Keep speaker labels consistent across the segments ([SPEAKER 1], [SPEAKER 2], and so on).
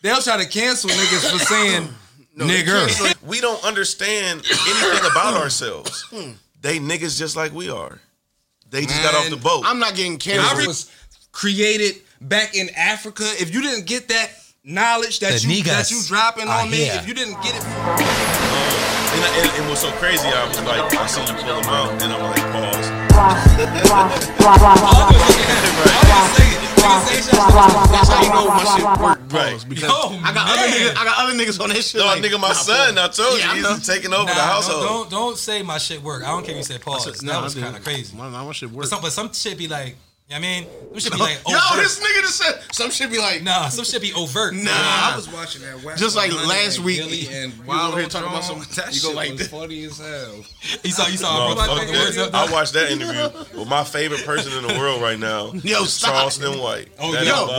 [SPEAKER 1] They'll try to cancel niggas for saying
[SPEAKER 2] No, they
[SPEAKER 1] nigger.
[SPEAKER 2] can't. we don't understand anything about
[SPEAKER 3] Hmm.
[SPEAKER 2] ourselves. They niggas just like we are. They just got off
[SPEAKER 1] Man,
[SPEAKER 2] the boat.
[SPEAKER 3] I'm not getting
[SPEAKER 1] I
[SPEAKER 3] canceled.
[SPEAKER 1] re- was created back in Africa. If you didn't get that knowledge that
[SPEAKER 4] The
[SPEAKER 1] you that
[SPEAKER 4] niggas
[SPEAKER 1] you dropping
[SPEAKER 4] are
[SPEAKER 1] on me,
[SPEAKER 4] here.
[SPEAKER 1] if you didn't get it,
[SPEAKER 2] and, I- and- and what's so crazy, I was like, I see you pull them out, and I'm like, pause.
[SPEAKER 3] That's how you know my shit work,
[SPEAKER 2] Right.
[SPEAKER 3] pause, because
[SPEAKER 1] Yo,
[SPEAKER 3] I got
[SPEAKER 4] Oh,
[SPEAKER 3] other
[SPEAKER 1] man.
[SPEAKER 3] niggas. I got other niggas on that shit.
[SPEAKER 2] No,
[SPEAKER 3] like,
[SPEAKER 2] nigga, my
[SPEAKER 3] nah,
[SPEAKER 2] son, I told
[SPEAKER 3] Yeah, I
[SPEAKER 2] you,
[SPEAKER 3] know.
[SPEAKER 2] he's taking over
[SPEAKER 4] Nah,
[SPEAKER 2] the household.
[SPEAKER 4] Don't, don't don't say my shit work. I don't care if you say pause.
[SPEAKER 3] pause.
[SPEAKER 4] that
[SPEAKER 3] Nah,
[SPEAKER 4] was
[SPEAKER 3] I did.
[SPEAKER 4] kind of crazy.
[SPEAKER 3] My, my shit work.
[SPEAKER 4] But some but some shit be like, you know what I mean, some shit be like
[SPEAKER 3] Yo,
[SPEAKER 4] overt.
[SPEAKER 3] this nigga just said some shit be like,
[SPEAKER 4] nah, some shit be overt.
[SPEAKER 3] Nah.
[SPEAKER 1] I was watching that. Whack
[SPEAKER 3] Ah. Just like
[SPEAKER 1] One Hundred
[SPEAKER 3] last
[SPEAKER 1] and
[SPEAKER 3] week,
[SPEAKER 1] Gilly
[SPEAKER 3] you
[SPEAKER 1] and
[SPEAKER 3] was
[SPEAKER 1] Wild
[SPEAKER 3] over here talking about
[SPEAKER 1] John.
[SPEAKER 3] some- that
[SPEAKER 1] you
[SPEAKER 3] shit
[SPEAKER 1] go like
[SPEAKER 3] was
[SPEAKER 1] this. funny as hell.
[SPEAKER 4] You saw you saw.
[SPEAKER 2] No,
[SPEAKER 4] bro,
[SPEAKER 2] fuck
[SPEAKER 4] like, words
[SPEAKER 2] that.
[SPEAKER 4] up.
[SPEAKER 2] I watched that interview with my favorite person in the world right now.
[SPEAKER 3] Yo,
[SPEAKER 2] is
[SPEAKER 3] stop.
[SPEAKER 2] Charleston White. Oh,
[SPEAKER 3] yo,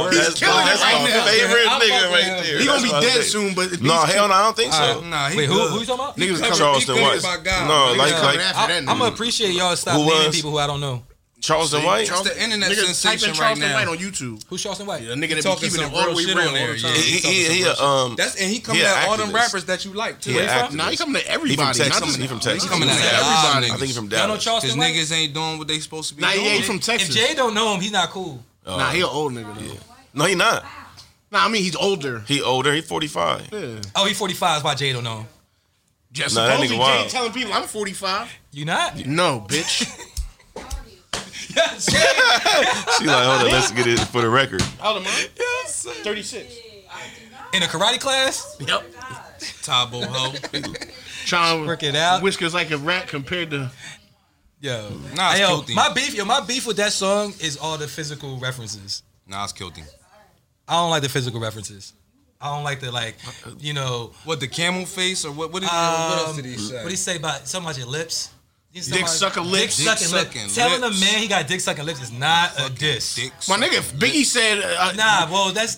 [SPEAKER 3] he's
[SPEAKER 2] that's,
[SPEAKER 3] killing it
[SPEAKER 2] that's
[SPEAKER 3] right
[SPEAKER 2] my
[SPEAKER 3] now.
[SPEAKER 2] favorite
[SPEAKER 1] I'm
[SPEAKER 2] nigga
[SPEAKER 1] fucking
[SPEAKER 2] right
[SPEAKER 1] him.
[SPEAKER 2] there.
[SPEAKER 3] he gonna be
[SPEAKER 2] That's my
[SPEAKER 3] dead
[SPEAKER 2] nigga.
[SPEAKER 3] soon. But
[SPEAKER 2] No, hell no, I don't think so.
[SPEAKER 1] Nah, he
[SPEAKER 4] Wait, who,
[SPEAKER 1] good.
[SPEAKER 4] who you talking about?
[SPEAKER 3] Niggas was
[SPEAKER 1] He
[SPEAKER 3] coming-
[SPEAKER 2] Charleston
[SPEAKER 1] good
[SPEAKER 2] White.
[SPEAKER 1] by God.
[SPEAKER 2] No,
[SPEAKER 1] He
[SPEAKER 2] like,
[SPEAKER 1] good.
[SPEAKER 2] like
[SPEAKER 3] after
[SPEAKER 4] I,
[SPEAKER 3] that
[SPEAKER 4] I'm
[SPEAKER 3] nigga.
[SPEAKER 4] gonna appreciate y'all stop
[SPEAKER 2] Who
[SPEAKER 4] naming
[SPEAKER 2] was?
[SPEAKER 4] people who I don't know.
[SPEAKER 2] Charleston White.
[SPEAKER 1] Charles- It's the internet
[SPEAKER 3] nigga,
[SPEAKER 1] sensation
[SPEAKER 3] type in
[SPEAKER 1] right
[SPEAKER 3] Charleston
[SPEAKER 1] now.
[SPEAKER 3] White on YouTube.
[SPEAKER 4] Who Charleston White?
[SPEAKER 3] The nigga that
[SPEAKER 1] Talking
[SPEAKER 3] be keeping
[SPEAKER 1] some
[SPEAKER 3] it all
[SPEAKER 1] real
[SPEAKER 3] the way
[SPEAKER 1] shit
[SPEAKER 3] real
[SPEAKER 1] on there,
[SPEAKER 3] all the
[SPEAKER 1] yeah.
[SPEAKER 3] time.
[SPEAKER 2] He, he, he, he, a, um,
[SPEAKER 1] That's and he coming
[SPEAKER 2] He a
[SPEAKER 1] at all them
[SPEAKER 2] activist.
[SPEAKER 1] rappers that you like too.
[SPEAKER 2] he a
[SPEAKER 1] Where you
[SPEAKER 2] activist.
[SPEAKER 1] from?
[SPEAKER 3] Nah, he coming to
[SPEAKER 2] He from
[SPEAKER 3] everybody. not
[SPEAKER 2] Texas.
[SPEAKER 3] just-
[SPEAKER 2] He from Texas.
[SPEAKER 1] He coming
[SPEAKER 2] from
[SPEAKER 1] at
[SPEAKER 2] Dallas.
[SPEAKER 1] all
[SPEAKER 2] I think he's
[SPEAKER 1] niggas.
[SPEAKER 2] from
[SPEAKER 4] Y'all know
[SPEAKER 2] Dallas.
[SPEAKER 4] Charleston
[SPEAKER 1] Cause
[SPEAKER 4] White?
[SPEAKER 1] niggas ain't doing what they supposed to be
[SPEAKER 3] Nah, he
[SPEAKER 1] doing.
[SPEAKER 3] ain't from
[SPEAKER 4] If
[SPEAKER 3] Texas.
[SPEAKER 4] Jay don't know him, he's not cool.
[SPEAKER 3] Nah, he an old nigga. though.
[SPEAKER 2] No, he not.
[SPEAKER 3] Nah, I mean he's older.
[SPEAKER 2] He older. He 45.
[SPEAKER 4] Oh, he's 45 is why Jay don't know him.
[SPEAKER 3] Just
[SPEAKER 2] Nah, that nigga wild.
[SPEAKER 3] telling people I'm 45.
[SPEAKER 4] You not?
[SPEAKER 3] No, bitch.
[SPEAKER 4] Yes, Jay.
[SPEAKER 2] She like, hold on, let's get it for the record.
[SPEAKER 3] How old am I? 36.
[SPEAKER 4] In a karate class?
[SPEAKER 3] Yep.
[SPEAKER 4] Tabo ho.
[SPEAKER 3] Trying
[SPEAKER 4] Work it out.
[SPEAKER 3] Whiskers like a rat compared to.
[SPEAKER 4] Yo.
[SPEAKER 1] Nah, it's
[SPEAKER 4] Mm. Hey, yo,
[SPEAKER 1] filthy.
[SPEAKER 4] my beef, yo, my beef with that song is all the physical references.
[SPEAKER 1] Nah, it's killed him.
[SPEAKER 4] I don't like the physical references. I don't like the like,
[SPEAKER 3] Uh,
[SPEAKER 4] you know,
[SPEAKER 1] What the camel face or what? What, did, Um, what else did he say?
[SPEAKER 4] what he say about something about your lips? You know,
[SPEAKER 3] Dick
[SPEAKER 4] somebody-
[SPEAKER 3] sucking lips.
[SPEAKER 4] Dick
[SPEAKER 1] Dick
[SPEAKER 4] sucking
[SPEAKER 1] sucking
[SPEAKER 4] lips. Telling
[SPEAKER 1] lips.
[SPEAKER 4] a man he got dick sucking lips is not a diss.
[SPEAKER 1] Dicks.
[SPEAKER 3] My nigga, if Biggie said, uh,
[SPEAKER 4] Nah, well, that's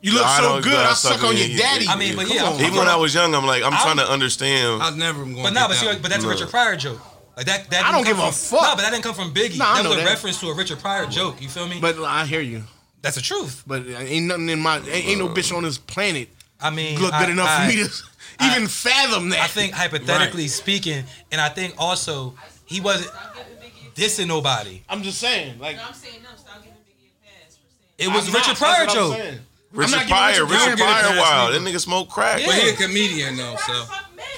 [SPEAKER 3] "You look
[SPEAKER 2] I
[SPEAKER 3] so
[SPEAKER 2] don't-
[SPEAKER 3] good,
[SPEAKER 2] I
[SPEAKER 3] I
[SPEAKER 2] suck
[SPEAKER 3] suck
[SPEAKER 2] on
[SPEAKER 3] on your
[SPEAKER 2] you.
[SPEAKER 3] daddy."
[SPEAKER 4] I mean, but
[SPEAKER 3] Come
[SPEAKER 4] yeah,
[SPEAKER 3] on.
[SPEAKER 2] Even when I was young, I'm like, I'm, trying to understand.
[SPEAKER 1] I never am going.
[SPEAKER 4] But
[SPEAKER 1] to
[SPEAKER 4] nah,
[SPEAKER 1] get
[SPEAKER 4] but see,
[SPEAKER 1] that
[SPEAKER 4] like, but that's a
[SPEAKER 2] No.
[SPEAKER 4] Richard Pryor joke. Like that. that
[SPEAKER 3] I don't
[SPEAKER 4] didn't come
[SPEAKER 3] give a
[SPEAKER 4] from-
[SPEAKER 3] fuck.
[SPEAKER 4] Nah, but that didn't come from Biggie.
[SPEAKER 3] Nah, I
[SPEAKER 4] that
[SPEAKER 3] know
[SPEAKER 4] was a
[SPEAKER 3] that.
[SPEAKER 4] reference to a Richard Pryor joke. You feel me?
[SPEAKER 3] But I hear you.
[SPEAKER 4] that's the truth.
[SPEAKER 3] But ain't nothing in my ain't, ain't no
[SPEAKER 2] Uh,
[SPEAKER 3] bitch on this planet
[SPEAKER 4] I mean,
[SPEAKER 3] look
[SPEAKER 4] I-
[SPEAKER 3] good enough
[SPEAKER 4] I-
[SPEAKER 3] for me to even fathom that.
[SPEAKER 4] I think hypothetically speaking, and I think also he wasn't dissing nobody.
[SPEAKER 3] I'm just saying, like
[SPEAKER 5] I'm saying no, stop giving Biggie a pass for saying.
[SPEAKER 4] It was
[SPEAKER 3] I'm
[SPEAKER 4] Richard
[SPEAKER 3] not,
[SPEAKER 4] Pryor
[SPEAKER 3] that's what I'm
[SPEAKER 4] joke.
[SPEAKER 3] saying. I'm
[SPEAKER 2] Richard
[SPEAKER 3] not giving
[SPEAKER 2] Pryor,
[SPEAKER 3] Richard Pryor
[SPEAKER 2] Richard
[SPEAKER 3] a
[SPEAKER 2] Pryor,
[SPEAKER 1] pass
[SPEAKER 2] wild.
[SPEAKER 1] either.
[SPEAKER 2] That nigga smoke crack.
[SPEAKER 4] Yeah.
[SPEAKER 1] But he a comedian though, so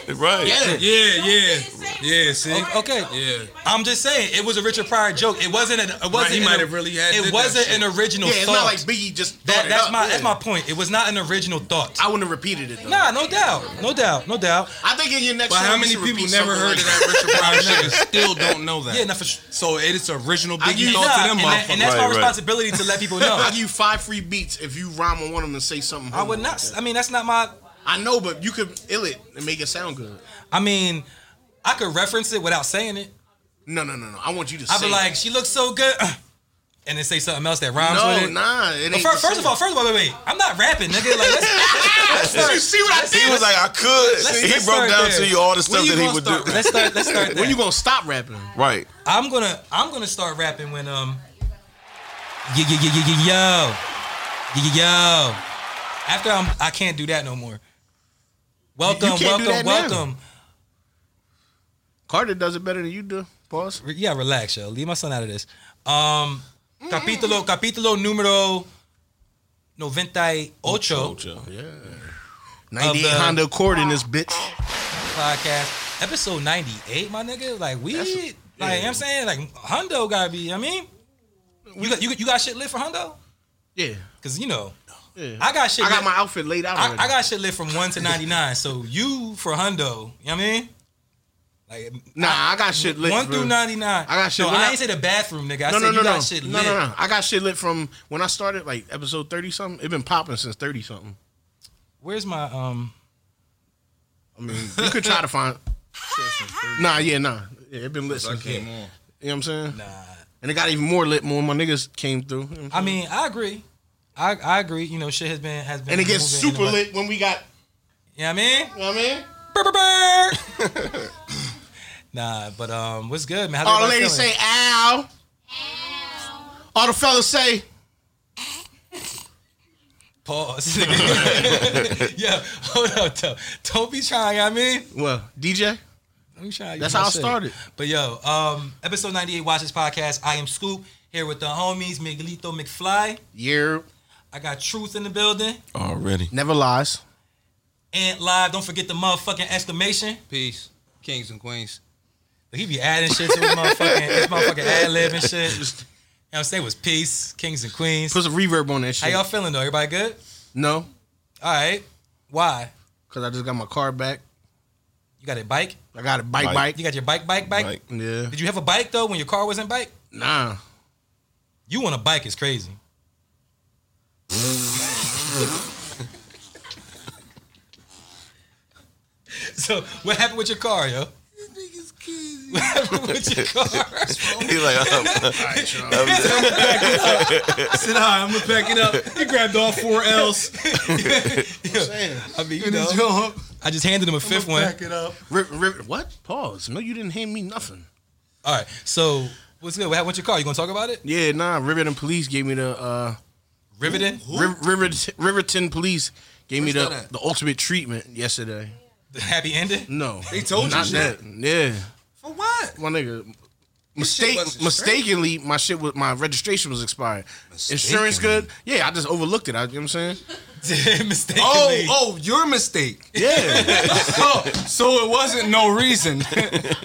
[SPEAKER 2] Right.
[SPEAKER 3] Yeah.
[SPEAKER 1] yeah, yeah, yeah. See,
[SPEAKER 4] O- Okay.
[SPEAKER 1] yeah.
[SPEAKER 4] I'm just saying it was a Richard Pryor joke. It wasn't an. It wasn't.
[SPEAKER 1] Right, he
[SPEAKER 4] an-
[SPEAKER 1] might have really had did
[SPEAKER 4] It
[SPEAKER 1] that
[SPEAKER 4] wasn't
[SPEAKER 1] shit.
[SPEAKER 4] an original
[SPEAKER 3] Yeah, it's
[SPEAKER 4] thought.
[SPEAKER 3] not like Biggie just thought
[SPEAKER 4] that,
[SPEAKER 3] it
[SPEAKER 4] that's
[SPEAKER 3] up.
[SPEAKER 4] my
[SPEAKER 3] Yeah.
[SPEAKER 4] that's my point. It was not an original thought.
[SPEAKER 3] I wouldn't have repeated it though.
[SPEAKER 4] Nah, no doubt, no doubt, no doubt.
[SPEAKER 3] I think in your next.
[SPEAKER 1] But
[SPEAKER 3] show,
[SPEAKER 1] how
[SPEAKER 3] we
[SPEAKER 1] many
[SPEAKER 3] should
[SPEAKER 1] people
[SPEAKER 3] repeat
[SPEAKER 1] never
[SPEAKER 3] something
[SPEAKER 1] heard
[SPEAKER 3] like
[SPEAKER 1] of that Richard Pryor shit and still don't know that?
[SPEAKER 4] Yeah, not for sure.
[SPEAKER 1] So it is original
[SPEAKER 3] I give
[SPEAKER 1] Biggie
[SPEAKER 3] you
[SPEAKER 1] thought
[SPEAKER 4] Nah,
[SPEAKER 1] to them
[SPEAKER 4] and, that-
[SPEAKER 1] motherfuckers.
[SPEAKER 4] and that's
[SPEAKER 2] Right,
[SPEAKER 4] my
[SPEAKER 2] right.
[SPEAKER 4] responsibility to let people know.
[SPEAKER 3] I'll give you five free beats if you rhyme on one of them and say something.
[SPEAKER 4] I would not. I mean, that's not my.
[SPEAKER 3] I know, but you could ill it and make it sound good.
[SPEAKER 4] I mean, I could reference it without saying it.
[SPEAKER 3] No, no, no, no. I want you to.
[SPEAKER 4] I'd
[SPEAKER 3] say
[SPEAKER 4] be like, "She looks so good," and then say something else that rhymes
[SPEAKER 3] no,
[SPEAKER 4] with it.
[SPEAKER 3] nah. It
[SPEAKER 4] But
[SPEAKER 3] ain't
[SPEAKER 4] first,
[SPEAKER 3] the
[SPEAKER 4] first of
[SPEAKER 3] same.
[SPEAKER 4] all, first of all, wait, wait. I'm not rapping, nigga. Like, let's, let's start,
[SPEAKER 3] you see what I
[SPEAKER 2] He
[SPEAKER 3] did?
[SPEAKER 2] was like, I could.
[SPEAKER 4] Let's-
[SPEAKER 2] he
[SPEAKER 4] let's
[SPEAKER 2] broke
[SPEAKER 4] start
[SPEAKER 2] down
[SPEAKER 4] there.
[SPEAKER 2] to you all the stuff
[SPEAKER 1] you
[SPEAKER 2] that he
[SPEAKER 1] gonna
[SPEAKER 2] would
[SPEAKER 1] start
[SPEAKER 2] do.
[SPEAKER 4] let's start. Let's start.
[SPEAKER 3] when
[SPEAKER 4] there.
[SPEAKER 3] you gonna stop rapping?
[SPEAKER 2] Right.
[SPEAKER 4] I'm gonna I'm gonna start rapping when um yeah yeah yeah yeah yeah yo yeah, yeah, yo after I'm I can't do that no more. Welcome,
[SPEAKER 3] can't do
[SPEAKER 4] welcome,
[SPEAKER 3] that now.
[SPEAKER 4] welcome.
[SPEAKER 3] Carter does it better than you do. Pause.
[SPEAKER 4] Re- Yeah, relax, yo. Leave my son out of this. Um,
[SPEAKER 2] Mm.
[SPEAKER 4] capítulo capítulo número 98
[SPEAKER 3] Yeah.
[SPEAKER 4] Of
[SPEAKER 3] 98
[SPEAKER 4] the-
[SPEAKER 3] Honda Accord in this bitch.
[SPEAKER 4] podcast episode 98, my nigga. Like we
[SPEAKER 3] That's-
[SPEAKER 4] like you know what I'm saying like Hundo gotta be. I mean, you got you, got- you got shit lit for Hundo
[SPEAKER 3] Yeah.
[SPEAKER 4] because you know
[SPEAKER 3] Yeah.
[SPEAKER 4] I got shit.
[SPEAKER 3] I
[SPEAKER 4] lit-
[SPEAKER 3] got my outfit laid out.
[SPEAKER 4] I,
[SPEAKER 3] already.
[SPEAKER 4] I got shit lit from one to ninety nine. So you for hundo, you know what I mean? Like
[SPEAKER 3] nah. I got shit lit.
[SPEAKER 4] one
[SPEAKER 3] for-
[SPEAKER 4] through ninety nine.
[SPEAKER 3] I got shit
[SPEAKER 4] No,
[SPEAKER 3] lit.
[SPEAKER 4] I ain't say the bathroom, nigga. I
[SPEAKER 3] No,
[SPEAKER 4] said
[SPEAKER 3] no,
[SPEAKER 4] you
[SPEAKER 3] no,
[SPEAKER 4] got
[SPEAKER 3] no.
[SPEAKER 4] shit lit.
[SPEAKER 3] no, no, no. I got shit lit from when I started, like episode thirty something. It been popping since thirty something.
[SPEAKER 4] Where's my um?
[SPEAKER 3] I mean, you could try to find. Nah, yeah, nah. Yeah, it been lit
[SPEAKER 1] I
[SPEAKER 3] since
[SPEAKER 1] came
[SPEAKER 3] then.
[SPEAKER 1] on.
[SPEAKER 3] You know what I'm saying?
[SPEAKER 4] Nah.
[SPEAKER 3] And it got even more lit more when my niggas came through. You know what
[SPEAKER 4] I
[SPEAKER 3] I'm saying?
[SPEAKER 4] mean, I agree. I, I agree. You know, shit has been has been.
[SPEAKER 3] and it gets
[SPEAKER 4] moving in
[SPEAKER 3] super
[SPEAKER 4] the right-
[SPEAKER 3] lit when we got.
[SPEAKER 4] You know what I mean?
[SPEAKER 3] You know what I mean?
[SPEAKER 4] Brr, brr, brr. nah, but um, what's good, man? How's
[SPEAKER 3] All the
[SPEAKER 4] everybody
[SPEAKER 3] Oh, ladies
[SPEAKER 4] feeling?
[SPEAKER 3] say ow. All the fellas say.
[SPEAKER 4] Pause. yeah, hold up, though. Don't be trying, I mean.
[SPEAKER 3] Well, DJ,
[SPEAKER 4] Let me try. you know
[SPEAKER 3] That's how I
[SPEAKER 4] what I'm
[SPEAKER 3] started.
[SPEAKER 4] saying. But yo, um, episode 98 Watch This Podcast. I am Scoop here with the homies, Miguelito McFly.
[SPEAKER 3] year
[SPEAKER 4] I got Truth in the building.
[SPEAKER 2] Already.
[SPEAKER 3] never lies.
[SPEAKER 4] And live, don't forget the motherfucking exclamation.
[SPEAKER 1] Peace, kings and queens.
[SPEAKER 4] He be adding shit to his motherfucking, his motherfucking ad lib and shit. You know what I'm saying? It was peace, kings and queens.
[SPEAKER 3] Put some reverb on that
[SPEAKER 4] How
[SPEAKER 3] shit.
[SPEAKER 4] y'all feeling though? Everybody good?
[SPEAKER 3] no,
[SPEAKER 4] All right. Why?
[SPEAKER 3] because I just got my car back.
[SPEAKER 4] You got a bike?
[SPEAKER 3] I got a bike,
[SPEAKER 2] Bike.
[SPEAKER 3] bike.
[SPEAKER 4] You got your bike, bike, bike?
[SPEAKER 2] Like,
[SPEAKER 3] Yeah.
[SPEAKER 4] Did you have a bike though when your car wasn't bike?
[SPEAKER 3] Nah.
[SPEAKER 4] You on a bike is crazy. so what happened with your car, yo? What happened with your car?
[SPEAKER 2] he like, um,
[SPEAKER 1] Sit high. I'm gonna pack it up. He grabbed all four L's.
[SPEAKER 4] I mean, you know, I just handed him a fifth one.
[SPEAKER 1] it up.
[SPEAKER 3] Rip, rip, what? Pause. No, you didn't hand me nothing.
[SPEAKER 4] All right. So what's good? What happened with your car? You gonna talk about it?
[SPEAKER 3] Yeah, nah. Riverton Police gave me the uh,
[SPEAKER 4] Riveting.
[SPEAKER 3] Riv- Riverton, Riverton Police gave me
[SPEAKER 1] Where's
[SPEAKER 3] the,
[SPEAKER 1] that at?
[SPEAKER 3] the ultimate treatment yesterday.
[SPEAKER 4] The happy ending.
[SPEAKER 3] No,
[SPEAKER 1] They told you
[SPEAKER 3] not
[SPEAKER 1] shit.
[SPEAKER 3] that. Yeah,
[SPEAKER 1] For what?
[SPEAKER 3] my nigga.
[SPEAKER 1] shit
[SPEAKER 3] Mistake,
[SPEAKER 1] wasn't
[SPEAKER 3] mistakenly, my shit was my registration was expired. Insurance good? Yeah, I just overlooked it. I, you know what I'm saying?
[SPEAKER 4] Mistakenly.
[SPEAKER 1] Oh, oh, your mistake.
[SPEAKER 3] Yeah.
[SPEAKER 1] Oh, so it wasn't no reason.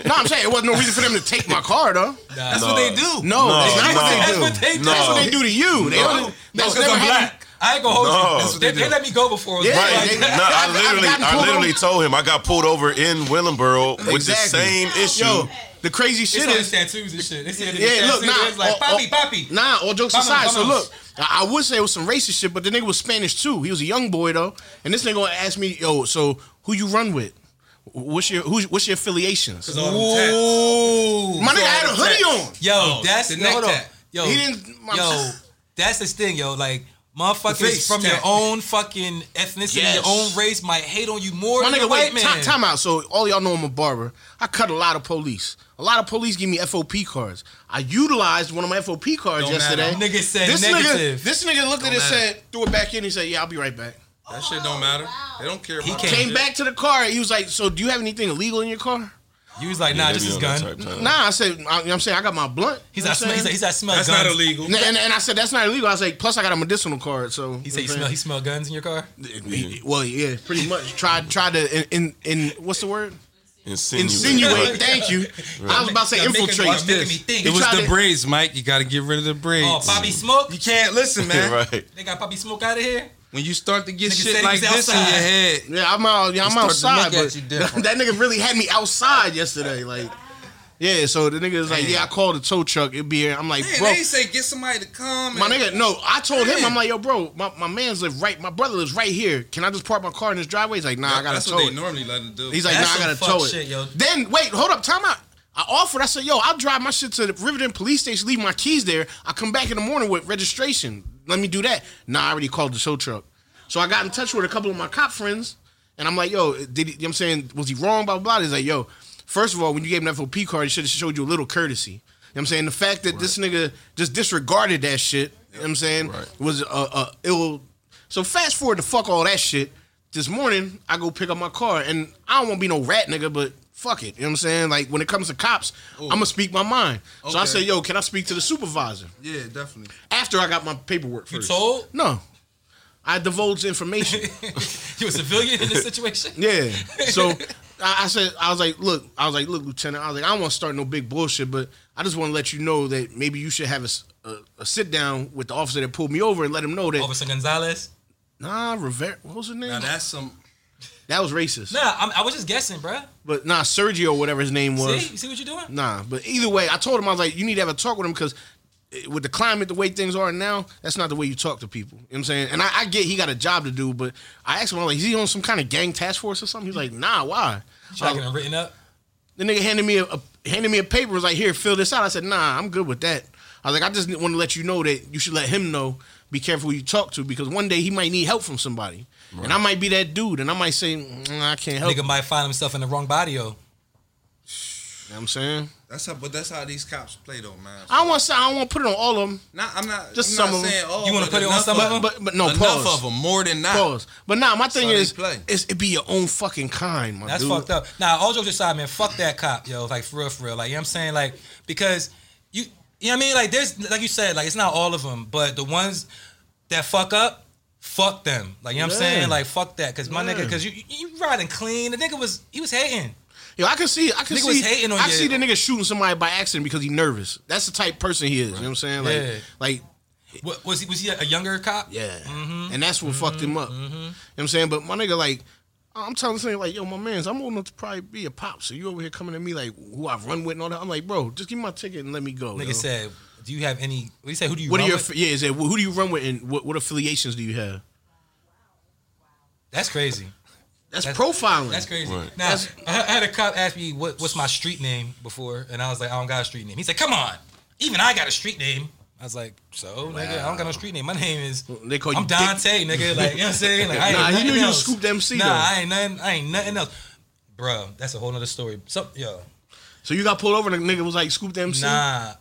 [SPEAKER 3] no, I'm saying it wasn't no reason for them to take my car though.
[SPEAKER 4] Nah.
[SPEAKER 1] That's what they do.
[SPEAKER 2] No,
[SPEAKER 3] No, that's not what
[SPEAKER 2] no.
[SPEAKER 4] That's what they do.
[SPEAKER 3] they do.
[SPEAKER 2] No.
[SPEAKER 3] That's what they do to you. They
[SPEAKER 2] No.
[SPEAKER 3] don't- that's
[SPEAKER 1] 'cause
[SPEAKER 3] never
[SPEAKER 1] I'm
[SPEAKER 3] happened.
[SPEAKER 1] black.
[SPEAKER 4] I ain't gonna hold
[SPEAKER 2] No.
[SPEAKER 4] you.
[SPEAKER 2] That's
[SPEAKER 1] what
[SPEAKER 4] they,
[SPEAKER 1] they
[SPEAKER 4] they
[SPEAKER 1] do.
[SPEAKER 4] let me go before. it was
[SPEAKER 3] Yeah.
[SPEAKER 4] black.
[SPEAKER 2] Right.
[SPEAKER 3] They-
[SPEAKER 2] no, I
[SPEAKER 3] I've
[SPEAKER 2] literally,
[SPEAKER 3] gotten
[SPEAKER 2] I
[SPEAKER 3] pulled
[SPEAKER 2] literally
[SPEAKER 3] over-
[SPEAKER 2] told him I got pulled over in Willenboro with the
[SPEAKER 3] Exactly.
[SPEAKER 2] same issue.
[SPEAKER 3] Yo, the crazy shit
[SPEAKER 4] They saw his
[SPEAKER 3] is
[SPEAKER 4] tattoos and shit. They said his
[SPEAKER 3] Yeah, look,
[SPEAKER 4] tattoos.
[SPEAKER 3] nah,
[SPEAKER 4] They was like,
[SPEAKER 3] oh,
[SPEAKER 4] Poppy,
[SPEAKER 3] oh,
[SPEAKER 4] Poppy.
[SPEAKER 3] Nah, all jokes
[SPEAKER 4] Vamos,
[SPEAKER 3] aside. So
[SPEAKER 4] vamos.
[SPEAKER 3] look, I I would say it was some racist shit, but the nigga was Spanish too. He was a young boy though, and this nigga gonna ask me, yo, so who you run with? What's your who's, what's your affiliations?
[SPEAKER 1] all them tats.
[SPEAKER 4] Ooh.
[SPEAKER 3] My nigga had a hoodie on.
[SPEAKER 4] Yo, that's
[SPEAKER 1] the
[SPEAKER 4] Oh, the
[SPEAKER 1] neck
[SPEAKER 4] hold on.
[SPEAKER 1] tat.
[SPEAKER 4] Yo,
[SPEAKER 3] He didn't- my-
[SPEAKER 4] yo, that's the thing, yo. Like motherfuckers
[SPEAKER 1] The face
[SPEAKER 4] from your
[SPEAKER 1] tat.
[SPEAKER 4] own fucking ethnicity,
[SPEAKER 3] Yes.
[SPEAKER 4] your own race might hate on you more
[SPEAKER 3] My
[SPEAKER 4] than a
[SPEAKER 3] nigga,
[SPEAKER 4] white
[SPEAKER 3] wait,
[SPEAKER 4] man.
[SPEAKER 3] time, time out. So all y'all know I'm a barber. I cut a lot of police. A lot of police give me FOP cards. I utilized one of my FOP cards
[SPEAKER 1] Don't matter.
[SPEAKER 3] yesterday.
[SPEAKER 4] Nigga said
[SPEAKER 3] this
[SPEAKER 4] negative.
[SPEAKER 3] Nigga, this nigga looked at it,
[SPEAKER 1] matter.
[SPEAKER 3] said, threw it back in. He said, yeah, I'll be right back.
[SPEAKER 1] That shit don't matter. They don't care about
[SPEAKER 4] can't-
[SPEAKER 1] that
[SPEAKER 3] Came
[SPEAKER 1] shit.
[SPEAKER 3] back to the car. He was like, so do you have anything illegal in your car?
[SPEAKER 4] You was like, nah,
[SPEAKER 2] They
[SPEAKER 4] just
[SPEAKER 2] be
[SPEAKER 4] his
[SPEAKER 2] on that
[SPEAKER 4] gun.
[SPEAKER 2] type time.
[SPEAKER 3] Nah, I said, I, you know what I'm saying? I got my blunt.
[SPEAKER 4] He's
[SPEAKER 3] You
[SPEAKER 4] like,
[SPEAKER 3] know what I'm
[SPEAKER 4] smell- he's like,
[SPEAKER 3] saying?
[SPEAKER 4] he's like, smell
[SPEAKER 1] That's
[SPEAKER 4] guns.
[SPEAKER 1] not illegal.
[SPEAKER 3] and, and, and I said, that's not illegal. I was like, plus I got a medicinal card. So
[SPEAKER 4] He said, he
[SPEAKER 3] you know
[SPEAKER 4] smell,
[SPEAKER 3] what
[SPEAKER 4] he smell guns in your car.
[SPEAKER 3] I'm saying? Well, yeah, pretty much. Tried, tried to, in, in, in what's the word?
[SPEAKER 2] Insinuate.
[SPEAKER 3] Insinuate. Thank you. I was about to say
[SPEAKER 4] Y'all making- y'all
[SPEAKER 3] infiltrate.
[SPEAKER 4] making me think.
[SPEAKER 1] It was
[SPEAKER 3] tried
[SPEAKER 1] the
[SPEAKER 3] to-
[SPEAKER 1] braids, Mike. You got to get rid of the braids.
[SPEAKER 4] Oh, Poppy Smoke.
[SPEAKER 1] You can't listen, man.
[SPEAKER 2] right.
[SPEAKER 4] They got Poppy Smoke out of here.
[SPEAKER 1] When you start to get
[SPEAKER 4] Nigga said
[SPEAKER 1] shit
[SPEAKER 4] he
[SPEAKER 1] like
[SPEAKER 4] was
[SPEAKER 1] this in your
[SPEAKER 4] outside.
[SPEAKER 1] head,
[SPEAKER 3] Yeah, I'm out. Yeah, I'm
[SPEAKER 1] He
[SPEAKER 3] outside.
[SPEAKER 1] started to look
[SPEAKER 3] But
[SPEAKER 1] at you different.
[SPEAKER 3] that nigga really had me outside yesterday. Like, yeah. So the nigga is like,
[SPEAKER 1] Damn.
[SPEAKER 3] yeah, I called the tow truck. It'd be here. I'm like,
[SPEAKER 1] man,
[SPEAKER 3] bro,
[SPEAKER 1] they say get somebody to come.
[SPEAKER 3] my
[SPEAKER 1] and-
[SPEAKER 3] nigga. No, I told him. I'm
[SPEAKER 1] Man.
[SPEAKER 3] like, yo, bro, my, my man's live right. My brother lives right here. Can I just park my car in his driveway? He's like, nah, I gotta
[SPEAKER 1] That's
[SPEAKER 3] tow
[SPEAKER 1] what they
[SPEAKER 3] it.
[SPEAKER 1] normally let them do.
[SPEAKER 3] He's like,
[SPEAKER 4] That's
[SPEAKER 3] nah, I
[SPEAKER 4] some
[SPEAKER 3] gotta
[SPEAKER 4] fuck
[SPEAKER 3] tow it.
[SPEAKER 4] shit, yo.
[SPEAKER 3] Then wait, hold up, time out. I offered. I said, yo, I'll drive my shit to the Riverton Police Station, leave my keys there. I come back in the morning with registration. Let me do that. Nah, I already called the tow truck. So I got in touch with a couple of my cop friends, and I'm like, yo, did he, you know what I'm saying, was he wrong? Blah, blah, blah. He's like, yo, first of all, when you gave him an FOP card, he should have showed you a little courtesy. You know what I'm saying? The fact that this nigga just disregarded that shit, you know what I'm saying,
[SPEAKER 2] Right.
[SPEAKER 3] was a, a ill. So fast forward to fuck all that shit. This morning, I go pick up my car, and I don't want to be no rat nigga, but fuck it. You know what I'm saying? Like, when it comes to cops, I'm going to speak my mind. So I
[SPEAKER 1] Okay.
[SPEAKER 3] say, yo, can I speak to the supervisor?
[SPEAKER 1] yeah, definitely.
[SPEAKER 3] After I got my paperwork
[SPEAKER 4] You
[SPEAKER 3] first.
[SPEAKER 4] told
[SPEAKER 3] No. I divulged information.
[SPEAKER 4] you a civilian in this situation.
[SPEAKER 3] Yeah. So I, I said, I was like, look, I was like, look, Lieutenant, I was like, I don't want to start no big bullshit, but I just want to let you know that maybe you should have a, s- a- a sit down with the officer that pulled me over and let him know that,
[SPEAKER 4] Officer Gonzalez.
[SPEAKER 3] nah, Rivera, what was his name?
[SPEAKER 1] Now that's some.
[SPEAKER 3] that was racist.
[SPEAKER 4] Nah, I'm, I was just guessing, bruh.
[SPEAKER 3] But nah, Sergio, whatever his name was.
[SPEAKER 4] See, you see what you're doing?
[SPEAKER 3] Nah, but either way, I told him, I was like, you need to have a talk with him because with the climate, the way things are now, that's not the way you talk to people. You know what I'm saying? And I, I get he got a job to do, but I asked him, I was like, is he on some kind of gang task force or something? He's like, nah, why? I
[SPEAKER 4] Trying
[SPEAKER 3] was-
[SPEAKER 4] to get him written up.
[SPEAKER 3] The nigga handed me a, a handed me a paper. Was like, here, fill this out. I said, nah, I'm good with that. I was like, I just want to let you know that you should let him know. Be careful who you talk to because one day he might need help from somebody, and I might be that dude, and I might say, "Mm, I can't help.
[SPEAKER 4] Nigga
[SPEAKER 3] you."
[SPEAKER 4] might find himself in the wrong body, yo.
[SPEAKER 3] You know what I'm saying,
[SPEAKER 1] That's how, but that's how these cops play though, man.
[SPEAKER 3] I don't want to say I don't want to put it on all of them.
[SPEAKER 1] Not, I'm not.
[SPEAKER 3] Just
[SPEAKER 1] I'm
[SPEAKER 3] some
[SPEAKER 1] not
[SPEAKER 3] of 'em.
[SPEAKER 1] saying all,
[SPEAKER 4] You wanna
[SPEAKER 1] but
[SPEAKER 4] put it on
[SPEAKER 1] enough
[SPEAKER 4] some of 'em?
[SPEAKER 3] But- but no,
[SPEAKER 1] enough
[SPEAKER 3] pause.
[SPEAKER 1] of them, more than not.
[SPEAKER 3] Pause. But nah, my thing
[SPEAKER 1] how they
[SPEAKER 3] is,
[SPEAKER 1] play.
[SPEAKER 3] is it be your own fucking kind, my
[SPEAKER 4] That's
[SPEAKER 3] dude.
[SPEAKER 4] fucked up. Nah, all jokes aside, man, fuck that cop, yo. Like for real, for real. Like you know what I'm saying, like because you, you know what I mean. Like there's, like you said, like it's not all of them, but the ones that fuck up, fuck them. Like you know what I'm
[SPEAKER 3] Yeah.
[SPEAKER 4] saying, like fuck that, because my nigga,
[SPEAKER 3] Yeah.
[SPEAKER 4] because you, you you riding clean. The nigga was, he was hating.
[SPEAKER 3] Yo, I can see, I can
[SPEAKER 4] Nigga
[SPEAKER 3] see,
[SPEAKER 4] was hating on
[SPEAKER 3] I
[SPEAKER 4] you.
[SPEAKER 3] see the nigga shooting somebody by accident because he nervous. That's the type of person he is. You know what I'm saying? Like,
[SPEAKER 4] Yeah.
[SPEAKER 3] like,
[SPEAKER 4] What, was he? Was he a younger cop?
[SPEAKER 3] yeah. And that's what fucked him
[SPEAKER 4] Mm-hmm.
[SPEAKER 3] up. You know what I'm saying? But my nigga, like, I'm telling this nigga, like, yo, my man's, I'm old enough to probably be a pop. So you over here coming at me like, who I've run with and all that. I'm like, bro, just give me my ticket and let me go.
[SPEAKER 4] Nigga
[SPEAKER 3] yo.
[SPEAKER 4] said, "Do you have any?" What do you say? Who do you?
[SPEAKER 3] what are
[SPEAKER 4] run
[SPEAKER 3] your
[SPEAKER 4] with?
[SPEAKER 3] yeah? Is it who do you run with and what, what affiliations do you have?
[SPEAKER 4] That's crazy.
[SPEAKER 3] That's,
[SPEAKER 4] That's-
[SPEAKER 3] profiling.
[SPEAKER 4] That's crazy.
[SPEAKER 2] Right.
[SPEAKER 4] Now, I I had a cop ask me what, what's my street name before, and I was like, I don't got a street name. He said, Come on, even I got a street name. I was like, So, nigga, I don't got no street name. My name is
[SPEAKER 3] They call you
[SPEAKER 4] I'm
[SPEAKER 3] Dick.
[SPEAKER 4] Dante, nigga. Like, you know what I'm saying? Like, I ain't
[SPEAKER 3] Nah, you
[SPEAKER 4] nothing
[SPEAKER 3] knew you was
[SPEAKER 4] else.
[SPEAKER 3] Scoop the MC,
[SPEAKER 4] Nah,
[SPEAKER 3] though.
[SPEAKER 4] I ain't nothing. I ain't nothing else, bro. That's a whole nother story. So, yo,
[SPEAKER 3] So you got pulled over and the nigga was like, scoop the MC.
[SPEAKER 4] nah,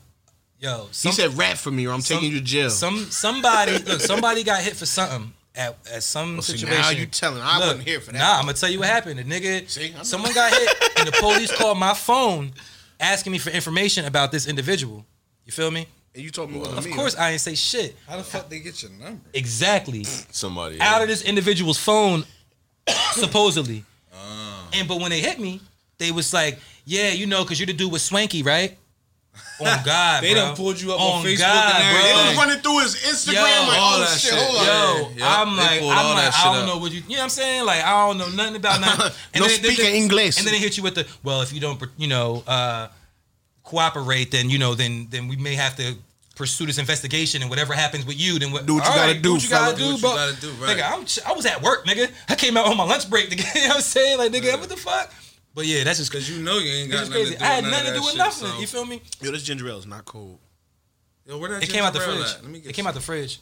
[SPEAKER 4] yo.
[SPEAKER 3] he
[SPEAKER 4] Some,
[SPEAKER 3] said, rap for me or I'm
[SPEAKER 4] some-
[SPEAKER 3] taking you to jail.
[SPEAKER 4] Some somebody look, somebody got hit for something. At, at some
[SPEAKER 3] see, now
[SPEAKER 4] situation.
[SPEAKER 3] you telling. I wasn't here for that.
[SPEAKER 4] Nah, I'm gonna tell you what happened. The nigga,
[SPEAKER 3] See, I know.
[SPEAKER 4] someone got hit, and the police called my phone asking me for information about this individual. You feel me?
[SPEAKER 3] and you told me what
[SPEAKER 4] Of course, I ain't say shit.
[SPEAKER 1] How the fuck they get your number?
[SPEAKER 4] Exactly.
[SPEAKER 2] Somebody
[SPEAKER 4] Out of this individual's phone, supposedly.
[SPEAKER 3] Ah.
[SPEAKER 4] And but when they hit me, they was like, "Yeah, you know, cause you're the dude with Swanky, right?" On God,
[SPEAKER 1] They
[SPEAKER 4] bro.
[SPEAKER 1] done pulled you up on Facebook and
[SPEAKER 4] God,
[SPEAKER 1] everything.
[SPEAKER 4] bro.
[SPEAKER 1] They was
[SPEAKER 3] running through his Instagram oh,
[SPEAKER 4] like,
[SPEAKER 1] all that shit.
[SPEAKER 3] hold on.
[SPEAKER 4] Yo,
[SPEAKER 1] Yeah, yeah.
[SPEAKER 4] I'm
[SPEAKER 1] They
[SPEAKER 4] like,
[SPEAKER 1] pulled all
[SPEAKER 4] I'm
[SPEAKER 1] that
[SPEAKER 4] like,
[SPEAKER 1] shit
[SPEAKER 4] I don't
[SPEAKER 1] up.
[SPEAKER 4] know what you, you know what I'm saying? Like, I don't know nothing about nothing.
[SPEAKER 3] No
[SPEAKER 4] then- then-
[SPEAKER 3] speaking
[SPEAKER 4] then-
[SPEAKER 3] English.
[SPEAKER 4] And then they hit you with the, well, if you don't, you know, uh, cooperate, then, you know, then, then we may have to pursue this investigation and whatever happens with you, then what,
[SPEAKER 3] Do what you
[SPEAKER 4] all
[SPEAKER 3] gotta
[SPEAKER 4] right,
[SPEAKER 3] do,
[SPEAKER 4] what you gotta
[SPEAKER 3] fella.
[SPEAKER 4] do,
[SPEAKER 1] Do what you
[SPEAKER 4] bro.
[SPEAKER 1] gotta do, right.
[SPEAKER 4] Nigga, I'm, ch- I was at work, nigga. I came out on my lunch break, nigga. you know what I'm saying? Like, nigga, what the fuck? But yeah, that's just
[SPEAKER 1] Cause
[SPEAKER 4] crazy.
[SPEAKER 1] you know you ain't got
[SPEAKER 4] It's
[SPEAKER 1] nothing
[SPEAKER 4] crazy.
[SPEAKER 1] to do.
[SPEAKER 4] I had
[SPEAKER 1] with
[SPEAKER 4] nothing to do with
[SPEAKER 1] none of that
[SPEAKER 4] nothing. You
[SPEAKER 1] shit, so-
[SPEAKER 4] feel me?
[SPEAKER 3] Yo, this ginger ale is not cold.
[SPEAKER 1] Yo, where that
[SPEAKER 4] It came out the
[SPEAKER 1] ginger ale
[SPEAKER 4] fridge.
[SPEAKER 1] at? Let me get
[SPEAKER 4] It came out the fridge.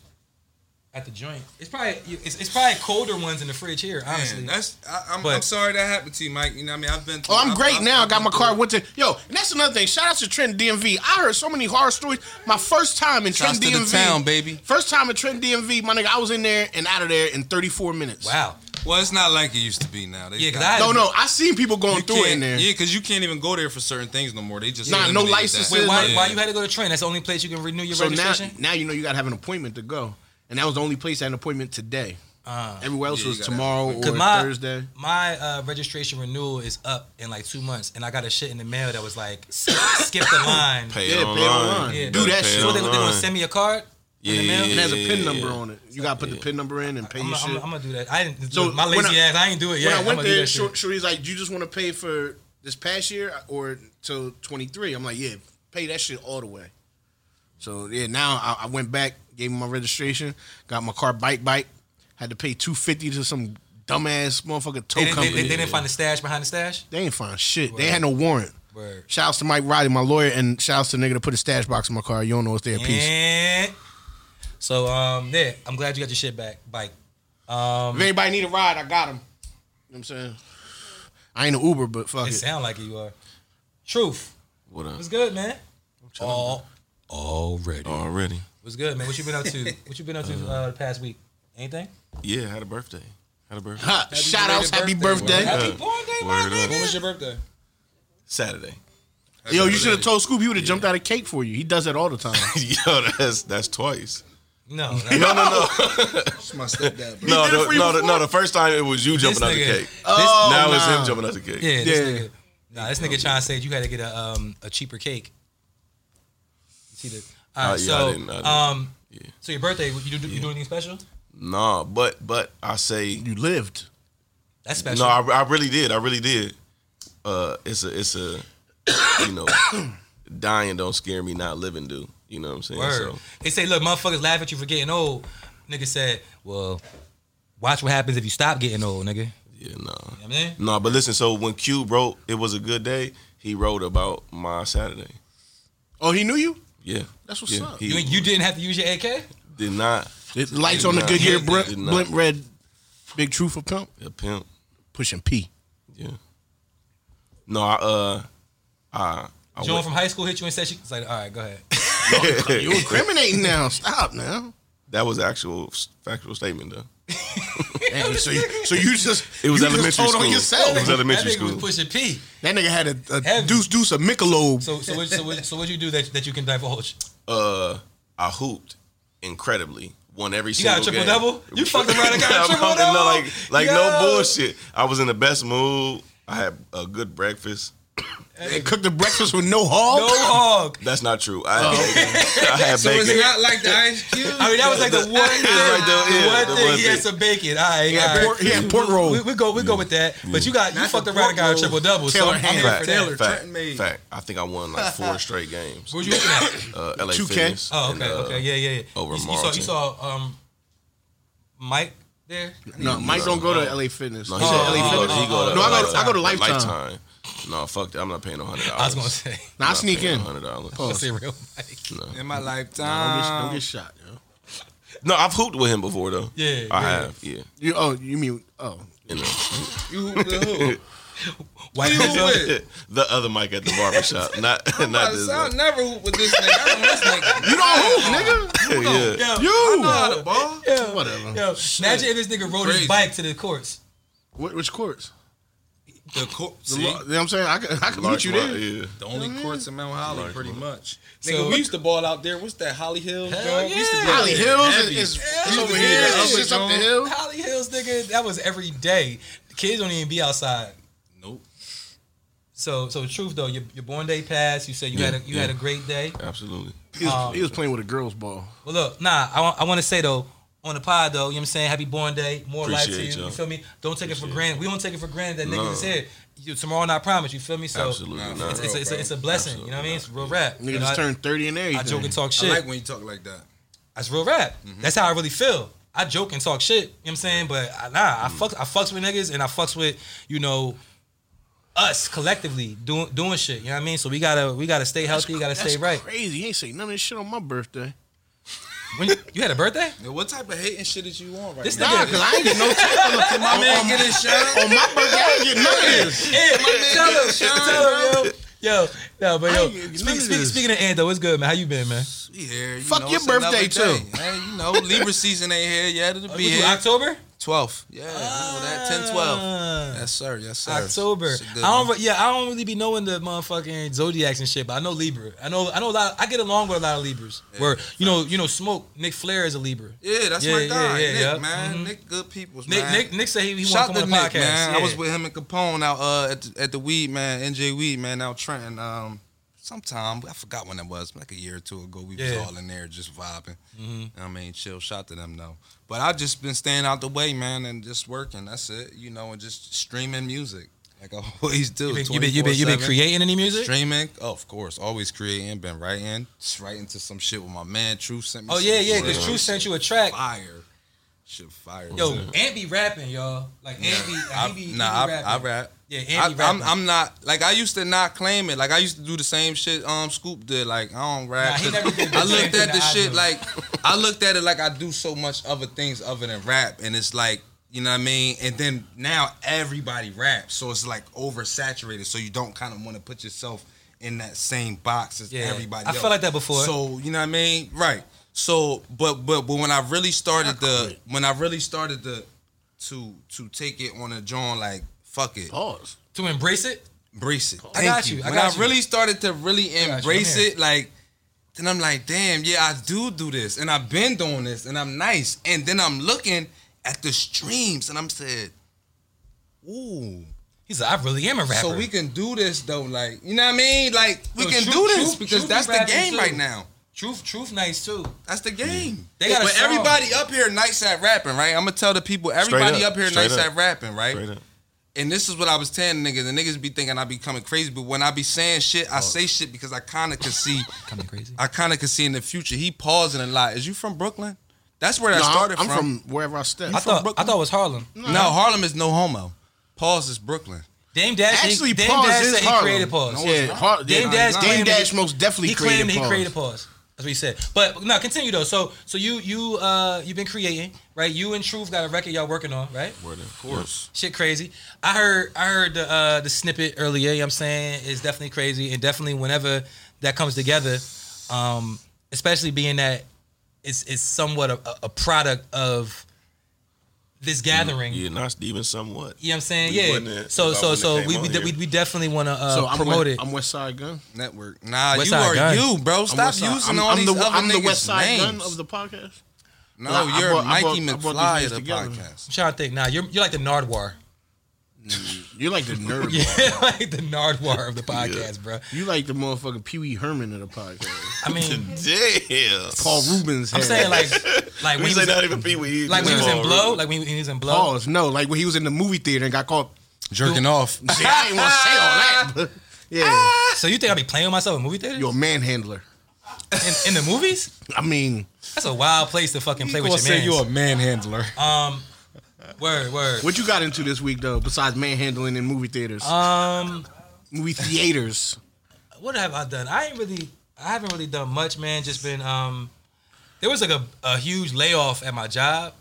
[SPEAKER 4] At the joint. It's probably it's, it's probably colder ones in the fridge here,
[SPEAKER 1] Man,
[SPEAKER 4] honestly.
[SPEAKER 1] that's I, I'm, I'm
[SPEAKER 4] But-
[SPEAKER 1] sorry that happened to you, Mike. You know what I mean? I've been. Through,
[SPEAKER 3] Oh, I'm
[SPEAKER 1] I've-
[SPEAKER 3] great
[SPEAKER 1] I've-
[SPEAKER 3] now. I
[SPEAKER 1] I've
[SPEAKER 3] got
[SPEAKER 1] been
[SPEAKER 3] my car.
[SPEAKER 1] through-
[SPEAKER 3] Went to yo, and that's another thing. Shout out to Trent DMV. I heard so many horror stories. My first time in Trent
[SPEAKER 1] Shouts to the
[SPEAKER 3] DMV.
[SPEAKER 1] town, baby.
[SPEAKER 3] First time in Trent DMV, my nigga. I was in there and out of there in 34 minutes.
[SPEAKER 4] wow.
[SPEAKER 1] Well, it's not like it used to be now. They
[SPEAKER 4] Yeah, 'cause
[SPEAKER 1] got-
[SPEAKER 4] I-
[SPEAKER 3] No, no, I seen people going
[SPEAKER 1] you
[SPEAKER 3] through it
[SPEAKER 1] can't-
[SPEAKER 3] in there.
[SPEAKER 1] Yeah, because you can't even go there for certain things no more. They just
[SPEAKER 3] Nah, no
[SPEAKER 1] eliminated
[SPEAKER 3] licenses.
[SPEAKER 1] that.
[SPEAKER 4] Wait, why,
[SPEAKER 1] Yeah.
[SPEAKER 4] why you had to go to train? That's the only place you can renew your
[SPEAKER 3] So now,
[SPEAKER 4] registration?
[SPEAKER 3] now you know you gotta have an appointment to go, and that was the only place I had an appointment today.
[SPEAKER 4] Ah.
[SPEAKER 3] Everywhere else
[SPEAKER 1] Yeah, you
[SPEAKER 3] was
[SPEAKER 1] gotta have
[SPEAKER 3] tomorrow or
[SPEAKER 4] Cause my
[SPEAKER 3] Thursday.
[SPEAKER 4] my uh, registration renewal is up in like two months, and I got a shit in the mail that was like skip, skip the line.
[SPEAKER 2] pay
[SPEAKER 3] Yeah, pay
[SPEAKER 2] online.
[SPEAKER 3] online.
[SPEAKER 4] Yeah.
[SPEAKER 3] Do that
[SPEAKER 2] Pay
[SPEAKER 3] shit.
[SPEAKER 4] So they, they gonna
[SPEAKER 2] online.
[SPEAKER 4] send me a card?
[SPEAKER 2] Yeah,
[SPEAKER 4] in the
[SPEAKER 2] yeah,
[SPEAKER 4] mail?
[SPEAKER 3] It has a pin
[SPEAKER 2] yeah,
[SPEAKER 3] number
[SPEAKER 2] yeah.
[SPEAKER 3] on it. You gotta put the pin number in and pay
[SPEAKER 4] I'm,
[SPEAKER 3] your
[SPEAKER 4] I'm,
[SPEAKER 3] shit.
[SPEAKER 4] I'm gonna do that. I didn't.
[SPEAKER 3] So
[SPEAKER 4] So my
[SPEAKER 3] when
[SPEAKER 4] lazy
[SPEAKER 3] I-
[SPEAKER 4] ass. I ain't do it yet.
[SPEAKER 3] when I went
[SPEAKER 4] I'ma do
[SPEAKER 3] there,
[SPEAKER 4] that shit.
[SPEAKER 3] Shor- Shorty's like, "Do you just want to pay for this past year or till 23?" I'm like, "Yeah, pay that shit all the way." So yeah, now I, I went back, gave him my registration, got my car bike bike, had to pay 250 to some dumbass motherfucker tow
[SPEAKER 4] They didn't, they,
[SPEAKER 3] company.
[SPEAKER 4] they, they didn't find the stash behind the stash.
[SPEAKER 3] They ain't find shit. They had no warrant.
[SPEAKER 4] Word.
[SPEAKER 3] Shouts to Mike Riley, my lawyer, and shouts to the nigga that put a stash box in my car. You don't know it's there. Peace.
[SPEAKER 4] Yeah. So um, yeah, I'm glad you got your shit back, bike.
[SPEAKER 3] If anybody need a ride, I got him. You know what I'm saying? I ain't an Uber, but fuck
[SPEAKER 4] It
[SPEAKER 3] it.
[SPEAKER 4] sound like it you are. Truth,
[SPEAKER 2] What up?
[SPEAKER 4] what's good, man? All already.
[SPEAKER 2] Already.
[SPEAKER 4] What's good, man? What you been up to? What you been up to uh, the past week? Anything?
[SPEAKER 2] Yeah, had a birthday. Had a birthday.
[SPEAKER 3] Ha, shout outs, happy
[SPEAKER 1] belated birthday.
[SPEAKER 3] birthday.
[SPEAKER 4] Happy
[SPEAKER 2] Yeah.
[SPEAKER 4] birthday, my
[SPEAKER 2] Word up.
[SPEAKER 1] When was
[SPEAKER 4] nigga.
[SPEAKER 1] your birthday?
[SPEAKER 2] Saturday.
[SPEAKER 3] Yo, you should have told Scoop he would have jumped out of cake for you. He does that all the time.
[SPEAKER 2] Yo, that's that's twice.
[SPEAKER 4] No, no,
[SPEAKER 2] No, no, no,
[SPEAKER 1] It's my stepdad. bro.
[SPEAKER 2] no,
[SPEAKER 3] did it
[SPEAKER 2] no,
[SPEAKER 3] for you
[SPEAKER 2] no, the,
[SPEAKER 3] before?
[SPEAKER 2] no. The first time it was you jumping out the
[SPEAKER 4] nigga.
[SPEAKER 2] cake.
[SPEAKER 3] Oh,
[SPEAKER 2] now it's
[SPEAKER 3] nah.
[SPEAKER 2] him jumping out the cake.
[SPEAKER 4] yeah,
[SPEAKER 3] Yeah.
[SPEAKER 4] this nigga. Nah, this nigga trying to say you had to get a um a cheaper cake. You see the? All
[SPEAKER 2] Uh, yeah,
[SPEAKER 4] right,
[SPEAKER 2] I
[SPEAKER 4] so
[SPEAKER 2] didn't- I didn't.
[SPEAKER 4] um,
[SPEAKER 2] Yeah.
[SPEAKER 4] so your birthday, you, do, you do anything special?
[SPEAKER 2] Nah, but but I say
[SPEAKER 3] You lived.
[SPEAKER 4] That's special.
[SPEAKER 2] no. I, I really did. I really did. Uh, it's a it's a you know dying don't scare me. Not living do. You know what I'm saying?
[SPEAKER 4] Word.
[SPEAKER 2] So
[SPEAKER 4] They say, look, motherfuckers laugh at you for getting old. Nigga said, well, watch what happens if you stop getting old, nigga.
[SPEAKER 2] yeah, no. Nah.
[SPEAKER 4] You know what I mean?
[SPEAKER 2] No, but listen. So when Q wrote, it was a good day. He wrote about my Saturday.
[SPEAKER 3] Oh, he knew you?
[SPEAKER 2] Yeah,
[SPEAKER 3] That's what's
[SPEAKER 2] yeah,
[SPEAKER 3] up.
[SPEAKER 2] He
[SPEAKER 4] You, you didn't have to use your AK?
[SPEAKER 2] did not
[SPEAKER 3] It, lights
[SPEAKER 2] Did
[SPEAKER 3] on the
[SPEAKER 2] not.
[SPEAKER 3] Goodyear
[SPEAKER 2] Did
[SPEAKER 3] blimp,
[SPEAKER 2] not.
[SPEAKER 3] blimp red, big truth for pimp,
[SPEAKER 2] a pimp.
[SPEAKER 3] pushing P.
[SPEAKER 2] Yeah. No, I uh, I
[SPEAKER 4] Joan from high school hit you and said she was like, all right, go ahead.
[SPEAKER 3] You incriminating now. Stop now.
[SPEAKER 2] That was actual s- factual statement though.
[SPEAKER 3] Damn, so, you, so you just
[SPEAKER 2] It was
[SPEAKER 3] you
[SPEAKER 2] elementary
[SPEAKER 3] just told
[SPEAKER 2] school.
[SPEAKER 3] on yourself.
[SPEAKER 2] It was elementary
[SPEAKER 4] that nigga
[SPEAKER 2] school.
[SPEAKER 4] Was pushing P.
[SPEAKER 3] That nigga had a, a
[SPEAKER 4] Heavy.
[SPEAKER 3] deuce deuce a Michelob.
[SPEAKER 4] So so what, so what so what you do that that you can divulge?
[SPEAKER 2] Uh, I hooped incredibly. Won every
[SPEAKER 4] You
[SPEAKER 2] single
[SPEAKER 4] got a triple
[SPEAKER 2] game.
[SPEAKER 4] double? You fucked around and got a
[SPEAKER 2] Yeah, I'm
[SPEAKER 4] triple
[SPEAKER 2] fucking- no,
[SPEAKER 4] double?
[SPEAKER 2] Like, like
[SPEAKER 4] Yo.
[SPEAKER 2] no bullshit. I was in the best mood. I had a good breakfast.
[SPEAKER 3] They cooked the breakfast with no hog.
[SPEAKER 4] No hog.
[SPEAKER 2] That's not true. I had,
[SPEAKER 4] Oh.
[SPEAKER 2] I had
[SPEAKER 1] So is
[SPEAKER 2] bacon.
[SPEAKER 1] it not like the Ice Cube?
[SPEAKER 4] I mean that was like the one thing.
[SPEAKER 2] like the- yeah,
[SPEAKER 4] one
[SPEAKER 2] the
[SPEAKER 4] thing.
[SPEAKER 2] one
[SPEAKER 4] he had
[SPEAKER 2] thing.
[SPEAKER 4] some bacon. All right, all right.
[SPEAKER 3] Pork, he had pork roll.
[SPEAKER 4] We, we go we go with that. But you got you
[SPEAKER 1] Not
[SPEAKER 4] fucked
[SPEAKER 1] the
[SPEAKER 4] around and got a
[SPEAKER 1] pork
[SPEAKER 4] triple double. So
[SPEAKER 3] Taylor
[SPEAKER 4] I'm
[SPEAKER 3] Ham.
[SPEAKER 4] here for that.
[SPEAKER 1] Taylor.
[SPEAKER 2] fact,
[SPEAKER 1] Trenton made.
[SPEAKER 2] fact. I think I won like four straight games.
[SPEAKER 4] What you looking at?
[SPEAKER 2] Uh, LA
[SPEAKER 3] 2K?
[SPEAKER 2] Fitness.
[SPEAKER 4] Oh,
[SPEAKER 2] and,
[SPEAKER 4] okay,
[SPEAKER 2] uh,
[SPEAKER 4] okay, yeah, yeah, yeah.
[SPEAKER 2] over
[SPEAKER 4] you, you saw
[SPEAKER 2] Marlton.
[SPEAKER 4] you saw um Mike there.
[SPEAKER 3] no, Mike don't go to LA Fitness.
[SPEAKER 2] No,
[SPEAKER 3] No,
[SPEAKER 2] he
[SPEAKER 4] Oh,
[SPEAKER 2] said
[SPEAKER 3] LA
[SPEAKER 2] he go to-
[SPEAKER 3] Fitness.
[SPEAKER 2] he go to
[SPEAKER 3] No, I go to-
[SPEAKER 2] Lifetime.
[SPEAKER 3] I go to Lifetime.
[SPEAKER 2] Lifetime. No, fuck that. I'm not paying no hundred dollars.
[SPEAKER 4] I was gonna say,
[SPEAKER 3] Nah, I sneak in.
[SPEAKER 2] hundred dollars.
[SPEAKER 4] I say real Mike.
[SPEAKER 1] In my
[SPEAKER 3] Don't get,
[SPEAKER 1] lifetime.
[SPEAKER 3] don't get shot, yo.
[SPEAKER 2] No, I've hooped with him before though.
[SPEAKER 4] Yeah,
[SPEAKER 2] I
[SPEAKER 4] yeah.
[SPEAKER 2] have. Yeah,
[SPEAKER 3] You, oh, you mean oh?
[SPEAKER 2] you know.
[SPEAKER 1] You who the who?
[SPEAKER 4] White
[SPEAKER 1] Who you
[SPEAKER 4] Rizzo.
[SPEAKER 1] with?
[SPEAKER 2] the other mic at the barbershop, not not this.
[SPEAKER 1] I
[SPEAKER 2] one.
[SPEAKER 1] never hoop with this nigga. I don't know this nigga.
[SPEAKER 3] You don't hoop, nigga.
[SPEAKER 2] yeah.
[SPEAKER 4] Yo,
[SPEAKER 3] You.
[SPEAKER 1] I know the ball.
[SPEAKER 4] yo,
[SPEAKER 3] Whatever.
[SPEAKER 4] Yo, imagine if this nigga rode his
[SPEAKER 1] Crazy.
[SPEAKER 4] bike to the courts.
[SPEAKER 3] Wh- which courts?
[SPEAKER 1] The court.
[SPEAKER 3] The
[SPEAKER 1] See,
[SPEAKER 3] lo- you know what I'm saying I could, I could meet
[SPEAKER 2] Large
[SPEAKER 3] you
[SPEAKER 2] mic,
[SPEAKER 3] there.
[SPEAKER 2] Yeah.
[SPEAKER 1] the only courts in Mount Holly, pretty much.
[SPEAKER 4] So-
[SPEAKER 1] nigga, we used to ball out there. What's that, Holly Hills?
[SPEAKER 4] Hell
[SPEAKER 1] dog? We used to be
[SPEAKER 4] yeah.
[SPEAKER 1] out
[SPEAKER 3] Holly
[SPEAKER 1] there
[SPEAKER 3] Hills
[SPEAKER 1] heavy.
[SPEAKER 3] is, is
[SPEAKER 4] Yeah,
[SPEAKER 3] over
[SPEAKER 4] yeah,
[SPEAKER 3] here.
[SPEAKER 4] yeah.
[SPEAKER 3] It's just up the hill.
[SPEAKER 4] Holly Hills, nigga, that was every day. The kids don't even be outside.
[SPEAKER 1] Nope.
[SPEAKER 4] So, so the truth though, your, your born day passed. You said you
[SPEAKER 2] Yeah,
[SPEAKER 4] had a, you had a
[SPEAKER 2] yeah.
[SPEAKER 4] great day.
[SPEAKER 2] Absolutely.
[SPEAKER 3] He was, he was playing with a girls' ball.
[SPEAKER 4] Well, look, nah, I, wa- I want to say though, on the pod though, you know what I'm saying? Happy born day. More life to
[SPEAKER 2] Appreciate
[SPEAKER 4] you.
[SPEAKER 2] y'all.
[SPEAKER 4] You feel me? Don't take it for granted. We don't take it for granted that
[SPEAKER 2] No.
[SPEAKER 4] niggas is here. You, tomorrow, not promise. You feel me? So
[SPEAKER 2] Absolutely
[SPEAKER 1] nah,
[SPEAKER 2] not.
[SPEAKER 4] It's, it's, a, it's, a, it's a blessing. you know what I mean? It's real rap.
[SPEAKER 3] Nigga
[SPEAKER 4] You know,
[SPEAKER 3] just
[SPEAKER 4] I-
[SPEAKER 3] turned thirty and everything.
[SPEAKER 4] I joke and talk
[SPEAKER 1] I
[SPEAKER 4] shit.
[SPEAKER 1] like when you talk like that.
[SPEAKER 4] That's real rap.
[SPEAKER 2] Mm-hmm.
[SPEAKER 4] That's how I really feel. I joke and talk shit. You know what I'm saying? But I, nah,
[SPEAKER 2] Mm.
[SPEAKER 4] I fuck I fucks with niggas and I fucks with, you know, us collectively doing doing shit. You know what I mean? So we gotta we gotta stay healthy, you gotta
[SPEAKER 3] That's
[SPEAKER 4] stay right.
[SPEAKER 3] Crazy. He ain't say none of this shit on my birthday.
[SPEAKER 4] When you had a birthday?
[SPEAKER 1] Yo, what type of hating shit is you on right
[SPEAKER 4] This
[SPEAKER 1] now?
[SPEAKER 3] Nah,
[SPEAKER 4] nigga
[SPEAKER 3] cause I ain't get no check on, on,
[SPEAKER 1] My man
[SPEAKER 3] on-
[SPEAKER 1] get his shot.
[SPEAKER 3] on my birthday. I ain't get none of this.
[SPEAKER 4] Yeah, my tell him,
[SPEAKER 1] Shine,
[SPEAKER 4] tell him, yo. Yo, no, but
[SPEAKER 3] I
[SPEAKER 4] yo,
[SPEAKER 3] ain't getting none
[SPEAKER 4] speak,
[SPEAKER 3] of
[SPEAKER 4] speak,
[SPEAKER 3] this.
[SPEAKER 4] speaking of Ant though, what's good, man? How you been, man?
[SPEAKER 1] Yeah, you
[SPEAKER 3] Fuck
[SPEAKER 1] know,
[SPEAKER 3] your
[SPEAKER 1] it's another
[SPEAKER 3] birthday,
[SPEAKER 1] day.
[SPEAKER 3] too.
[SPEAKER 1] Hey, you know, Libra season ain't here yet. It'll
[SPEAKER 4] What
[SPEAKER 1] be
[SPEAKER 4] you,
[SPEAKER 1] here.
[SPEAKER 4] October?
[SPEAKER 1] 12th. Yeah, you know that. 10, 12.
[SPEAKER 4] Ah,
[SPEAKER 1] Yes, sir. Yes, sir.
[SPEAKER 4] October.
[SPEAKER 1] It's a
[SPEAKER 4] I
[SPEAKER 1] good
[SPEAKER 4] don't.
[SPEAKER 1] one.
[SPEAKER 4] re- Yeah, I don't really be knowing the motherfucking zodiacs and shit, but I know Libra. I know. I know a lot. I get along with a lot of Libras. Where you know, you know, smoke. Nick Flair is a Libra.
[SPEAKER 1] Yeah, that's
[SPEAKER 4] Yeah,
[SPEAKER 1] my
[SPEAKER 4] yeah,
[SPEAKER 1] guy.
[SPEAKER 4] yeah,
[SPEAKER 1] Nick,
[SPEAKER 4] yeah.
[SPEAKER 1] man.
[SPEAKER 4] Mhm.
[SPEAKER 1] Nick, good people's
[SPEAKER 4] Nick,
[SPEAKER 1] man.
[SPEAKER 4] Nick, Nick said he, he
[SPEAKER 1] Shout
[SPEAKER 4] want
[SPEAKER 1] to
[SPEAKER 4] to
[SPEAKER 1] Nick,
[SPEAKER 4] come on the podcast.
[SPEAKER 1] man. I
[SPEAKER 4] Yeah.
[SPEAKER 1] was with him and Capone out uh, at, the, at the Weed, man, NJ Weed, man, out Trenton. Um, sometime, I forgot when that was, like a year or two ago. We
[SPEAKER 4] Yeah. Mm-hmm.
[SPEAKER 1] was all in there just vibing. I mean, chill. Shout to them, though. But I just been staying out the way, man, and just working. That's it, you know, and just streaming music. Like I always do.
[SPEAKER 4] You been, you been, you been, you been
[SPEAKER 1] 24/7.
[SPEAKER 4] creating any music?
[SPEAKER 1] Streaming, oh, of course, always creating. Been writing, just writing to some shit with my man. True sent me.
[SPEAKER 4] Oh
[SPEAKER 1] some
[SPEAKER 4] yeah, yeah.
[SPEAKER 1] shit.
[SPEAKER 4] Because True sent you a track.
[SPEAKER 1] fire, shit fire.
[SPEAKER 4] Yo, Ant be rapping, y'all. Like Ant be,
[SPEAKER 1] I,
[SPEAKER 4] like, he be, he
[SPEAKER 1] nah,
[SPEAKER 4] be
[SPEAKER 1] I,
[SPEAKER 4] rapping.
[SPEAKER 1] I rap.
[SPEAKER 4] Yeah,
[SPEAKER 1] I,
[SPEAKER 4] Ant be
[SPEAKER 1] I'm,
[SPEAKER 4] rapping.
[SPEAKER 1] I'm not like I used to not claim it. Like I used to do the same shit um Scoop did. Like I don't rap.
[SPEAKER 4] Nah, he never did the
[SPEAKER 1] I
[SPEAKER 4] same
[SPEAKER 1] looked
[SPEAKER 4] thing
[SPEAKER 1] at the
[SPEAKER 4] that I
[SPEAKER 1] shit
[SPEAKER 4] do.
[SPEAKER 1] like I looked at it like I do so much other things other than rap, and it's like you know what I mean. And then now everybody raps, so it's like oversaturated. So you don't kind of want to put yourself in that same box as
[SPEAKER 4] Yeah.
[SPEAKER 1] everybody.
[SPEAKER 4] I
[SPEAKER 1] else.
[SPEAKER 4] felt like that before.
[SPEAKER 1] So you know what I mean, right? So but but but when I really started the when I really started the to to take it on a joint like fuck it
[SPEAKER 3] Pause.
[SPEAKER 4] to embrace it.
[SPEAKER 1] embrace it. Thank
[SPEAKER 4] got you. I
[SPEAKER 1] When
[SPEAKER 4] got
[SPEAKER 1] I
[SPEAKER 4] you.
[SPEAKER 1] really started to really
[SPEAKER 4] you.
[SPEAKER 1] embrace
[SPEAKER 4] I'm here.
[SPEAKER 1] it, like, then I'm like, damn, yeah, I do do this, and I've been doing this, and I'm nice. And then I'm looking at the streams, and I'm said, ooh.
[SPEAKER 4] He said, "I really am a rapper."
[SPEAKER 1] So we can do this though, like you know what I mean? Like we
[SPEAKER 4] Yo,
[SPEAKER 1] can
[SPEAKER 4] Truth-
[SPEAKER 1] do this
[SPEAKER 4] Truth-
[SPEAKER 1] because
[SPEAKER 4] Truth
[SPEAKER 1] that's
[SPEAKER 4] be
[SPEAKER 1] the
[SPEAKER 4] rapping,
[SPEAKER 1] game
[SPEAKER 4] too.
[SPEAKER 1] right now.
[SPEAKER 4] truth, truth, nice too.
[SPEAKER 1] That's the game.
[SPEAKER 4] They got a
[SPEAKER 1] but
[SPEAKER 4] song.
[SPEAKER 1] everybody up here nice at rapping, right? I'm gonna tell the people everybody
[SPEAKER 2] up,
[SPEAKER 1] up, here
[SPEAKER 2] straight
[SPEAKER 1] nice
[SPEAKER 2] up.
[SPEAKER 1] at rapping, right?
[SPEAKER 2] Straight up.
[SPEAKER 1] and this is what I was telling niggas, and niggas be thinking I be coming crazy, but when I be saying shit, I say shit because I kind of can see,
[SPEAKER 4] Coming crazy.
[SPEAKER 1] I kind of can see in the future. He pausing a lot. Is you from Brooklyn? That's where that
[SPEAKER 3] No,
[SPEAKER 1] started
[SPEAKER 3] I'm
[SPEAKER 1] from.
[SPEAKER 3] from wherever I step.
[SPEAKER 4] I thought, I
[SPEAKER 1] Brooklyn?
[SPEAKER 4] thought it was Harlem.
[SPEAKER 1] No, Harlem is no homo. Pause is Brooklyn.
[SPEAKER 4] Dame Dash
[SPEAKER 3] Actually,
[SPEAKER 4] he, Dame
[SPEAKER 3] pause
[SPEAKER 4] Dash
[SPEAKER 3] is
[SPEAKER 4] said he
[SPEAKER 3] Harlem.
[SPEAKER 4] created pause.
[SPEAKER 3] Yeah, Har-
[SPEAKER 4] Dame
[SPEAKER 3] yeah,
[SPEAKER 4] Dash
[SPEAKER 3] Dame
[SPEAKER 4] claimed
[SPEAKER 3] Dash
[SPEAKER 4] he-
[SPEAKER 3] most definitely
[SPEAKER 4] he claimed
[SPEAKER 3] created
[SPEAKER 4] he
[SPEAKER 3] pause.
[SPEAKER 4] created pause. That's what you said. But no, continue though. So so you you uh you've been creating, right? You and Truth got a record y'all working on, right?
[SPEAKER 2] Word, of course.
[SPEAKER 4] Shit crazy. I heard I heard the uh the snippet earlier, you know what I'm saying? It's definitely crazy and definitely whenever that comes together, um, especially being that it's it's somewhat a, a product of this gathering.
[SPEAKER 2] Mm, Yeah, not even somewhat.
[SPEAKER 4] You know what I'm saying?
[SPEAKER 2] We
[SPEAKER 4] yeah.
[SPEAKER 2] wouldn't have
[SPEAKER 4] so
[SPEAKER 2] if I
[SPEAKER 4] so
[SPEAKER 2] wouldn't
[SPEAKER 4] so
[SPEAKER 2] have
[SPEAKER 4] we
[SPEAKER 2] came
[SPEAKER 4] we,
[SPEAKER 2] on
[SPEAKER 4] de-
[SPEAKER 2] here.
[SPEAKER 4] we we definitely want to uh,
[SPEAKER 3] So I'm
[SPEAKER 4] promote
[SPEAKER 3] West,
[SPEAKER 4] it.
[SPEAKER 3] I'm West Side Gun.
[SPEAKER 1] Network. Nah,
[SPEAKER 4] West
[SPEAKER 1] you
[SPEAKER 4] Side
[SPEAKER 1] are
[SPEAKER 4] Gun.
[SPEAKER 1] you, bro.
[SPEAKER 3] I'm
[SPEAKER 1] Stop
[SPEAKER 3] West Side-
[SPEAKER 1] using
[SPEAKER 3] I'm,
[SPEAKER 1] all
[SPEAKER 3] I'm
[SPEAKER 1] these
[SPEAKER 3] the,
[SPEAKER 1] other
[SPEAKER 3] I'm
[SPEAKER 1] niggas'
[SPEAKER 3] the West Side
[SPEAKER 1] names.
[SPEAKER 3] Gun of the podcast.
[SPEAKER 1] no,
[SPEAKER 3] Nah, I
[SPEAKER 1] you're
[SPEAKER 3] brought- I
[SPEAKER 1] Mikey
[SPEAKER 3] brought- I brought
[SPEAKER 1] McFly
[SPEAKER 3] these
[SPEAKER 1] of the
[SPEAKER 3] niggas together.
[SPEAKER 1] podcast.
[SPEAKER 4] I'm trying to think. Nah, you're you're like the Nardwar.
[SPEAKER 3] You like the nerd.
[SPEAKER 4] Yeah, like the Nardwar of the podcast, bro.
[SPEAKER 3] You like the motherfucking Pee Wee Herman of the podcast.
[SPEAKER 4] I mean,
[SPEAKER 2] Damn.
[SPEAKER 3] Paul Rubens.
[SPEAKER 4] I'm
[SPEAKER 3] head.
[SPEAKER 4] saying like like when
[SPEAKER 2] we
[SPEAKER 4] he
[SPEAKER 2] say
[SPEAKER 4] was,
[SPEAKER 2] not even Pee Wee.
[SPEAKER 4] like when he was in
[SPEAKER 2] Paul
[SPEAKER 4] Blow,
[SPEAKER 2] Rudd.
[SPEAKER 4] like when he was in Blow.
[SPEAKER 3] Pause. No, like when he was in the movie theater and got caught.
[SPEAKER 1] Jerking off.
[SPEAKER 3] See, I ain't want to say all that. But yeah,
[SPEAKER 4] So you think I'll be playing with myself in movie theaters?
[SPEAKER 3] you're a manhandler.
[SPEAKER 4] In, in the movies?
[SPEAKER 3] I mean,
[SPEAKER 4] That's a wild place to fucking play with
[SPEAKER 1] gonna
[SPEAKER 4] your
[SPEAKER 1] say
[SPEAKER 4] man.
[SPEAKER 1] you a manhandler.
[SPEAKER 4] um, word, word.
[SPEAKER 3] what you got into this week though, besides manhandling in movie theaters,
[SPEAKER 4] Um,
[SPEAKER 3] movie theaters?
[SPEAKER 4] what have I done? I ain't really, I haven't really done much, man. Just been um, there was like a, a huge layoff at my job.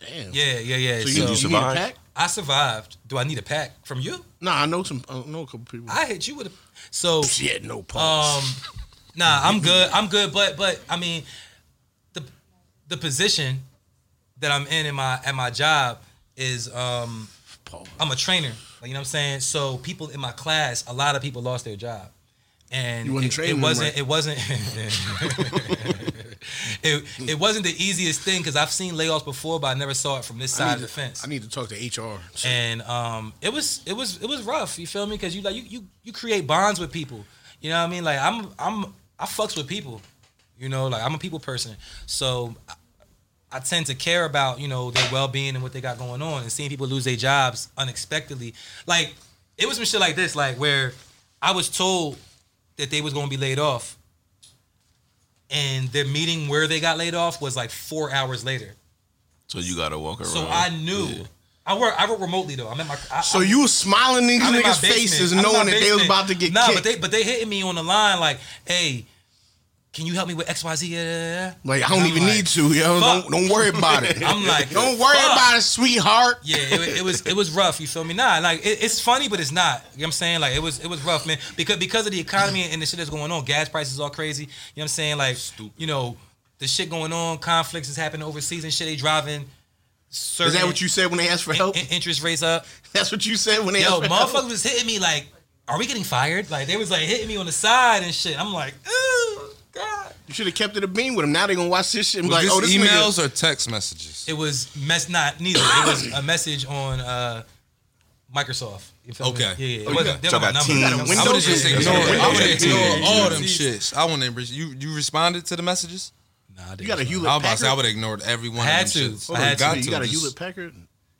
[SPEAKER 3] Damn.
[SPEAKER 4] Yeah, yeah, yeah. So,
[SPEAKER 3] So you,
[SPEAKER 2] you
[SPEAKER 3] you
[SPEAKER 2] survived?
[SPEAKER 3] need a pack?
[SPEAKER 4] I survived. Do I need a pack from you?
[SPEAKER 3] Nah, I know some. I know a couple people.
[SPEAKER 4] I hit you with a. So
[SPEAKER 3] Shit, no
[SPEAKER 4] Um,
[SPEAKER 3] pause.
[SPEAKER 4] nah, I'm good. I'm good. But but I mean, the the position that I'm in in my at my job is um
[SPEAKER 3] Pause.
[SPEAKER 4] I'm a trainer. Like, you know what I'm saying? So people in my class, a lot of people lost their job. And
[SPEAKER 3] You wasn't
[SPEAKER 4] it,
[SPEAKER 3] training
[SPEAKER 4] it
[SPEAKER 3] them
[SPEAKER 4] wasn't
[SPEAKER 3] right.
[SPEAKER 4] it wasn't it, it wasn't the easiest thing because I've seen layoffs before, but I never saw it from this
[SPEAKER 3] I
[SPEAKER 4] side
[SPEAKER 3] need
[SPEAKER 4] of the
[SPEAKER 3] to-
[SPEAKER 4] fence
[SPEAKER 3] I need to talk to HR.
[SPEAKER 4] and um, it was it was it was rough. You feel me? Because you like you you you create bonds with people. You know what I mean? Like I'm I'm I fucks with people. You know, like I'm a people person, so I, I tend to care about you know their well being and what they got going on. And seeing people lose their jobs unexpectedly, like it was some shit like this, like where I was told that they was gonna be laid off, and their meeting where they got laid off was like four hours later.
[SPEAKER 2] So you gotta walk around.
[SPEAKER 4] So I knew.
[SPEAKER 2] Yeah.
[SPEAKER 4] I work. I work remotely though. I'm at my. I,
[SPEAKER 3] So you was smiling in these
[SPEAKER 4] I'm in my
[SPEAKER 3] niggas'
[SPEAKER 4] basement.
[SPEAKER 3] faces,
[SPEAKER 4] I'm in my
[SPEAKER 3] knowing that they was
[SPEAKER 4] basement.
[SPEAKER 3] about to get
[SPEAKER 4] nah,
[SPEAKER 3] kicked.
[SPEAKER 4] but they but they hitting me on the line like, hey, can you help me with X Y Z? Yeah, yeah, yeah.
[SPEAKER 3] like I don't
[SPEAKER 4] I'm
[SPEAKER 3] even
[SPEAKER 4] like,
[SPEAKER 3] need to, yo.
[SPEAKER 4] fuck.
[SPEAKER 3] Don't don't worry about it.
[SPEAKER 4] I'm like,
[SPEAKER 3] don't worry
[SPEAKER 4] fuck.
[SPEAKER 3] about it, sweetheart.
[SPEAKER 4] Yeah, it, wa- it was it was rough. You feel me? Nah, like it, it's funny, but it's not. You know what I'm saying? Like it was it was rough, man. Because because of the economy and the shit that's going on, gas prices all crazy. You know what I'm saying? Like you know the shit going on, conflicts is happening overseas and shit. They driving. Certain
[SPEAKER 3] Is that what you said when they asked for
[SPEAKER 4] in-
[SPEAKER 3] help?
[SPEAKER 4] in- interest rates up.
[SPEAKER 3] That's what you said when they
[SPEAKER 4] Yo,
[SPEAKER 3] asked for help.
[SPEAKER 4] motherfuckers was hitting me like, are we getting fired? Like they was like hitting me on the side and shit. I'm like, ooh, God.
[SPEAKER 3] You should have kept it a beam with them. Now they gonna watch this shit and be
[SPEAKER 1] Was
[SPEAKER 3] like,
[SPEAKER 1] this
[SPEAKER 3] oh, this
[SPEAKER 1] emails
[SPEAKER 3] emails.
[SPEAKER 1] or text messages?
[SPEAKER 4] It was mess not neither. It was a message on uh Microsoft. You feel me?
[SPEAKER 1] Okay.
[SPEAKER 4] Yeah, yeah. It
[SPEAKER 1] Oh, you
[SPEAKER 4] wasn't, they
[SPEAKER 2] got-
[SPEAKER 4] were my
[SPEAKER 2] you got
[SPEAKER 4] number.
[SPEAKER 2] a
[SPEAKER 4] You know what I'm
[SPEAKER 1] I
[SPEAKER 4] saying?
[SPEAKER 1] would
[SPEAKER 3] Windows
[SPEAKER 1] have just
[SPEAKER 3] is-
[SPEAKER 1] ignored. I would have
[SPEAKER 2] Yeah.
[SPEAKER 1] ignored all them
[SPEAKER 4] Yeah.
[SPEAKER 1] shits. I wouldn't. have- You you responded to the messages.
[SPEAKER 4] Nah, I
[SPEAKER 3] You got a
[SPEAKER 4] didn't.
[SPEAKER 3] Hewlett
[SPEAKER 1] I was about to
[SPEAKER 3] Packard.
[SPEAKER 1] say I would have ignored every one
[SPEAKER 4] Had
[SPEAKER 1] of
[SPEAKER 4] to.
[SPEAKER 1] them shits.
[SPEAKER 4] I had
[SPEAKER 1] got
[SPEAKER 4] to.
[SPEAKER 3] you got a Hewlett
[SPEAKER 1] Just-
[SPEAKER 3] Packard.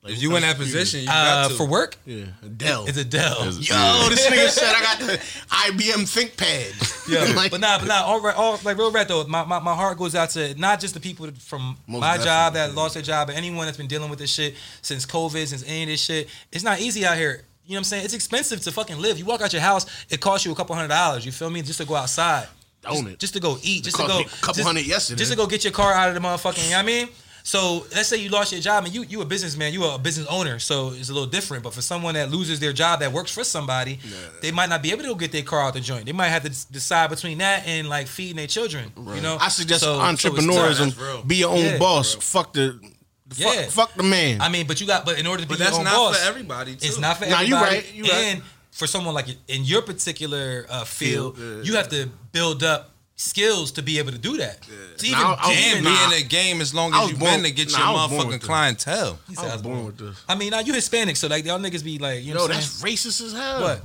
[SPEAKER 1] If you in that position, you
[SPEAKER 4] Uh,
[SPEAKER 1] got to.
[SPEAKER 4] for work,
[SPEAKER 3] Yeah, Dell.
[SPEAKER 4] it's a Dell.
[SPEAKER 2] It's-
[SPEAKER 3] Yo, this nigga said I got the IBM ThinkPad.
[SPEAKER 4] Yeah,
[SPEAKER 3] Like-
[SPEAKER 4] but nah, but nah, all right, all like real rap though. My, my, my heart goes out to not just the people from
[SPEAKER 3] Most
[SPEAKER 4] my job that
[SPEAKER 3] definitely.
[SPEAKER 4] lost their job, but anyone that's been dealing with this shit since COVID, since any of this shit. It's not easy out here. You know what I'm saying? It's expensive to fucking live. You walk out your house, it costs you a couple hundred dollars. You feel me? Just to go outside,
[SPEAKER 3] Own
[SPEAKER 4] just,
[SPEAKER 3] it.
[SPEAKER 4] just to go eat, just to
[SPEAKER 3] cost
[SPEAKER 4] go
[SPEAKER 3] me a couple
[SPEAKER 4] just-
[SPEAKER 3] hundred yesterday.
[SPEAKER 4] just to go get your car out of the motherfucking. You know what I mean? So let's say you lost your job and you you a businessman, you a business owner, so it's a little different. But for someone that loses their job that works for somebody, they might not be able to go get their car out the joint. They might have to s- decide between that and like feeding their children. You know,
[SPEAKER 3] I suggest
[SPEAKER 4] So- so it's tough.
[SPEAKER 3] entrepreneurism.
[SPEAKER 1] That's real.
[SPEAKER 3] be your own
[SPEAKER 4] Yeah.
[SPEAKER 3] boss. Fuck the. the
[SPEAKER 4] Yeah.
[SPEAKER 3] Fuck, fuck the man.
[SPEAKER 4] I mean, but you got but in order to be
[SPEAKER 1] But
[SPEAKER 4] your
[SPEAKER 1] that's
[SPEAKER 4] own
[SPEAKER 1] not
[SPEAKER 4] boss,
[SPEAKER 1] for everybody. Too.
[SPEAKER 4] It's not for
[SPEAKER 3] Nah,
[SPEAKER 4] everybody.
[SPEAKER 3] you right, you right.
[SPEAKER 4] and for someone like in your particular uh, field,
[SPEAKER 3] Field, yeah.
[SPEAKER 4] you have to build up skills to be able to do that. To even
[SPEAKER 3] Nah, I- I was
[SPEAKER 4] damn
[SPEAKER 1] And
[SPEAKER 4] it.
[SPEAKER 3] Nah.
[SPEAKER 1] be in a game as long
[SPEAKER 3] I
[SPEAKER 1] as
[SPEAKER 3] was
[SPEAKER 1] you've
[SPEAKER 3] born-
[SPEAKER 1] been to get
[SPEAKER 3] nah,
[SPEAKER 1] your
[SPEAKER 3] I was born with
[SPEAKER 1] motherfucking
[SPEAKER 3] this.
[SPEAKER 1] clientele.
[SPEAKER 4] He said,
[SPEAKER 3] I was born with this.
[SPEAKER 4] I mean, now you Hispanic, so like y'all niggas be like, you know,
[SPEAKER 3] Yo,
[SPEAKER 4] what I'm
[SPEAKER 3] that's
[SPEAKER 4] saying?
[SPEAKER 3] racist as hell.
[SPEAKER 4] what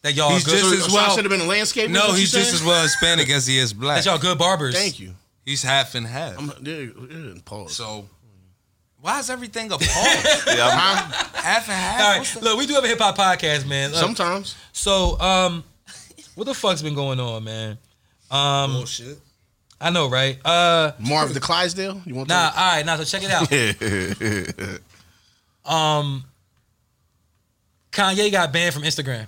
[SPEAKER 4] that y'all
[SPEAKER 1] He's
[SPEAKER 4] good.
[SPEAKER 1] just
[SPEAKER 3] So,
[SPEAKER 1] as
[SPEAKER 3] so I
[SPEAKER 1] well-
[SPEAKER 3] should have been a landscaper.
[SPEAKER 1] No,
[SPEAKER 3] what you
[SPEAKER 1] he's just
[SPEAKER 3] saying?
[SPEAKER 1] as well Hispanic as he is black.
[SPEAKER 4] that y'all good barbers.
[SPEAKER 3] Thank you.
[SPEAKER 1] He's half and half.
[SPEAKER 3] I'm yeah, yeah, pause.
[SPEAKER 1] So why is everything a pause?
[SPEAKER 2] Yeah, I'm-
[SPEAKER 3] Huh?
[SPEAKER 1] half and half.
[SPEAKER 4] All right,
[SPEAKER 1] What's the-
[SPEAKER 4] look, we do have a hip hop podcast, man. Look,
[SPEAKER 3] Sometimes
[SPEAKER 4] so, um, what the fuck's been going on, man?
[SPEAKER 1] Bullshit.
[SPEAKER 4] I know, right? Uh,
[SPEAKER 3] Marv the Clydesdale. You want
[SPEAKER 4] nah, all
[SPEAKER 3] that?
[SPEAKER 4] right, nah. So check it out. um, Kanye got banned from Instagram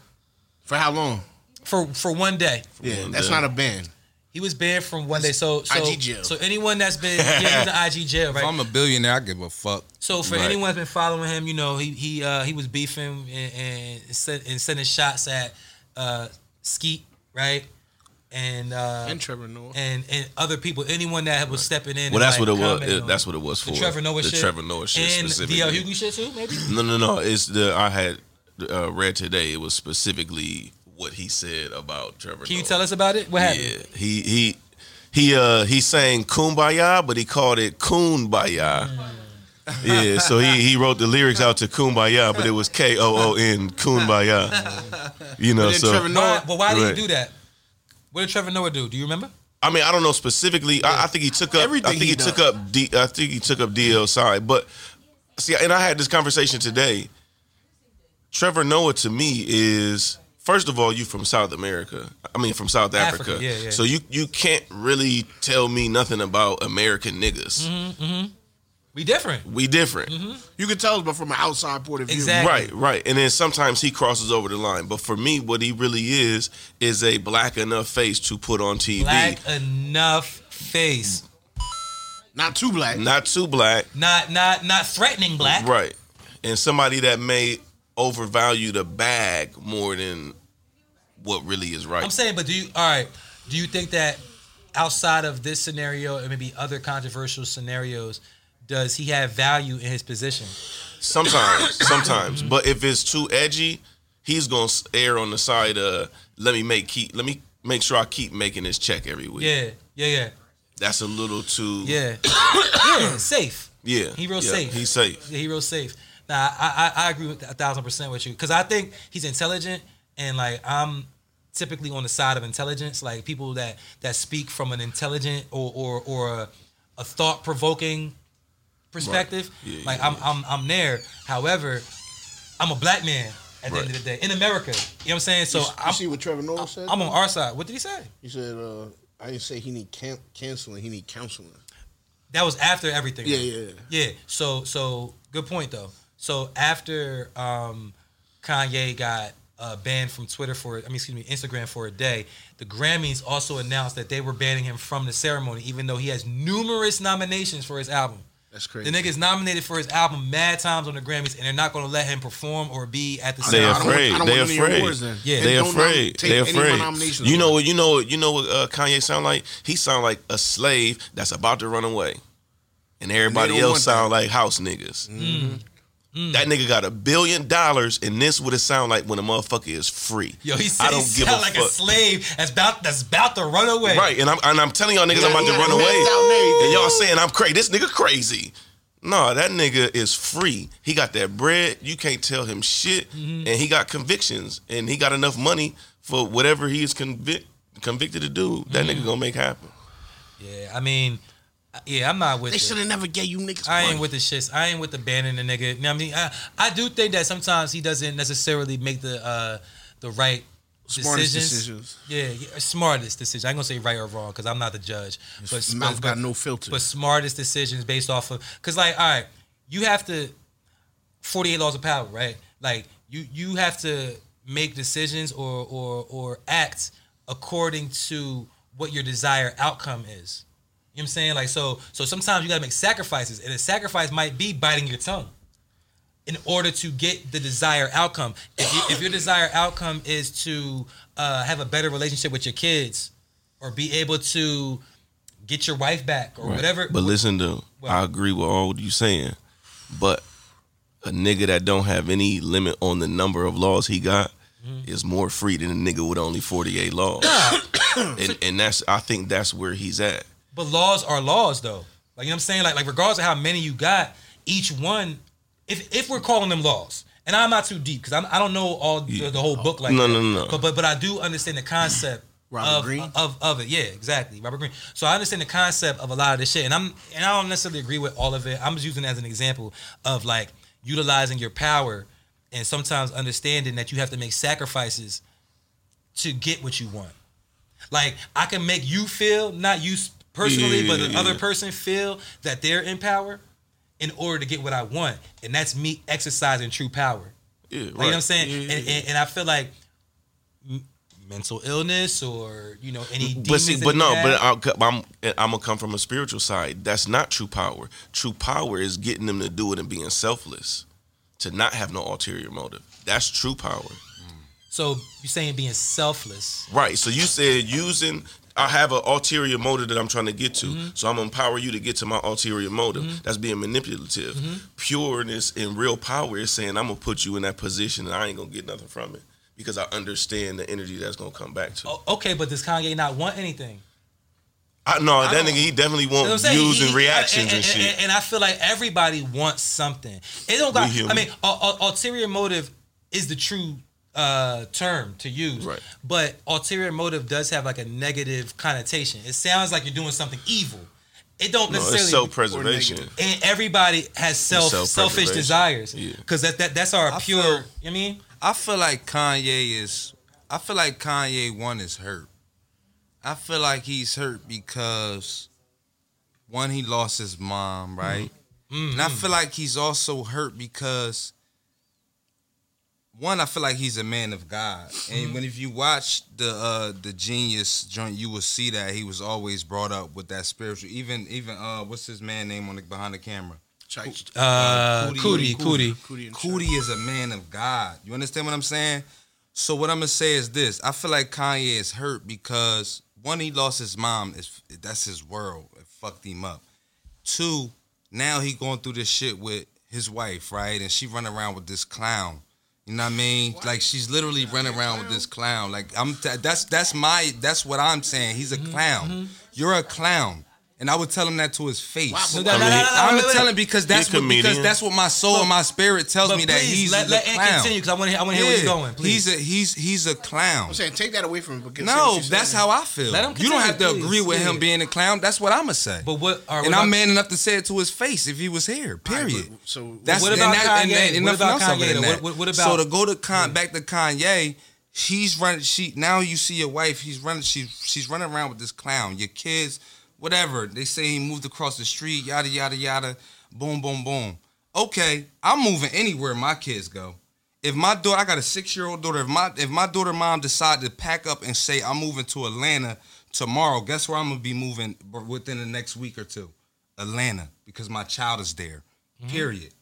[SPEAKER 3] For how long?
[SPEAKER 4] for for one day.
[SPEAKER 3] Yeah,
[SPEAKER 2] one
[SPEAKER 3] that's
[SPEAKER 2] day.
[SPEAKER 3] not a ban.
[SPEAKER 4] He He was banned from one day. So so
[SPEAKER 3] IG jail.
[SPEAKER 4] so anyone that's been yeah, he's in IG jail, right?
[SPEAKER 1] If I'm a billionaire, I give a fuck.
[SPEAKER 4] So for
[SPEAKER 1] Right.
[SPEAKER 4] anyone that's been following him, you know he he uh, he was beefing and and, sen- and sending shots at uh, Skeet, right? And uh,
[SPEAKER 3] And Trevor Noah.
[SPEAKER 4] and and other people, anyone that was stepping in.
[SPEAKER 2] Well,
[SPEAKER 4] and,
[SPEAKER 2] that's
[SPEAKER 4] like,
[SPEAKER 2] what it was.
[SPEAKER 4] commenting
[SPEAKER 2] it-
[SPEAKER 4] on
[SPEAKER 2] that's what it was for.
[SPEAKER 4] the Trevor Noah
[SPEAKER 2] the
[SPEAKER 4] shit.
[SPEAKER 2] Trevor Noah shit
[SPEAKER 4] and
[SPEAKER 2] specifically.
[SPEAKER 4] DL Hughley shit too, maybe.
[SPEAKER 2] No, no, no. It's the I had uh, read today. It was specifically what he said about Trevor.
[SPEAKER 4] Can you
[SPEAKER 2] Noah.
[SPEAKER 4] tell us about it? What happened?
[SPEAKER 2] Yeah, he he he uh he sang Kumbaya, but he called it Kumbaya. Yeah, so he he wrote the lyrics out to Kumbaya, but it was K O O N Kumbaya. You know,
[SPEAKER 3] But then
[SPEAKER 2] so
[SPEAKER 3] Trevor Noah-
[SPEAKER 4] Why, well, why did
[SPEAKER 2] Right.
[SPEAKER 4] he do that? What did Trevor Noah do? Do you remember?
[SPEAKER 2] I mean, I don't know specifically. I, I think he took up.
[SPEAKER 3] Everything
[SPEAKER 2] I think he,
[SPEAKER 3] he
[SPEAKER 2] took
[SPEAKER 3] done.
[SPEAKER 2] up. D, I think he took up DL side. But see, and I had this conversation today. Trevor Noah to me is first of all you from South America. I mean from South
[SPEAKER 4] Africa,
[SPEAKER 2] Africa.
[SPEAKER 4] yeah, yeah.
[SPEAKER 2] So you you can't really tell me nothing about American niggas.
[SPEAKER 4] We different.
[SPEAKER 2] We different.
[SPEAKER 3] You can tell us, but from an outside point of view.
[SPEAKER 4] Exactly.
[SPEAKER 2] Right, right. And then sometimes he crosses over the line. But for me, what he really is is a black enough face to put on TV.
[SPEAKER 4] Black enough face,
[SPEAKER 3] Not too black.
[SPEAKER 2] Not too black.
[SPEAKER 4] not not not threatening black.
[SPEAKER 2] Right. And somebody that may overvalue the bag more than what really is right.
[SPEAKER 4] I'm saying, but do you all right? Do you think that outside of this scenario and maybe other controversial scenarios, does he have value in his position?
[SPEAKER 2] sometimes, sometimes. But if it's too edgy, he's going to err on the side of let me make keep let me make sure I keep making this check every week.
[SPEAKER 4] Yeah, yeah, yeah,
[SPEAKER 2] That's a little too
[SPEAKER 4] yeah. yeah safe.
[SPEAKER 2] Yeah.
[SPEAKER 4] He real
[SPEAKER 2] yeah,
[SPEAKER 4] safe.
[SPEAKER 2] He's safe.
[SPEAKER 4] Yeah, he real safe. Nah, I, I I agree with a thousand percent with you because I think he's intelligent and like I'm typically on the side of intelligence, like people that that speak from an intelligent or or or a, a thought provoking perspective.
[SPEAKER 2] Right. Yeah,
[SPEAKER 4] like
[SPEAKER 2] yeah,
[SPEAKER 4] I'm, I'm I'm there. However, I'm a black man at the end
[SPEAKER 2] Right.
[SPEAKER 4] of the day in America. You know what I'm saying? So
[SPEAKER 3] You
[SPEAKER 4] I'm,
[SPEAKER 3] see what Trevor Noah said?
[SPEAKER 4] I'm on our side. What did he say?
[SPEAKER 3] he said, uh, I didn't say he need can- canceling, he need counseling.
[SPEAKER 4] That was after everything.
[SPEAKER 3] Yeah,
[SPEAKER 4] though.
[SPEAKER 3] yeah, yeah.
[SPEAKER 4] Yeah. So so good point though. So after um, Kanye got uh, banned from Twitter for I mean excuse me Instagram for a day, the Grammys also announced that they were banning him from the ceremony, even though he has numerous nominations for his album.
[SPEAKER 3] That's
[SPEAKER 4] The
[SPEAKER 3] crazy.
[SPEAKER 4] nigga's nominated for his album mad times on the Grammys, and they're not going to let him perform or be at the
[SPEAKER 2] They
[SPEAKER 4] ceremony.
[SPEAKER 3] I don't want-
[SPEAKER 2] afraid.
[SPEAKER 3] I don't
[SPEAKER 2] They
[SPEAKER 3] want any
[SPEAKER 2] afraid.
[SPEAKER 3] awards then.
[SPEAKER 4] Yeah.
[SPEAKER 3] And
[SPEAKER 2] They
[SPEAKER 3] don't nom-
[SPEAKER 2] afraid.
[SPEAKER 3] take
[SPEAKER 2] They
[SPEAKER 3] any of my
[SPEAKER 2] afraid.
[SPEAKER 3] nominations
[SPEAKER 2] You
[SPEAKER 3] away.
[SPEAKER 2] know what? You know what? You know what? Uh, Kanye sound like? He sound like a slave that's about to run away, and everybody
[SPEAKER 3] don't
[SPEAKER 2] else
[SPEAKER 3] want Mm-hmm.
[SPEAKER 2] sound like house niggas.
[SPEAKER 4] Mm-hmm.
[SPEAKER 2] That nigga got a billion dollars, and this would it sound like when a motherfucker is free.
[SPEAKER 4] Yo, he said he sound like a slave that's about that's about to run away.
[SPEAKER 2] Right, and I'm and I'm telling y'all niggas I'm about to
[SPEAKER 3] Yeah,
[SPEAKER 2] run
[SPEAKER 3] yeah,
[SPEAKER 2] away,
[SPEAKER 3] yeah, yeah.
[SPEAKER 2] and y'all saying I'm crazy. This nigga crazy. No, that nigga is free. He got that bread. You can't tell him shit,
[SPEAKER 3] Mm-hmm.
[SPEAKER 2] and he got convictions, and he got enough money for whatever he is convic- convicted to do. That
[SPEAKER 3] Mm-hmm.
[SPEAKER 2] nigga gonna make happen.
[SPEAKER 4] Yeah. I mean, yeah, I'm not with.
[SPEAKER 3] They
[SPEAKER 4] it.
[SPEAKER 3] should have never gave you niggas
[SPEAKER 4] I
[SPEAKER 3] money.
[SPEAKER 4] ain't with the shits. I ain't with the banning the nigga. You know what I mean, I, I do think that sometimes he doesn't necessarily make the uh, the right
[SPEAKER 3] Smartest
[SPEAKER 4] decisions.
[SPEAKER 3] decisions.
[SPEAKER 4] Yeah, yeah, smartest decision. I ain't gonna say right or wrong because I'm not the judge. But,
[SPEAKER 3] Mouth
[SPEAKER 4] but,
[SPEAKER 3] got
[SPEAKER 4] but,
[SPEAKER 3] no filter.
[SPEAKER 4] but smartest decisions based off of because like all right, you have to 48 laws of power, right? Like you you have to make decisions or or or act according to what your desired outcome is. You know what I'm saying? Like so so sometimes you gotta make sacrifices, and a sacrifice might be biting your tongue in order to get the desired outcome. If, you, if your desired outcome is to uh, have a better relationship with your kids or be able to get your wife back or whatever.
[SPEAKER 2] But listen, though,
[SPEAKER 4] What?
[SPEAKER 2] I agree with all you saying, but a nigga that don't have any limit on the number of laws he got
[SPEAKER 3] Mm-hmm.
[SPEAKER 2] is more free than a nigga with only forty eight laws. and, and that's I think that's where he's at.
[SPEAKER 4] But laws are laws, though. Like you know what I'm saying. Like like regardless of how many you got, each one, if if we're calling them laws, and I'm not too deep because I don't know all the, the whole book like
[SPEAKER 2] No,
[SPEAKER 4] that.
[SPEAKER 2] no, no.
[SPEAKER 4] But but but I do understand the concept.
[SPEAKER 3] Robert
[SPEAKER 4] of,
[SPEAKER 3] Greene?
[SPEAKER 4] of of it, yeah, exactly, Robert Green. So I understand the concept of a lot of this shit, and I'm and I don't necessarily agree with all of it. I'm just using it as an example of like utilizing your power and sometimes understanding that you have to make sacrifices to get what you want. Like I can make you feel, not you s- personally,
[SPEAKER 2] Yeah,
[SPEAKER 4] but
[SPEAKER 2] yeah,
[SPEAKER 4] the
[SPEAKER 2] yeah,
[SPEAKER 4] other
[SPEAKER 2] yeah.
[SPEAKER 4] person feel that they're in power in order to get what I want. And that's me exercising true power.
[SPEAKER 2] Yeah,
[SPEAKER 4] Like, You know what I'm saying? and, and, and I feel like m- mental illness or you know any.
[SPEAKER 2] But see,
[SPEAKER 4] demons
[SPEAKER 2] but
[SPEAKER 4] that
[SPEAKER 2] no,
[SPEAKER 4] you
[SPEAKER 2] but
[SPEAKER 4] have?
[SPEAKER 2] I'll, co- I'm I'm gonna come from a spiritual side. That's not true power. True power is getting them to do it and being selfless, to not have no ulterior motive. That's true power,
[SPEAKER 4] so you're saying being selfless.
[SPEAKER 2] right? So you said using. I have an ulterior motive that I'm trying to get to,
[SPEAKER 4] Mm-hmm.
[SPEAKER 2] so I'm gonna empower you to get to my ulterior motive. That's being manipulative.
[SPEAKER 4] Mm-hmm.
[SPEAKER 2] Pureness and real power is saying I'm gonna put you in that position and I ain't gonna get nothing from it because I understand the energy that's gonna come back to.
[SPEAKER 4] O- okay, but does Kanye not want anything?
[SPEAKER 2] I, no, that
[SPEAKER 1] don't-
[SPEAKER 2] nigga he definitely
[SPEAKER 4] You know
[SPEAKER 2] wants
[SPEAKER 4] what I'm saying?
[SPEAKER 2] views
[SPEAKER 4] He-
[SPEAKER 2] and
[SPEAKER 4] he-
[SPEAKER 2] reactions and, shit.
[SPEAKER 4] And, I feel like everybody wants something. It don't got. I
[SPEAKER 2] human.
[SPEAKER 4] mean, ul- ul- ulterior motive is the true uh term to use.
[SPEAKER 2] Right.
[SPEAKER 4] But ulterior motive does have like a negative connotation. It sounds like you're doing something evil. It don't
[SPEAKER 2] No,
[SPEAKER 4] necessarily.
[SPEAKER 2] it's self preservation.
[SPEAKER 4] and everybody has self selfish
[SPEAKER 2] self-preservation.
[SPEAKER 4] desires
[SPEAKER 2] Yeah.
[SPEAKER 4] because that, that that's our
[SPEAKER 1] I
[SPEAKER 4] pure.
[SPEAKER 1] feel-
[SPEAKER 4] you know what I mean,
[SPEAKER 1] I feel like Kanye is. I feel like Kanye one is hurt. I feel like he's hurt because one he lost his mom, right? And I feel like he's also hurt because one I feel like he's a man of God, and when if you watch the uh the genius joint, you will see that he was always brought up with that spiritual. Even even uh what's his man name on the behind the camera?
[SPEAKER 4] uh,
[SPEAKER 1] Cootie,
[SPEAKER 4] cootie, cootie.
[SPEAKER 1] Cootie is a man of God. You understand what I'm saying? So what I'm gonna say is this: I feel like Kanye is hurt because one, he lost his mom. It's, that's his world. It fucked him up. Two, now he going through this shit with his wife, right? And she run around with this clown. You know what I mean? Like she's literally running around with this clown. Like I'm. T- that's that's my. That's what I'm saying. He's a clown. You're a clown. And I would tell him that to his face.
[SPEAKER 4] No, no, no, no, no,
[SPEAKER 1] I'm
[SPEAKER 4] wait,
[SPEAKER 1] gonna
[SPEAKER 4] wait.
[SPEAKER 1] tell him because that's what
[SPEAKER 2] comedian.
[SPEAKER 1] because that's what my soul and my spirit tells
[SPEAKER 4] But
[SPEAKER 1] me that
[SPEAKER 4] please
[SPEAKER 1] he's
[SPEAKER 4] let,
[SPEAKER 1] a
[SPEAKER 4] let Ant
[SPEAKER 1] clown.
[SPEAKER 4] continue because I want to I want to hear
[SPEAKER 1] Yeah,
[SPEAKER 4] where you're going. Please.
[SPEAKER 1] He's a he's he's a clown.
[SPEAKER 3] I'm saying take that away from him. Because
[SPEAKER 1] No, that's how I feel.
[SPEAKER 4] Let him
[SPEAKER 1] you don't
[SPEAKER 4] continue,
[SPEAKER 1] have to
[SPEAKER 4] please.
[SPEAKER 1] agree with
[SPEAKER 4] Yeah.
[SPEAKER 1] him being a clown. That's what I'ma say.
[SPEAKER 4] but what? All
[SPEAKER 1] and
[SPEAKER 4] right, what
[SPEAKER 1] I'm
[SPEAKER 4] about-
[SPEAKER 1] man enough to say it to his face if he was here. Period.
[SPEAKER 3] so
[SPEAKER 1] That's
[SPEAKER 4] What
[SPEAKER 1] and
[SPEAKER 4] about
[SPEAKER 1] that- and
[SPEAKER 4] Kanye?
[SPEAKER 1] that- and
[SPEAKER 4] What
[SPEAKER 1] nothing
[SPEAKER 4] about
[SPEAKER 1] else other
[SPEAKER 4] Kanye,
[SPEAKER 1] than
[SPEAKER 4] though?
[SPEAKER 1] that.
[SPEAKER 4] What- what
[SPEAKER 1] so
[SPEAKER 4] about-
[SPEAKER 1] to go to Con back to Kanye? She's running. She now you see your wife. He's running. She's she's running around with this clown. Your kids, whatever they say. He moved across the street. Yada yada yada. Boom boom boom. Okay, I'm moving anywhere my kids go. If my daughter, I got a six year old daughter. If my if my daughter mom decide to pack up and say I'm moving to Atlanta tomorrow, guess where I'm gonna be moving b- within the next week or two? Atlanta because my child is there. Period.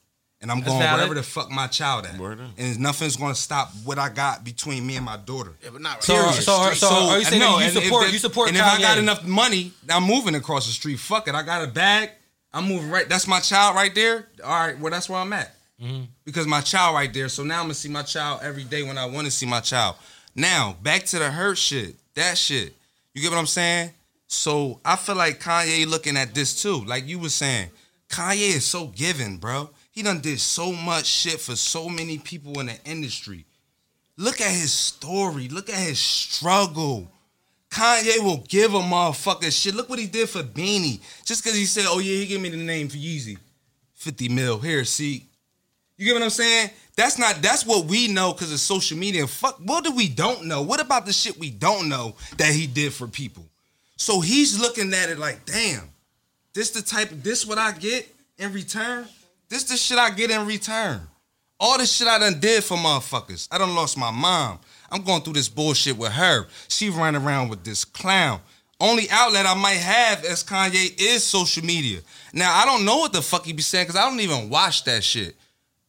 [SPEAKER 1] And I'm
[SPEAKER 4] Mm-hmm. That's
[SPEAKER 1] going
[SPEAKER 4] valid.
[SPEAKER 1] wherever the fuck my child at.
[SPEAKER 2] Word up.
[SPEAKER 1] And nothing's gonna stop what I got between me and my daughter.
[SPEAKER 3] Yeah, but not right.
[SPEAKER 4] So, uh, so,
[SPEAKER 3] Period.
[SPEAKER 4] so,
[SPEAKER 3] Straight.
[SPEAKER 4] are you saying
[SPEAKER 1] no,
[SPEAKER 4] that
[SPEAKER 1] and
[SPEAKER 4] you
[SPEAKER 1] if
[SPEAKER 4] support
[SPEAKER 1] the-
[SPEAKER 4] you support
[SPEAKER 1] And
[SPEAKER 4] Kanye?
[SPEAKER 1] if I got enough money, I'm moving across the street. Fuck it, I got a bag. I'm moving right. That's my child right there. All right, well that's where I'm at
[SPEAKER 4] Mm-hmm.
[SPEAKER 1] because my child right there. So now I'm gonna see my child every day when I want to see my child. Now back to the hurt shit. That shit. You get what I'm saying? So I feel like Kanye looking at this too. Like you were saying, Kanye is so giving, bro. He done did so much shit for so many people in the industry. Look at his story. Look at his struggle. Kanye will give a motherfucker shit. Look what he did for Beanie. Just because he said, oh yeah, he gave me the name for Yeezy. 50 mil. Here, see. You get what I'm saying? That's not that's what we know because of social media. And fuck, what do we don't know? What about the shit we don't know that he did for people? So he's looking at it like, damn, this the type this what I get in return? This the shit I get in return. All this shit I done did for motherfuckers. I done lost my mom. I'm going through this bullshit with her. She ran around with this clown. Only outlet I might have as Kanye is social media. Now I don't know what the fuck he be saying because I don't even watch that shit.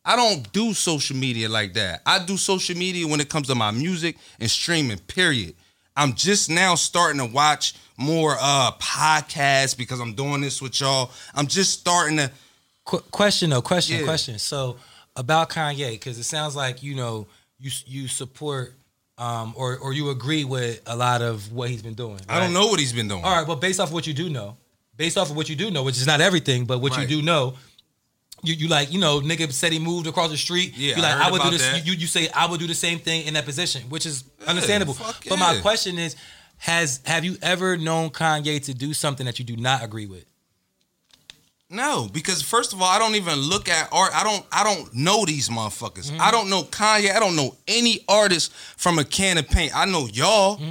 [SPEAKER 1] I don't do social media like that. I do social media when it comes to my music and streaming, period. I'm just now starting to watch more uh podcasts because I'm doing this with y'all. I'm just starting to
[SPEAKER 4] Qu- question though, question,
[SPEAKER 1] Yeah.
[SPEAKER 4] question. So about Kanye, because it sounds like you know you you support um, or or you agree with a lot of what he's been doing.
[SPEAKER 1] I
[SPEAKER 4] right?
[SPEAKER 1] don't know what he's been doing.
[SPEAKER 4] All right, well, based off what you do know, based off of what you do know, which is not everything, but what you
[SPEAKER 1] Right.
[SPEAKER 4] do know, you, you like, you know, nigga said he moved across the street.
[SPEAKER 1] Yeah,
[SPEAKER 4] you
[SPEAKER 1] I
[SPEAKER 4] like,
[SPEAKER 1] heard
[SPEAKER 4] would do
[SPEAKER 1] about
[SPEAKER 4] this.
[SPEAKER 1] that.
[SPEAKER 4] You you say I would do the same thing in that position, which is understandable.
[SPEAKER 1] fuck
[SPEAKER 4] But my
[SPEAKER 1] yeah.
[SPEAKER 4] question is, has have you ever known Kanye to do something that you do not agree with?
[SPEAKER 1] No, because first of all, I don't even look at art. I don't I don't know these motherfuckers.
[SPEAKER 4] Mm-hmm.
[SPEAKER 1] I don't know Kanye. I don't know any artist from a can of paint. I know y'all.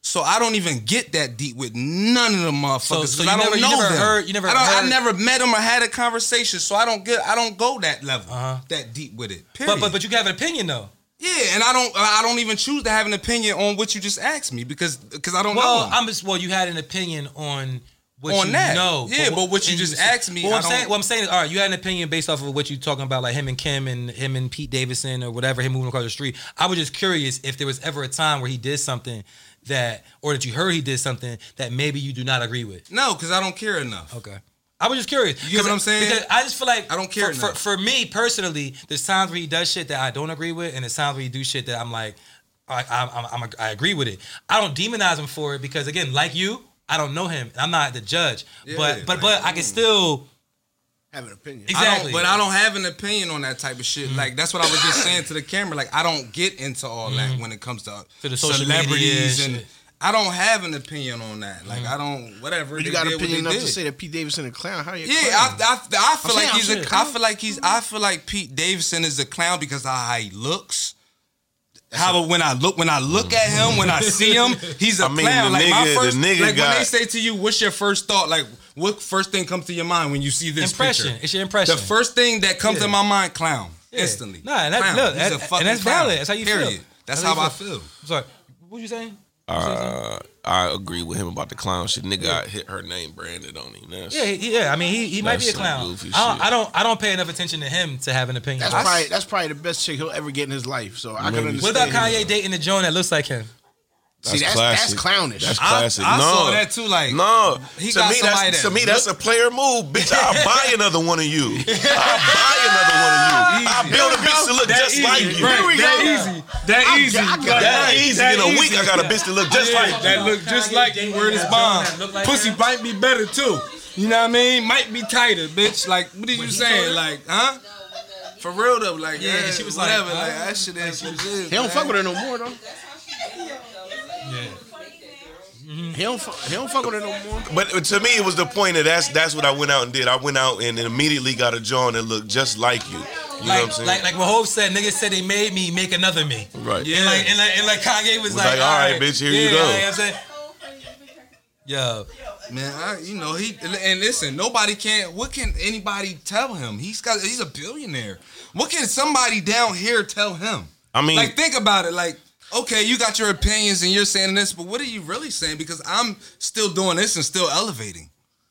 [SPEAKER 1] So I don't even get that deep with none of the motherfuckers.
[SPEAKER 4] Mm-hmm. So-
[SPEAKER 1] 'cause
[SPEAKER 4] so you
[SPEAKER 1] I don't
[SPEAKER 4] never- you
[SPEAKER 1] know
[SPEAKER 4] never
[SPEAKER 1] them.
[SPEAKER 4] heard- you never
[SPEAKER 1] I, don't, I
[SPEAKER 4] heard-
[SPEAKER 1] never met them or had a conversation. So I don't get I don't go that level
[SPEAKER 4] Uh-huh.
[SPEAKER 1] that deep with it. Period.
[SPEAKER 4] But but but you have an opinion though.
[SPEAKER 1] Yeah, and I don't I don't even choose to have an opinion on what you just asked me because because I don't
[SPEAKER 4] Well,
[SPEAKER 1] know.
[SPEAKER 4] I'm just well. You had an opinion on what
[SPEAKER 1] On
[SPEAKER 4] you
[SPEAKER 1] that.
[SPEAKER 4] know.
[SPEAKER 1] Yeah, but what you
[SPEAKER 4] and
[SPEAKER 1] just asked me,
[SPEAKER 4] Well,
[SPEAKER 1] I
[SPEAKER 4] I'm saying,
[SPEAKER 1] don't-
[SPEAKER 4] what I'm saying is, all right, you had an opinion based off of what you talking about, like him and Kim and him and Pete Davidson or whatever, him moving across the street. I was just curious if there was ever a time where he did something that, or that you heard he did something that maybe you do not agree with.
[SPEAKER 1] no, because I don't care enough.
[SPEAKER 4] Okay. I was just curious.
[SPEAKER 1] You get what
[SPEAKER 4] 'cause-
[SPEAKER 1] I'm saying?
[SPEAKER 4] Because I just feel like
[SPEAKER 1] I don't care
[SPEAKER 4] For, for,
[SPEAKER 1] enough.
[SPEAKER 4] for me personally, there's times where he does shit that I don't agree with, and there's times where he do shit that I'm like, I, I, I'm, I'm, I agree with it. I don't demonize him for it because again, like you, I don't know him. and I'm not the judge, but
[SPEAKER 1] like,
[SPEAKER 4] but
[SPEAKER 1] mm.
[SPEAKER 4] but I can still
[SPEAKER 3] Have an opinion.
[SPEAKER 1] I don't-
[SPEAKER 4] exactly. Mm.
[SPEAKER 1] but I don't have an opinion on that type of shit. Like that's what I was just saying to the camera. Like I don't get into all that when it comes to,
[SPEAKER 4] Mm. To the social media and shit. Mm.
[SPEAKER 1] I don't have an opinion on that. Like I don't whatever.
[SPEAKER 3] You
[SPEAKER 1] they
[SPEAKER 3] got
[SPEAKER 1] did
[SPEAKER 3] an
[SPEAKER 1] what
[SPEAKER 3] opinion
[SPEAKER 1] they
[SPEAKER 3] enough to
[SPEAKER 1] did.
[SPEAKER 3] say that Pete Davidson a clown? How you? a
[SPEAKER 1] Yeah, I,
[SPEAKER 3] clown?
[SPEAKER 1] I, I feel
[SPEAKER 3] I'm
[SPEAKER 1] like
[SPEAKER 3] saying
[SPEAKER 1] he's
[SPEAKER 3] I'm
[SPEAKER 1] a.
[SPEAKER 3] shit.
[SPEAKER 1] I feel like he's. I feel like Pete Davidson is a clown because of how he looks. How when I look when I look at him when I see him he's a
[SPEAKER 2] I mean,
[SPEAKER 1] clown.
[SPEAKER 2] the
[SPEAKER 1] Like my
[SPEAKER 2] nigga- the
[SPEAKER 1] first,
[SPEAKER 2] nigga
[SPEAKER 1] like when
[SPEAKER 2] got-
[SPEAKER 1] they say to you, "What's your first thought?" Like what first thing comes to your mind when you see this
[SPEAKER 4] impression.
[SPEAKER 1] picture?
[SPEAKER 4] It's your impression.
[SPEAKER 1] The first thing that comes
[SPEAKER 4] Yeah.
[SPEAKER 1] to my mind, clown,
[SPEAKER 4] Yeah.
[SPEAKER 1] instantly.
[SPEAKER 4] Nah, and that's-
[SPEAKER 1] Clown.
[SPEAKER 4] look,
[SPEAKER 1] He's
[SPEAKER 4] and-
[SPEAKER 1] a
[SPEAKER 4] and
[SPEAKER 1] fucking
[SPEAKER 4] that's
[SPEAKER 1] clown.
[SPEAKER 4] valid. That's how you feel.
[SPEAKER 1] Period. That's,
[SPEAKER 4] That's
[SPEAKER 1] how,
[SPEAKER 4] how
[SPEAKER 1] I
[SPEAKER 4] you
[SPEAKER 1] feel.
[SPEAKER 4] I'm sorry, what you saying?
[SPEAKER 2] Uh, I agree with him about the clown shit. Nigga, I hit her name branded on him. That's,
[SPEAKER 4] Yeah, he- yeah. I mean, he, he might
[SPEAKER 2] That's
[SPEAKER 4] be a
[SPEAKER 2] some
[SPEAKER 4] clown.
[SPEAKER 2] goofy
[SPEAKER 4] I don't,
[SPEAKER 2] shit.
[SPEAKER 4] I don't I don't pay enough attention to him to have an opinion.
[SPEAKER 3] That's
[SPEAKER 4] I-
[SPEAKER 3] probably that's probably the best chick he'll ever get in his life. So I can
[SPEAKER 2] Maybe.
[SPEAKER 3] understand.
[SPEAKER 4] what about
[SPEAKER 3] him.
[SPEAKER 4] Kanye dating a Joan that looks like him?
[SPEAKER 3] See, that's that's clownish.
[SPEAKER 2] That's
[SPEAKER 1] I-
[SPEAKER 2] classic.
[SPEAKER 1] I
[SPEAKER 2] no,
[SPEAKER 1] saw that too, like,
[SPEAKER 2] no.
[SPEAKER 1] he
[SPEAKER 2] to
[SPEAKER 1] got
[SPEAKER 2] me,
[SPEAKER 1] somebody
[SPEAKER 2] that's
[SPEAKER 1] that
[SPEAKER 2] to me that's a player move, bitch. I'll buy another one of you. I'll buy another one of you. I'll
[SPEAKER 1] Easy.
[SPEAKER 2] build a bitch to look
[SPEAKER 1] That
[SPEAKER 2] just
[SPEAKER 1] easy.
[SPEAKER 2] like you.
[SPEAKER 1] Right,
[SPEAKER 3] Here we
[SPEAKER 1] that
[SPEAKER 3] go.
[SPEAKER 1] easy. That
[SPEAKER 3] I-
[SPEAKER 1] easy.
[SPEAKER 3] I got
[SPEAKER 1] Like,
[SPEAKER 3] that
[SPEAKER 2] That easy.
[SPEAKER 1] that
[SPEAKER 2] in a week,
[SPEAKER 1] easy.
[SPEAKER 2] I got a bitch that look just
[SPEAKER 1] Yeah,
[SPEAKER 2] like you.
[SPEAKER 1] that look just like you. Word is bond. Pussy bite me better too. You know what I mean? Might be tighter, bitch. Like, what is you saying? Like, huh? For real though, like yeah, she was whatever. Like,
[SPEAKER 4] like, huh?
[SPEAKER 1] that shit is. what it is,
[SPEAKER 3] He don't
[SPEAKER 1] man.
[SPEAKER 3] fuck with her no more though.
[SPEAKER 4] Yeah.
[SPEAKER 3] He don't fuck, he don't fuck with her no more.
[SPEAKER 2] But to me, it was the point that that's that's what I went out and did. I went out and immediately got a John that looked just like you. You know what I'm
[SPEAKER 4] Like,
[SPEAKER 2] saying?
[SPEAKER 4] like like what Hope said, niggas said they made me make another me.
[SPEAKER 2] right.
[SPEAKER 1] Yeah.
[SPEAKER 4] And like, and like, and like Kanye was,
[SPEAKER 2] Was like, "All right, bitch, here you
[SPEAKER 4] yeah,
[SPEAKER 2] go."
[SPEAKER 4] Like, I'm saying, yo,
[SPEAKER 1] Man, I, you know he and listen. Nobody can. What can anybody tell him? He's got. He's a billionaire. What can somebody down here tell him?
[SPEAKER 2] I mean-
[SPEAKER 1] like think about it. Like, okay, you got your opinions and you're saying this, but what are you really saying? Because I'm still doing this and still elevating.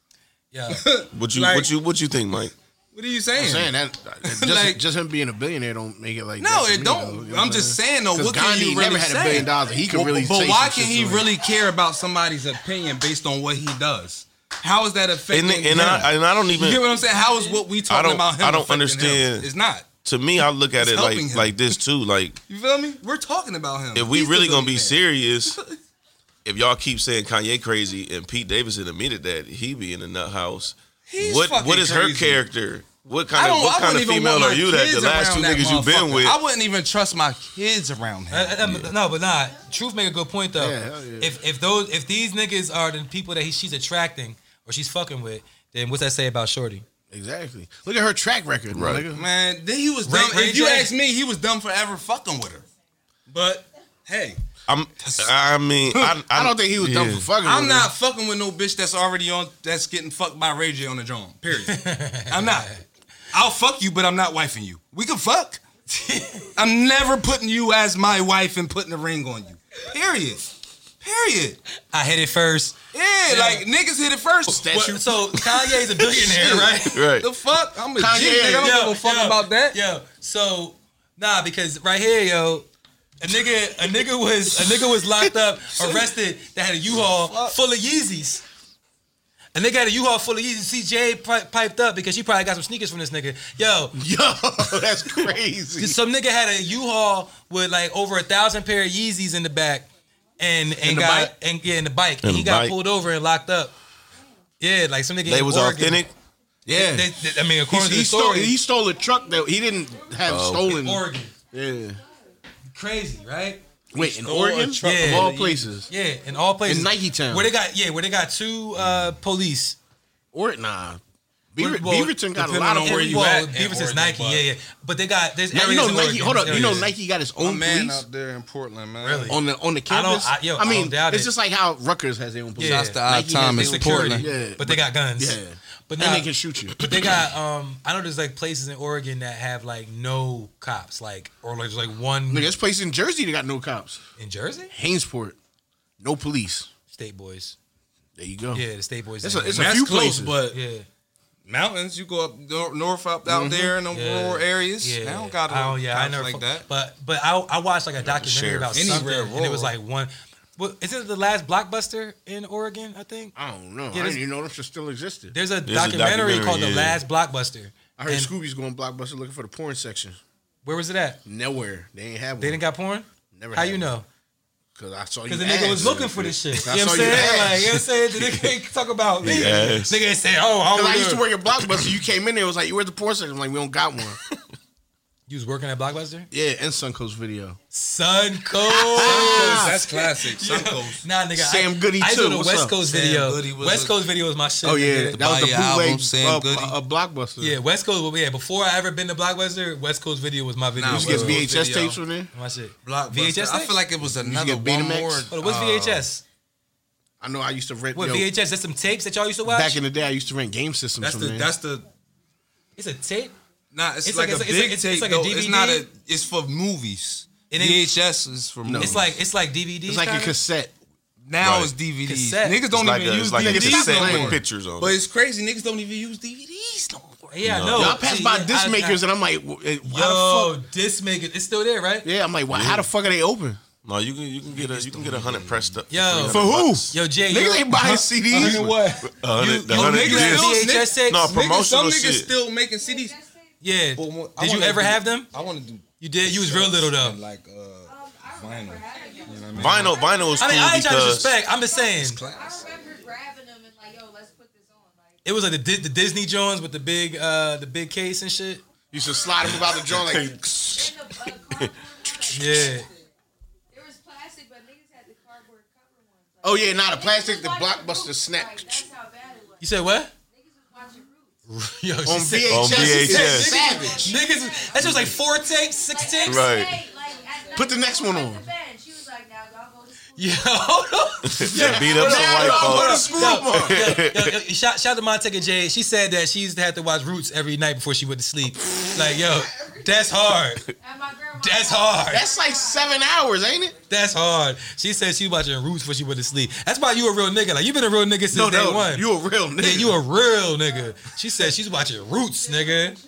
[SPEAKER 4] yo,
[SPEAKER 2] What you
[SPEAKER 1] Like-
[SPEAKER 2] what you what you think, Mike?
[SPEAKER 1] What are you saying?
[SPEAKER 3] I'm saying that that- just,
[SPEAKER 1] Like-
[SPEAKER 3] just him being a billionaire don't make it like
[SPEAKER 1] No,
[SPEAKER 3] that to
[SPEAKER 1] it
[SPEAKER 3] me,
[SPEAKER 1] don't.
[SPEAKER 3] though. You know
[SPEAKER 1] I'm just
[SPEAKER 3] saying?
[SPEAKER 1] saying though,
[SPEAKER 3] 'Cause
[SPEAKER 1] what can
[SPEAKER 3] Gandhi
[SPEAKER 1] you
[SPEAKER 3] never
[SPEAKER 1] really
[SPEAKER 3] had a
[SPEAKER 1] say?
[SPEAKER 3] billion dollars. He can
[SPEAKER 1] Well,
[SPEAKER 3] really
[SPEAKER 1] But
[SPEAKER 3] say
[SPEAKER 1] why
[SPEAKER 3] some
[SPEAKER 1] can
[SPEAKER 3] shit
[SPEAKER 1] he
[SPEAKER 3] to him.
[SPEAKER 1] really care about somebody's opinion based on what he does? How is that affecting
[SPEAKER 2] And
[SPEAKER 1] him?
[SPEAKER 2] and I and I don't
[SPEAKER 1] you get
[SPEAKER 2] even
[SPEAKER 1] what I'm saying? How is what we talking
[SPEAKER 2] I don't-
[SPEAKER 1] about him?
[SPEAKER 2] I don't
[SPEAKER 1] affecting him?
[SPEAKER 2] understand.
[SPEAKER 1] It's not.
[SPEAKER 2] to me I look at
[SPEAKER 1] It's
[SPEAKER 2] it like
[SPEAKER 1] helping him.
[SPEAKER 2] like this too. Like
[SPEAKER 1] You feel me? We're talking about him.
[SPEAKER 2] if we
[SPEAKER 1] He's the
[SPEAKER 2] really gonna be
[SPEAKER 1] billionaire.
[SPEAKER 2] serious, if y'all keep saying Kanye crazy and Pete Davidson admitted that he be in the nut house,
[SPEAKER 1] He's
[SPEAKER 2] what
[SPEAKER 1] fucking
[SPEAKER 2] what is her
[SPEAKER 1] crazy.
[SPEAKER 2] character? What
[SPEAKER 1] I
[SPEAKER 2] kind of
[SPEAKER 1] don't.
[SPEAKER 2] what
[SPEAKER 1] I
[SPEAKER 2] kind
[SPEAKER 1] wouldn't
[SPEAKER 2] of
[SPEAKER 1] even want
[SPEAKER 2] female
[SPEAKER 1] my
[SPEAKER 2] are you that
[SPEAKER 1] kids
[SPEAKER 2] the last
[SPEAKER 1] around
[SPEAKER 2] two
[SPEAKER 1] that
[SPEAKER 2] niggas you've been
[SPEAKER 1] motherfucker.
[SPEAKER 2] with?
[SPEAKER 1] I wouldn't even trust my kids around him.
[SPEAKER 4] Uh, uh, no, but nah. Truth make a good point though.
[SPEAKER 3] Yeah, hell yeah.
[SPEAKER 4] If if those if these niggas are the people that he, she's attracting or she's fucking with, then what's that say about Shorty?
[SPEAKER 3] exactly. Look at her track record, my
[SPEAKER 2] Right.
[SPEAKER 3] nigga.
[SPEAKER 1] Man, then he was
[SPEAKER 4] Ray-
[SPEAKER 1] dumb.
[SPEAKER 4] Ray
[SPEAKER 1] if you
[SPEAKER 4] J.
[SPEAKER 1] ask me, he was dumb forever fucking with her. But hey,
[SPEAKER 2] I'm I mean I,
[SPEAKER 3] I don't think he was dumb
[SPEAKER 2] yeah.
[SPEAKER 3] for fucking.
[SPEAKER 1] I'm
[SPEAKER 3] with her.
[SPEAKER 1] not fucking with no bitch that's already on that's getting fucked by Ray J on the drum. Period. I'm not. I'll fuck you, but I'm not wifing you. We can fuck. I'm never putting you as my wife and putting a ring on you. Period. Period.
[SPEAKER 4] I hit it first.
[SPEAKER 1] Yeah, like niggas hit it first.
[SPEAKER 4] What- so Kanye's a billionaire, right?
[SPEAKER 2] Right.
[SPEAKER 1] The fuck? I'm a G,
[SPEAKER 3] Kanye,
[SPEAKER 1] nigga. I don't give a fuck about that.
[SPEAKER 4] Yo, so nah, because right here, yo, a nigga, a nigga was a nigga was locked up, arrested that had a U-Haul full of Yeezys. A nigga had a U-Haul full of Yeezys. CJ pi- piped up because she probably got some sneakers from this nigga. Yo,
[SPEAKER 3] Yo, that's crazy.
[SPEAKER 4] some nigga had a U-Haul with like over a thousand pair of Yeezys in the back, and and
[SPEAKER 3] the
[SPEAKER 4] got
[SPEAKER 3] bike?
[SPEAKER 4] and yeah, in the bike,
[SPEAKER 2] In
[SPEAKER 4] and
[SPEAKER 2] the
[SPEAKER 4] he got
[SPEAKER 2] bike.
[SPEAKER 4] pulled over and locked up. Yeah, like some nigga.
[SPEAKER 2] They
[SPEAKER 4] in
[SPEAKER 2] was
[SPEAKER 4] Oregon.
[SPEAKER 2] authentic.
[SPEAKER 1] Yeah.
[SPEAKER 4] They- they- I mean,
[SPEAKER 3] He,
[SPEAKER 4] according to
[SPEAKER 3] he
[SPEAKER 4] the
[SPEAKER 3] stole.
[SPEAKER 4] story,
[SPEAKER 3] He stole a truck that he didn't have stolen.
[SPEAKER 4] Oregon,
[SPEAKER 3] Yeah.
[SPEAKER 4] crazy, right?
[SPEAKER 3] Wait, in
[SPEAKER 1] stole
[SPEAKER 3] Oregon,
[SPEAKER 1] a truck
[SPEAKER 4] Yeah.
[SPEAKER 3] of all places,
[SPEAKER 4] Yeah, in all places.
[SPEAKER 3] In Nike Town.
[SPEAKER 4] Where they got yeah, where they got two uh police.
[SPEAKER 3] or nah. Beaver,
[SPEAKER 4] Well,
[SPEAKER 3] Beaverton got a lot
[SPEAKER 1] depending
[SPEAKER 3] of
[SPEAKER 1] on where you at
[SPEAKER 4] well,
[SPEAKER 1] in
[SPEAKER 4] Beavis is
[SPEAKER 1] Oregon,
[SPEAKER 4] Nike,
[SPEAKER 1] but-
[SPEAKER 4] yeah, yeah. But they got there's
[SPEAKER 3] Now, you
[SPEAKER 4] areas
[SPEAKER 3] know
[SPEAKER 4] in
[SPEAKER 3] Nike.
[SPEAKER 4] Oregon,
[SPEAKER 3] hold up.
[SPEAKER 4] there's
[SPEAKER 3] You know
[SPEAKER 4] areas.
[SPEAKER 3] Nike got his
[SPEAKER 1] My
[SPEAKER 3] own
[SPEAKER 1] man
[SPEAKER 3] police
[SPEAKER 1] out there in Portland, man.
[SPEAKER 4] Really?
[SPEAKER 3] on the on the
[SPEAKER 4] uh, I don't-
[SPEAKER 3] campus.
[SPEAKER 4] I- yo, I
[SPEAKER 3] mean,
[SPEAKER 4] don't doubt
[SPEAKER 3] it's
[SPEAKER 4] it.
[SPEAKER 3] just like how Rutgers has their own police.
[SPEAKER 4] Yeah. Shouts to
[SPEAKER 1] Odd
[SPEAKER 3] Nike has
[SPEAKER 1] Thomas,
[SPEAKER 3] their own
[SPEAKER 4] Security,
[SPEAKER 1] Portland.
[SPEAKER 3] Yeah,
[SPEAKER 4] but they got guns.
[SPEAKER 3] Yeah.
[SPEAKER 4] But
[SPEAKER 3] and
[SPEAKER 4] now
[SPEAKER 3] they can shoot you.
[SPEAKER 4] But they got um I know there's like places in Oregon that have like no cops, like or like there's like one
[SPEAKER 3] Nigga, this place in Jersey that got no cops.
[SPEAKER 4] in Jersey?
[SPEAKER 3] Haynesport, no police.
[SPEAKER 4] State boys.
[SPEAKER 3] There you go.
[SPEAKER 4] Yeah, the state boys.
[SPEAKER 3] Oh. It's
[SPEAKER 4] ain't
[SPEAKER 3] a- it's
[SPEAKER 4] got
[SPEAKER 3] a-
[SPEAKER 1] That's
[SPEAKER 3] few
[SPEAKER 1] close,
[SPEAKER 3] places.
[SPEAKER 1] but
[SPEAKER 4] no- yeah.
[SPEAKER 1] mountains. You go up nor- north up out there in the
[SPEAKER 4] Mm-hmm. Yeah.
[SPEAKER 1] rural areas.
[SPEAKER 4] Yeah,
[SPEAKER 1] I don't got
[SPEAKER 4] I don't-
[SPEAKER 1] cops
[SPEAKER 4] never
[SPEAKER 1] like
[SPEAKER 4] fuck-
[SPEAKER 1] that.
[SPEAKER 4] But but I, I watched like a documentary
[SPEAKER 1] sheriff.
[SPEAKER 4] about
[SPEAKER 1] Any
[SPEAKER 4] something,
[SPEAKER 1] rare
[SPEAKER 4] and it was
[SPEAKER 1] role.
[SPEAKER 4] like one. Well, isn't it the last blockbuster in Oregon? I think
[SPEAKER 3] I don't know. I
[SPEAKER 4] there's-
[SPEAKER 3] didn't even know this shit still existed.
[SPEAKER 4] there's a,
[SPEAKER 2] There's a
[SPEAKER 4] documentary,
[SPEAKER 2] documentary,
[SPEAKER 4] called
[SPEAKER 2] yeah.
[SPEAKER 4] The Last Blockbuster.
[SPEAKER 3] I heard
[SPEAKER 4] and-
[SPEAKER 3] Scooby's going blockbuster looking for the porn section.
[SPEAKER 4] Where was it at?
[SPEAKER 3] Nowhere. They ain't have one.
[SPEAKER 4] They didn't got porn.
[SPEAKER 3] Never
[SPEAKER 4] How
[SPEAKER 3] had
[SPEAKER 4] you
[SPEAKER 3] one.
[SPEAKER 4] know?
[SPEAKER 3] Cause I saw you.
[SPEAKER 4] Because the nigga was
[SPEAKER 3] ass.
[SPEAKER 4] looking for this shit. You
[SPEAKER 3] I
[SPEAKER 4] know what
[SPEAKER 3] saw
[SPEAKER 4] I'm
[SPEAKER 3] you
[SPEAKER 4] saying? Like,
[SPEAKER 3] ass.
[SPEAKER 4] you know what I'm saying? The nigga ain't talk about me.
[SPEAKER 2] Yes.
[SPEAKER 4] Nigga ain't say, oh, I,
[SPEAKER 3] Cause
[SPEAKER 4] was
[SPEAKER 3] I used to work at Blockbuster. You came in there, it was like, "You where's the porn section?" I'm like, "We don't got one."
[SPEAKER 4] You was working at Blockbuster?
[SPEAKER 3] yeah, and Suncoast Video.
[SPEAKER 4] Suncoast.
[SPEAKER 1] That's classic. Suncoast.
[SPEAKER 4] Nah, nigga.
[SPEAKER 3] Sam
[SPEAKER 4] I,
[SPEAKER 3] Goody
[SPEAKER 4] I
[SPEAKER 3] too.
[SPEAKER 4] do the
[SPEAKER 3] What's
[SPEAKER 4] West
[SPEAKER 3] up?
[SPEAKER 4] Coast
[SPEAKER 1] Sam
[SPEAKER 4] video.
[SPEAKER 1] Goody was
[SPEAKER 4] West
[SPEAKER 1] a-
[SPEAKER 4] Coast video was my shit.
[SPEAKER 3] Oh
[SPEAKER 4] nigga.
[SPEAKER 3] yeah,
[SPEAKER 1] The
[SPEAKER 3] that was the
[SPEAKER 1] Bayou album,
[SPEAKER 3] bootleg
[SPEAKER 1] Sam
[SPEAKER 3] uh,
[SPEAKER 1] Goody.
[SPEAKER 3] uh, Blockbuster.
[SPEAKER 4] Yeah, West Coast. well, Yeah, before I ever been to Blockbuster, West Coast Video was my video.
[SPEAKER 1] Nah,
[SPEAKER 3] You
[SPEAKER 1] West
[SPEAKER 3] should get
[SPEAKER 1] Coast
[SPEAKER 3] VHS
[SPEAKER 1] Video.
[SPEAKER 3] tapes from there.
[SPEAKER 4] my shit.
[SPEAKER 1] Blockbuster.
[SPEAKER 4] VHS.
[SPEAKER 1] I feel like it was another
[SPEAKER 3] get
[SPEAKER 1] one
[SPEAKER 3] Betamax?
[SPEAKER 1] more.
[SPEAKER 4] Hold on, what's
[SPEAKER 1] uh,
[SPEAKER 4] VHS?
[SPEAKER 3] I know I used to rent.
[SPEAKER 4] What
[SPEAKER 3] yo,
[SPEAKER 4] VHS? That's some tapes that y'all used to watch.
[SPEAKER 3] Back in the day, I used to rent game systems
[SPEAKER 1] That's
[SPEAKER 3] from
[SPEAKER 1] the.
[SPEAKER 3] there.
[SPEAKER 1] That's the.
[SPEAKER 4] it's a tape.
[SPEAKER 1] Nah, it's,
[SPEAKER 4] It's
[SPEAKER 1] like,
[SPEAKER 4] like- it's
[SPEAKER 1] a
[SPEAKER 4] like- it's
[SPEAKER 1] big
[SPEAKER 4] like- it's
[SPEAKER 1] tape.
[SPEAKER 4] like a
[SPEAKER 1] though. It's
[SPEAKER 4] DVD.
[SPEAKER 1] not a. It's for movies.
[SPEAKER 4] It ain't-
[SPEAKER 1] VHS is for movies.
[SPEAKER 4] It's like it's like DVD.
[SPEAKER 3] it's like a
[SPEAKER 4] kinda?
[SPEAKER 3] cassette.
[SPEAKER 1] now
[SPEAKER 2] Right.
[SPEAKER 1] it's DVDs.
[SPEAKER 4] Cassette.
[SPEAKER 1] Niggas don't
[SPEAKER 2] It's like
[SPEAKER 1] even
[SPEAKER 2] a- it's
[SPEAKER 1] use
[SPEAKER 2] like a
[SPEAKER 1] DVDs
[SPEAKER 2] cassette
[SPEAKER 1] no
[SPEAKER 2] with
[SPEAKER 1] more.
[SPEAKER 2] pictures on
[SPEAKER 1] But
[SPEAKER 2] it.
[SPEAKER 1] it's crazy. Niggas don't even use DVDs no more.
[SPEAKER 4] Yeah,
[SPEAKER 2] No.
[SPEAKER 4] no.
[SPEAKER 2] Yo,
[SPEAKER 3] I passed by disc
[SPEAKER 4] Oh, I-
[SPEAKER 3] makers
[SPEAKER 4] I-
[SPEAKER 3] and I'm like, "Wh- eh, why the
[SPEAKER 4] Yo,
[SPEAKER 3] fuck?
[SPEAKER 4] disc maker. It's still there, right?
[SPEAKER 3] Yeah, I'm like, why, how the fuck are they open?
[SPEAKER 2] No, you can you can get a you can get a hundred pressed up.
[SPEAKER 4] Yo.
[SPEAKER 2] 300
[SPEAKER 4] For
[SPEAKER 3] who?
[SPEAKER 2] bucks.
[SPEAKER 4] Yo, Jay. you-
[SPEAKER 3] Niggas ain't buying
[SPEAKER 1] You
[SPEAKER 3] CDs.
[SPEAKER 1] know what?
[SPEAKER 2] A hundred- the
[SPEAKER 4] you
[SPEAKER 2] hundred
[SPEAKER 4] niggas
[SPEAKER 2] years.
[SPEAKER 4] still- VHS tapes?
[SPEAKER 2] No,
[SPEAKER 4] Niggas-
[SPEAKER 1] Niggas, some
[SPEAKER 2] promotional
[SPEAKER 1] niggas
[SPEAKER 2] shit.
[SPEAKER 1] still making CDs.
[SPEAKER 4] Yeah.
[SPEAKER 1] But when- I
[SPEAKER 4] Did you
[SPEAKER 1] wanna
[SPEAKER 4] ever
[SPEAKER 1] do-
[SPEAKER 4] have them?
[SPEAKER 1] I want to do.
[SPEAKER 4] You did. You was real little though.
[SPEAKER 1] and, Like uh,
[SPEAKER 5] Um, I
[SPEAKER 1] vinyl.
[SPEAKER 5] remember having them.
[SPEAKER 1] you know what I mean?
[SPEAKER 2] Vinyl vinyl is
[SPEAKER 4] I mean,
[SPEAKER 2] cool
[SPEAKER 4] I ain't trying to
[SPEAKER 2] because
[SPEAKER 4] disrespect. I'm just saying
[SPEAKER 5] I
[SPEAKER 1] Class.
[SPEAKER 5] remember grabbing them and like, yo, let's put this on. Like,
[SPEAKER 4] it was like the, Di- the Disney Jones with the big uh the big case and shit.
[SPEAKER 3] You should slide them about the joint like.
[SPEAKER 5] in the uh, cardboard. cover.
[SPEAKER 4] Yeah.
[SPEAKER 5] There was plastic, but niggas had the cardboard cover ones. Like,
[SPEAKER 3] Oh yeah, nah, the
[SPEAKER 5] niggas
[SPEAKER 3] plastic,
[SPEAKER 5] was
[SPEAKER 3] the
[SPEAKER 5] watching
[SPEAKER 3] blockbuster
[SPEAKER 5] Roots,
[SPEAKER 3] snap.
[SPEAKER 5] Like, that's how bad it was.
[SPEAKER 4] You said what?
[SPEAKER 5] Niggas was watching Roots.
[SPEAKER 4] Yo, she
[SPEAKER 3] On
[SPEAKER 4] said-
[SPEAKER 3] VHS,
[SPEAKER 2] VHS.
[SPEAKER 3] it's savage.
[SPEAKER 4] Niggas, that shit was like four tapes, six tapes.
[SPEAKER 2] Right.
[SPEAKER 3] Put the next one on.
[SPEAKER 5] She was like, now y'all go to school.
[SPEAKER 4] Yo, hold on.
[SPEAKER 2] yeah, beat up some
[SPEAKER 3] Now
[SPEAKER 2] white
[SPEAKER 3] y'all go to
[SPEAKER 2] folks.
[SPEAKER 3] school
[SPEAKER 4] Yo,
[SPEAKER 3] tomorrow.
[SPEAKER 4] yo, yo, yo, shout, shout out to Montega J. She said that she used to have to watch Roots every night before she went to sleep. Like, yo, that's hard.
[SPEAKER 5] And my grandma.
[SPEAKER 4] That's hard.
[SPEAKER 3] That's like seven hours, ain't it?
[SPEAKER 4] That's hard. She said she was watching Roots before she went to sleep. That's why you a real nigga. Like, you been a real nigga since day one.
[SPEAKER 3] You a real nigga.
[SPEAKER 4] yeah, you a real nigga. She said she's watching Roots, nigga.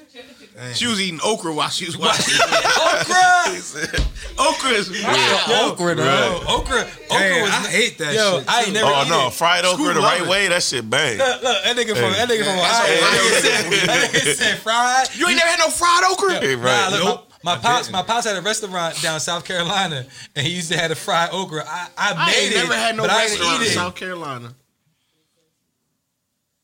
[SPEAKER 3] she was eating okra while she was watching.
[SPEAKER 4] Okra.
[SPEAKER 3] okra is wow.
[SPEAKER 4] Yo,
[SPEAKER 1] Okra, though.
[SPEAKER 4] yo, Okra. Okra
[SPEAKER 1] Damn,
[SPEAKER 4] was.
[SPEAKER 1] I hate that
[SPEAKER 4] Yo,
[SPEAKER 1] shit.
[SPEAKER 4] I ain't never
[SPEAKER 2] Oh
[SPEAKER 4] eat
[SPEAKER 2] no,
[SPEAKER 4] it.
[SPEAKER 2] fried
[SPEAKER 3] School
[SPEAKER 2] okra the right
[SPEAKER 3] love it.
[SPEAKER 2] way. That shit bang.
[SPEAKER 4] Look, look, that nigga from that nigga from Ohio. That nigga said- that nigga said fried.
[SPEAKER 3] You ain't never had no fried okra.
[SPEAKER 2] Hey,
[SPEAKER 4] Nah,
[SPEAKER 2] right.
[SPEAKER 4] look,
[SPEAKER 1] Nope.
[SPEAKER 4] my, my
[SPEAKER 1] I
[SPEAKER 4] pops,
[SPEAKER 1] didn't.
[SPEAKER 4] my pops had a restaurant down in South Carolina, and he used to have a fried okra. I, I
[SPEAKER 3] I
[SPEAKER 4] made
[SPEAKER 3] ain't
[SPEAKER 4] it,
[SPEAKER 3] never had no
[SPEAKER 4] but I
[SPEAKER 3] restaurant
[SPEAKER 4] didn't
[SPEAKER 3] in
[SPEAKER 4] eat it.
[SPEAKER 3] South Carolina.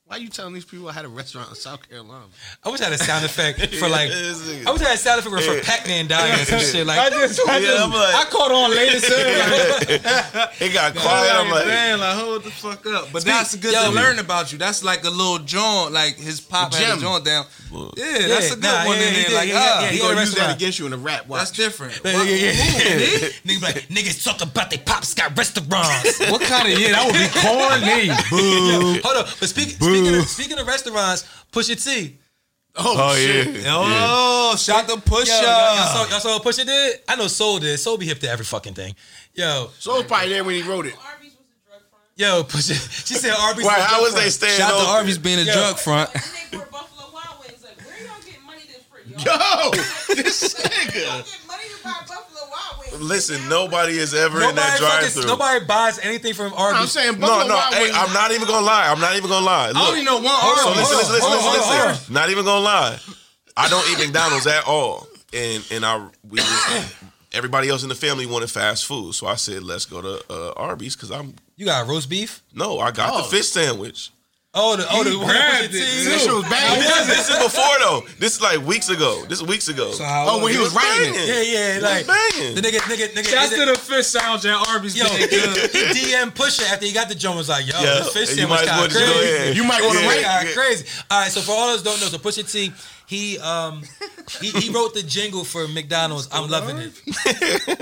[SPEAKER 3] Why you telling these people I had a restaurant in South Carolina?
[SPEAKER 4] I wish I had a sound effect for like.
[SPEAKER 2] This nigga.
[SPEAKER 4] I wish I had a sound effect for Pac-Man dying or some shit. Like I, just, I,
[SPEAKER 2] Yeah, I'm like-
[SPEAKER 4] caught on later. Sir.
[SPEAKER 2] It got quiet. I'm like,
[SPEAKER 1] man, like hold the fuck up. But that's good
[SPEAKER 4] yo.
[SPEAKER 1] to learn about you. That's like a little John, like his pop had
[SPEAKER 3] Gem.
[SPEAKER 1] a John down.
[SPEAKER 2] Well,
[SPEAKER 1] Yeah, that's a good
[SPEAKER 4] nah,
[SPEAKER 1] one
[SPEAKER 4] yeah,
[SPEAKER 1] in
[SPEAKER 4] he
[SPEAKER 1] there.
[SPEAKER 4] did,
[SPEAKER 1] Like,
[SPEAKER 4] he got-
[SPEAKER 1] ah,
[SPEAKER 4] yeah, he
[SPEAKER 3] You
[SPEAKER 4] got
[SPEAKER 3] gonna
[SPEAKER 4] a
[SPEAKER 3] use that
[SPEAKER 4] restaurant.
[SPEAKER 3] against you in a rap? Watch.
[SPEAKER 1] that's different.
[SPEAKER 4] Yeah,
[SPEAKER 1] What,
[SPEAKER 4] yeah,
[SPEAKER 1] ooh,
[SPEAKER 4] yeah.
[SPEAKER 1] nigga.
[SPEAKER 4] Niggas be like niggas talk about they pops got restaurants.
[SPEAKER 1] what kind of yeah? That would be corny.
[SPEAKER 4] Hold up, but speak, speaking of, speaking of restaurants, Pusha T.
[SPEAKER 2] oh
[SPEAKER 3] oh
[SPEAKER 2] yeah.
[SPEAKER 3] shit.
[SPEAKER 2] Yeah.
[SPEAKER 1] Oh, shout the push
[SPEAKER 4] Yo, y'all, y'all, saw,
[SPEAKER 1] up.
[SPEAKER 4] y'all saw what Pusha did? I know Soul did. Soul be hip to every fucking thing. Yo,
[SPEAKER 3] So it was probably there when he wrote it.
[SPEAKER 5] Arby's was a drug farm.
[SPEAKER 4] yo, Pusha. She said Arby's.
[SPEAKER 2] Right,
[SPEAKER 4] is
[SPEAKER 2] how
[SPEAKER 4] dope
[SPEAKER 2] was
[SPEAKER 4] for-
[SPEAKER 2] they staying
[SPEAKER 1] Shout to
[SPEAKER 2] open?
[SPEAKER 1] Arby's being a
[SPEAKER 4] Yo.
[SPEAKER 1] drug front.
[SPEAKER 5] And then they brought Buffalo Wild Wings. Like, where y'all getting money to for y'all?
[SPEAKER 3] Yo, this
[SPEAKER 5] Y'all
[SPEAKER 3] nigga.
[SPEAKER 5] get money to buy Buffalo Wild Wings.
[SPEAKER 2] Listen, nobody is ever in that
[SPEAKER 4] Nobody,
[SPEAKER 2] drive
[SPEAKER 4] fucking,
[SPEAKER 2] through.
[SPEAKER 4] nobody buys anything from Arby's.
[SPEAKER 3] I'm saying
[SPEAKER 2] No,
[SPEAKER 3] Buffalo
[SPEAKER 2] no,
[SPEAKER 3] Wild
[SPEAKER 2] hey,
[SPEAKER 3] Wings-
[SPEAKER 2] I'm not even gonna lie. I'm not even gonna lie.
[SPEAKER 1] I
[SPEAKER 2] Look,
[SPEAKER 1] only know one Arby's.
[SPEAKER 2] So
[SPEAKER 4] Hold
[SPEAKER 2] Oh, listen,
[SPEAKER 4] on,
[SPEAKER 2] listen, listen,
[SPEAKER 4] hold
[SPEAKER 2] listen,
[SPEAKER 4] on,
[SPEAKER 2] listen.
[SPEAKER 4] hold on.
[SPEAKER 2] Not even gonna lie. I don't eat McDonald's at all. And and I we just, everybody else in the family wanted fast food. So I said, let's go to uh, Arby's because I'm
[SPEAKER 4] You got roast beef?
[SPEAKER 2] no, I got the
[SPEAKER 3] Oh.
[SPEAKER 2] fish sandwich.
[SPEAKER 4] Oh, the oh, the one
[SPEAKER 1] grabbed
[SPEAKER 4] with your
[SPEAKER 1] it,
[SPEAKER 4] teeth.
[SPEAKER 1] too.
[SPEAKER 3] That shit was banging.
[SPEAKER 2] this is before though. This is like weeks ago. This is weeks ago.
[SPEAKER 3] Oh, when he was writing it.
[SPEAKER 2] banging.
[SPEAKER 4] Yeah, yeah,
[SPEAKER 2] It
[SPEAKER 4] like
[SPEAKER 2] was banging.
[SPEAKER 4] the nigga, nigga, nigga.
[SPEAKER 1] Shout
[SPEAKER 4] is it-
[SPEAKER 1] to the fish sandwich at Arby's.
[SPEAKER 4] Yo,
[SPEAKER 1] being good.
[SPEAKER 4] he DM Pusha after he got the joint was like, yo,
[SPEAKER 2] Yeah,
[SPEAKER 4] this fish
[SPEAKER 2] you
[SPEAKER 4] sandwich
[SPEAKER 2] might as well
[SPEAKER 4] got
[SPEAKER 2] just go
[SPEAKER 4] crazy.
[SPEAKER 2] ahead.
[SPEAKER 3] You might wanna
[SPEAKER 4] This
[SPEAKER 2] Yeah.
[SPEAKER 4] shit got crazy. All right, so for all those who don't know, so Pusha T, he um he, he wrote the jingle for McDonald's. I'm loving it.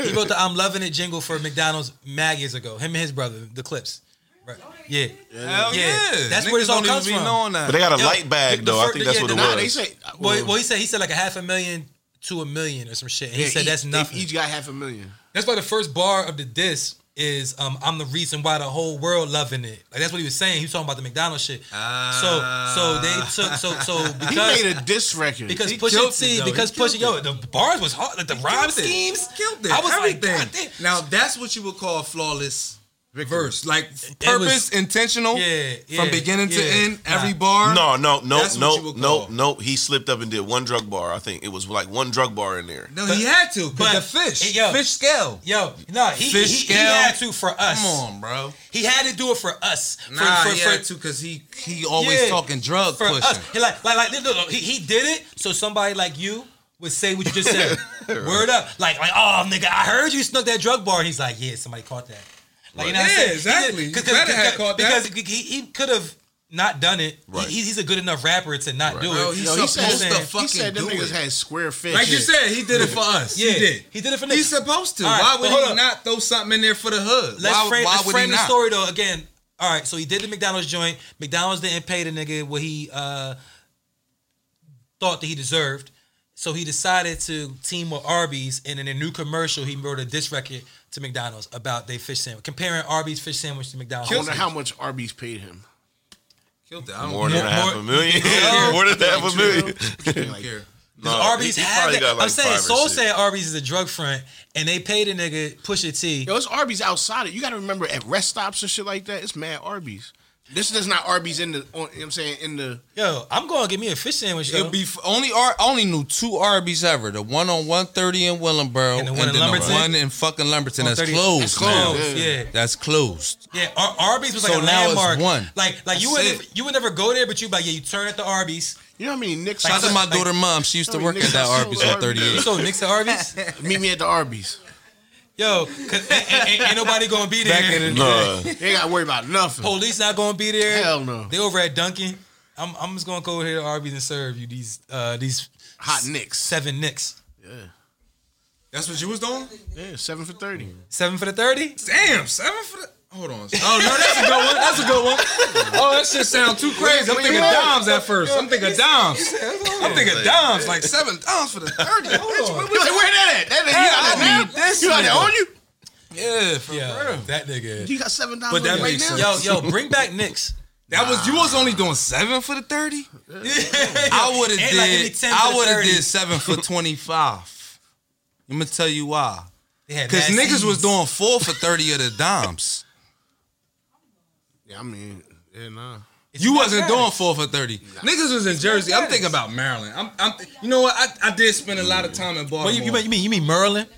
[SPEAKER 4] He wrote the I'm loving it jingle for McDonald's mad years ago. Him and his brother, the clips. Right. Yeah.
[SPEAKER 1] Hell
[SPEAKER 4] Yeah. That's where
[SPEAKER 1] Niggas
[SPEAKER 4] this all
[SPEAKER 1] don't even
[SPEAKER 4] comes
[SPEAKER 1] be
[SPEAKER 4] from.
[SPEAKER 1] knowing that.
[SPEAKER 2] But they got a
[SPEAKER 4] Yo,
[SPEAKER 2] light bag
[SPEAKER 4] the- the
[SPEAKER 2] though. I
[SPEAKER 4] fir-
[SPEAKER 2] think that's
[SPEAKER 4] yeah,
[SPEAKER 2] what
[SPEAKER 4] the-
[SPEAKER 2] it
[SPEAKER 4] nah,
[SPEAKER 3] Nah,
[SPEAKER 2] was.
[SPEAKER 3] they say.
[SPEAKER 4] Well, well, he said he said like a half a million to a million or some shit. And he
[SPEAKER 3] yeah,
[SPEAKER 4] said
[SPEAKER 3] each-
[SPEAKER 4] that's
[SPEAKER 3] they
[SPEAKER 4] nothing.
[SPEAKER 3] Each guy half a million.
[SPEAKER 4] That's why the first bar of the disc is um, I'm the reason why the whole world loving it. Like that's what he was saying. He was talking about the McDonald's shit.
[SPEAKER 1] Ah.
[SPEAKER 4] so so they took so so
[SPEAKER 3] He
[SPEAKER 4] because
[SPEAKER 3] made a diss record.
[SPEAKER 4] because
[SPEAKER 1] He
[SPEAKER 4] pushing
[SPEAKER 1] killed it,
[SPEAKER 4] T
[SPEAKER 1] though.
[SPEAKER 4] because
[SPEAKER 1] He killed
[SPEAKER 4] pushing yo the bars was hard like the rhyme
[SPEAKER 1] Killed it.
[SPEAKER 4] schemes
[SPEAKER 1] killed it.
[SPEAKER 4] I was
[SPEAKER 1] Everything.
[SPEAKER 4] like, God damn.
[SPEAKER 1] now that's what you would call flawless verse, like
[SPEAKER 4] was-
[SPEAKER 1] purpose, intentional,
[SPEAKER 4] Yeah, yeah,
[SPEAKER 1] from beginning to
[SPEAKER 4] yeah.
[SPEAKER 1] end. Every
[SPEAKER 4] Nah.
[SPEAKER 1] bar.
[SPEAKER 2] No, no, no,
[SPEAKER 1] That's what you
[SPEAKER 2] no,
[SPEAKER 1] would
[SPEAKER 2] no,
[SPEAKER 1] call.
[SPEAKER 2] no. He slipped up and did one drug bar. I think it was like one drug bar in there.
[SPEAKER 1] no,
[SPEAKER 4] But-
[SPEAKER 1] he had to. But
[SPEAKER 4] but-
[SPEAKER 1] the fish,
[SPEAKER 4] Yo.
[SPEAKER 1] fish scale.
[SPEAKER 4] yo no he, he,
[SPEAKER 1] Fish
[SPEAKER 4] he, he
[SPEAKER 1] scale.
[SPEAKER 4] had to for us.
[SPEAKER 1] Come on, bro.
[SPEAKER 4] He had to do it for us. For,
[SPEAKER 1] Nah,
[SPEAKER 4] for,
[SPEAKER 1] he
[SPEAKER 4] for-
[SPEAKER 1] had to because he he always
[SPEAKER 4] Yeah.
[SPEAKER 1] talking drug
[SPEAKER 4] for
[SPEAKER 1] pushing.
[SPEAKER 4] us. He like like like look, look, look, he, he did it so somebody like you would say what you just said. Word up. Like like oh nigga, I heard you snuck that drug bar. And he's like, yeah, somebody caught that. Like you know what
[SPEAKER 1] Yeah,
[SPEAKER 4] I'm saying?
[SPEAKER 1] exactly.
[SPEAKER 4] He
[SPEAKER 1] You better have caught that.
[SPEAKER 4] because he, he could have not done it.
[SPEAKER 2] Right.
[SPEAKER 4] He, he's a good enough rapper to not do it.
[SPEAKER 1] Bro, he's
[SPEAKER 3] Yo, he
[SPEAKER 1] supposed
[SPEAKER 3] said,
[SPEAKER 1] to fucking
[SPEAKER 3] he said them
[SPEAKER 1] do it.
[SPEAKER 3] niggas had square fish.
[SPEAKER 1] Like you said, he did it for us.
[SPEAKER 4] yeah,
[SPEAKER 1] He did.
[SPEAKER 4] He did it for
[SPEAKER 1] He's
[SPEAKER 4] niggas.
[SPEAKER 1] supposed to.
[SPEAKER 4] All right,
[SPEAKER 1] why would
[SPEAKER 4] but hold
[SPEAKER 1] he
[SPEAKER 4] up.
[SPEAKER 1] not throw something in there for the hood?
[SPEAKER 4] Let's
[SPEAKER 1] why,
[SPEAKER 4] frame,
[SPEAKER 1] why
[SPEAKER 4] let's
[SPEAKER 1] would
[SPEAKER 4] frame
[SPEAKER 1] he
[SPEAKER 4] the
[SPEAKER 1] not?
[SPEAKER 4] story though again. All right, so he did the McDonald's joint. McDonald's didn't pay the nigga what he uh, thought that he deserved, so he decided to team with Arby's. And in a new commercial, he wrote a diss record to McDonald's about their fish sandwich, comparing Arby's fish sandwich to McDonald's.
[SPEAKER 3] I wonder how much Arby's paid him.
[SPEAKER 1] Killed it. I don't
[SPEAKER 2] More than
[SPEAKER 4] More-
[SPEAKER 2] a half
[SPEAKER 4] more-
[SPEAKER 2] a million. More than half a million.
[SPEAKER 1] care.
[SPEAKER 2] No,
[SPEAKER 4] Arby's
[SPEAKER 2] he- he
[SPEAKER 4] had
[SPEAKER 2] probably
[SPEAKER 4] that.
[SPEAKER 2] got, like,
[SPEAKER 4] I'm saying
[SPEAKER 2] five or
[SPEAKER 4] Soul
[SPEAKER 2] six.
[SPEAKER 4] said Arby's is a drug front, and they paid a nigga Pusha T.
[SPEAKER 3] Yo, it's Arby's outside it. You got to remember at rest stops and shit like that, it's mad Arby's. This is not Arby's in the, on, you know what I'm saying, in the.
[SPEAKER 4] Yo, I'm going to get me a fish sandwich. Yo.
[SPEAKER 1] It'd be f- only R only knew two Arby's ever. The one on 130 in Willenboro and,
[SPEAKER 4] And the
[SPEAKER 1] the
[SPEAKER 4] one in
[SPEAKER 1] then
[SPEAKER 4] Lumberton?
[SPEAKER 1] the one in fucking Lumberton. That's
[SPEAKER 4] 30
[SPEAKER 1] closed.
[SPEAKER 4] That's
[SPEAKER 1] now.
[SPEAKER 4] closed, yeah.
[SPEAKER 1] That's closed.
[SPEAKER 4] Yeah, Ar- Arby's was like
[SPEAKER 1] So
[SPEAKER 4] a
[SPEAKER 1] now it's
[SPEAKER 4] landmark.
[SPEAKER 1] one.
[SPEAKER 4] Like, like you would
[SPEAKER 1] That's
[SPEAKER 4] never,
[SPEAKER 1] it.
[SPEAKER 4] you would never go there, but you like, yeah, you turn at the Arby's.
[SPEAKER 3] You know how many Knicks?
[SPEAKER 1] Shout out to my daughter mom. She used to
[SPEAKER 3] Tony
[SPEAKER 1] work at
[SPEAKER 3] Nixon
[SPEAKER 1] that
[SPEAKER 3] sold
[SPEAKER 1] Arby's on
[SPEAKER 3] Arby's.
[SPEAKER 1] 38.
[SPEAKER 4] You sold Knicks to Arby's,
[SPEAKER 3] Meet me at the Arby's.
[SPEAKER 4] yo. 'cause ain't, ain't- ain't nobody gonna be there.
[SPEAKER 1] Back in the
[SPEAKER 2] No.
[SPEAKER 3] They ain't got to worry about nothing.
[SPEAKER 4] Police not gonna be there.
[SPEAKER 3] Hell no.
[SPEAKER 4] They over at Dunkin'. I'm, I'm just gonna go over here to Arby's and serve you these uh these
[SPEAKER 3] Hot Knicks.
[SPEAKER 4] seven Knicks.
[SPEAKER 1] That's what you was doing?
[SPEAKER 3] Yeah, seven for thirty.
[SPEAKER 4] Seven for the thirty.
[SPEAKER 1] Damn, seven for the. Hold on. Oh no, that's a good one. That's a good one. Oh, that shit sound too crazy. I'm thinking dimes at first. I'm thinking dimes. I'm thinking dimes, like seven dimes for the thirty. Hold on.
[SPEAKER 3] You like, where that at? That, that,
[SPEAKER 1] I need
[SPEAKER 3] you got that now?
[SPEAKER 1] this
[SPEAKER 3] You got that
[SPEAKER 1] nigga.
[SPEAKER 3] on you?
[SPEAKER 1] Yeah, for
[SPEAKER 4] Yeah,
[SPEAKER 1] real.
[SPEAKER 4] that nigga.
[SPEAKER 3] You got seven dollars
[SPEAKER 1] But that
[SPEAKER 3] right
[SPEAKER 1] makes
[SPEAKER 3] now?
[SPEAKER 1] sense.
[SPEAKER 4] Yo, yo, bring back Knicks.
[SPEAKER 1] That was you was only doing seven for the thirty. I would have
[SPEAKER 4] And,
[SPEAKER 1] did.
[SPEAKER 4] like, it'd be 10 for
[SPEAKER 1] I
[SPEAKER 4] the
[SPEAKER 1] would have
[SPEAKER 4] 30.
[SPEAKER 1] did seven for twenty five. I'm gonna tell you why.
[SPEAKER 4] They had
[SPEAKER 1] Cause
[SPEAKER 4] mad
[SPEAKER 1] niggas
[SPEAKER 4] seeds.
[SPEAKER 1] was doing four for thirty of the dimes.
[SPEAKER 3] Yeah, I mean, yeah, nah.
[SPEAKER 4] It's
[SPEAKER 1] You
[SPEAKER 4] not
[SPEAKER 1] wasn't
[SPEAKER 4] bad.
[SPEAKER 1] doing four for thirty. Niggas was in Jersey. I'm
[SPEAKER 4] bad.
[SPEAKER 1] thinking about Maryland. I'm, I'm you know what? I, I did spend a lot of time in Baltimore.
[SPEAKER 4] What you, you mean? You mean? You mean Maryland?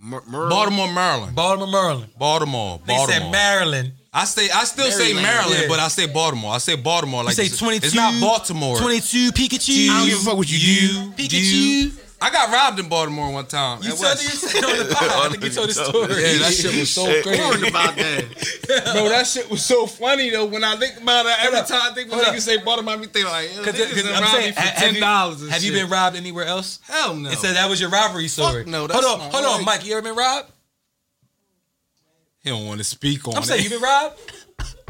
[SPEAKER 3] Mur- Mur-
[SPEAKER 1] Baltimore, Maryland.
[SPEAKER 4] Baltimore, Maryland.
[SPEAKER 1] Baltimore,
[SPEAKER 4] They said
[SPEAKER 1] Baltimore.
[SPEAKER 4] Maryland.
[SPEAKER 1] I say I still say
[SPEAKER 3] Maryland.
[SPEAKER 1] Maryland,
[SPEAKER 4] Yeah.
[SPEAKER 1] but I say Baltimore. I say Baltimore like
[SPEAKER 4] You say
[SPEAKER 1] it's-
[SPEAKER 4] twenty two.
[SPEAKER 1] It's not Baltimore.
[SPEAKER 4] Twenty two Pikachu.
[SPEAKER 3] I don't give a fuck what you do.
[SPEAKER 4] Pikachu.
[SPEAKER 1] I got robbed in Baltimore one time.
[SPEAKER 4] You
[SPEAKER 1] At
[SPEAKER 4] told
[SPEAKER 1] West.
[SPEAKER 4] you said on the pod. I think you told the story.
[SPEAKER 1] Yeah, that shit was so
[SPEAKER 2] Shit.
[SPEAKER 1] crazy.
[SPEAKER 3] Talk about that.
[SPEAKER 1] Bro, that shit was so funny though. When I think about it, every time I think when
[SPEAKER 4] Hold up.
[SPEAKER 1] niggas say Baltimore, me think like, yo,
[SPEAKER 4] Cause,
[SPEAKER 1] niggas
[SPEAKER 4] cause
[SPEAKER 1] done
[SPEAKER 4] I'm
[SPEAKER 1] robbed
[SPEAKER 4] saying,
[SPEAKER 1] me for
[SPEAKER 4] ha- have,
[SPEAKER 1] ten
[SPEAKER 4] you,
[SPEAKER 1] dollars.
[SPEAKER 4] have you been robbed anywhere else?
[SPEAKER 1] Hell no.
[SPEAKER 4] It said that was your robbery story.
[SPEAKER 1] Fuck no, that's
[SPEAKER 4] hold on,
[SPEAKER 1] not
[SPEAKER 4] hold on,
[SPEAKER 1] right.
[SPEAKER 4] Mike. You ever been robbed?
[SPEAKER 1] he don't want to speak on
[SPEAKER 4] I'm saying you been robbed.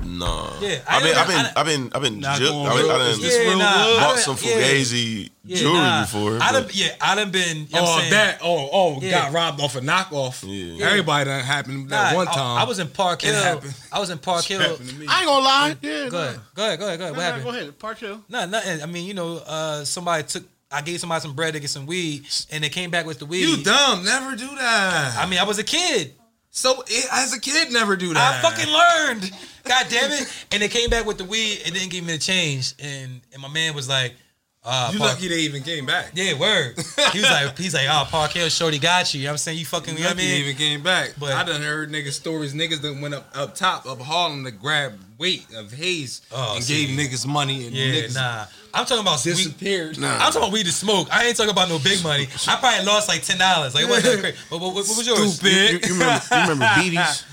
[SPEAKER 2] No.
[SPEAKER 4] Yeah, I
[SPEAKER 2] I've been, I've
[SPEAKER 4] never-
[SPEAKER 2] been,
[SPEAKER 4] I-
[SPEAKER 2] I've been, I've been,
[SPEAKER 1] Not
[SPEAKER 2] ju-
[SPEAKER 1] going
[SPEAKER 2] I
[SPEAKER 1] real.
[SPEAKER 2] done- I
[SPEAKER 1] Is
[SPEAKER 2] done
[SPEAKER 1] this real wood?
[SPEAKER 4] I
[SPEAKER 2] bought
[SPEAKER 4] done-
[SPEAKER 2] some
[SPEAKER 4] yeah,
[SPEAKER 2] Fugazi
[SPEAKER 4] yeah,
[SPEAKER 2] jewelry
[SPEAKER 4] nah.
[SPEAKER 2] before.
[SPEAKER 4] I done,
[SPEAKER 2] but-
[SPEAKER 4] yeah, I done been. You know what I'm
[SPEAKER 1] Oh
[SPEAKER 4] saying?
[SPEAKER 1] that! Oh oh!
[SPEAKER 4] Yeah.
[SPEAKER 1] Got robbed off a knockoff.
[SPEAKER 2] Yeah.
[SPEAKER 1] Everybody done happened
[SPEAKER 4] Nah,
[SPEAKER 1] that one
[SPEAKER 4] I-
[SPEAKER 1] time.
[SPEAKER 4] I, was in Park
[SPEAKER 1] It
[SPEAKER 4] Hill.
[SPEAKER 1] happened.
[SPEAKER 4] I was in Park Hill.
[SPEAKER 1] happened to me.
[SPEAKER 3] I ain't gonna lie. Yeah,
[SPEAKER 4] Go ahead,
[SPEAKER 3] nah.
[SPEAKER 4] go ahead, go ahead, go ahead. What
[SPEAKER 3] Nah, nah,
[SPEAKER 4] happened?
[SPEAKER 3] Go ahead, Park Hill.
[SPEAKER 4] No, nothing. I mean, you know, uh, somebody took. I gave somebody some bread to get some weed, and they came back with the weed.
[SPEAKER 1] you dumb. Never do that.
[SPEAKER 4] I mean, I was a kid.
[SPEAKER 1] so it, as a kid, never do
[SPEAKER 4] I
[SPEAKER 1] that.
[SPEAKER 4] fucking learned. God damn it! And they came back with the weed and didn't give me the change. And and my man was like, uh,
[SPEAKER 1] You
[SPEAKER 4] Park-
[SPEAKER 1] lucky they even came back.
[SPEAKER 4] Yeah, word. He was like, he's like, oh, Park Hill, Shorty got you. You know what I'm saying? You fucking, you know what I
[SPEAKER 1] Lucky they
[SPEAKER 4] mean?
[SPEAKER 1] even came back.
[SPEAKER 4] But-
[SPEAKER 1] But I done heard niggas stories. Niggas that went up up top of Harlem to grab weight of haze
[SPEAKER 4] Oh,
[SPEAKER 1] and
[SPEAKER 4] see.
[SPEAKER 1] gave niggas money and
[SPEAKER 4] Yeah,
[SPEAKER 1] niggas
[SPEAKER 4] nah. I'm talking about weed.
[SPEAKER 1] disappeared.
[SPEAKER 4] I'm talking about weed to smoke. I ain't talking about no big money. I probably lost like ten dollars. Like, it wasn't that crazy. But what, what, what was yours?
[SPEAKER 1] Stupid.
[SPEAKER 3] You, you, you remember, you remember Beatties?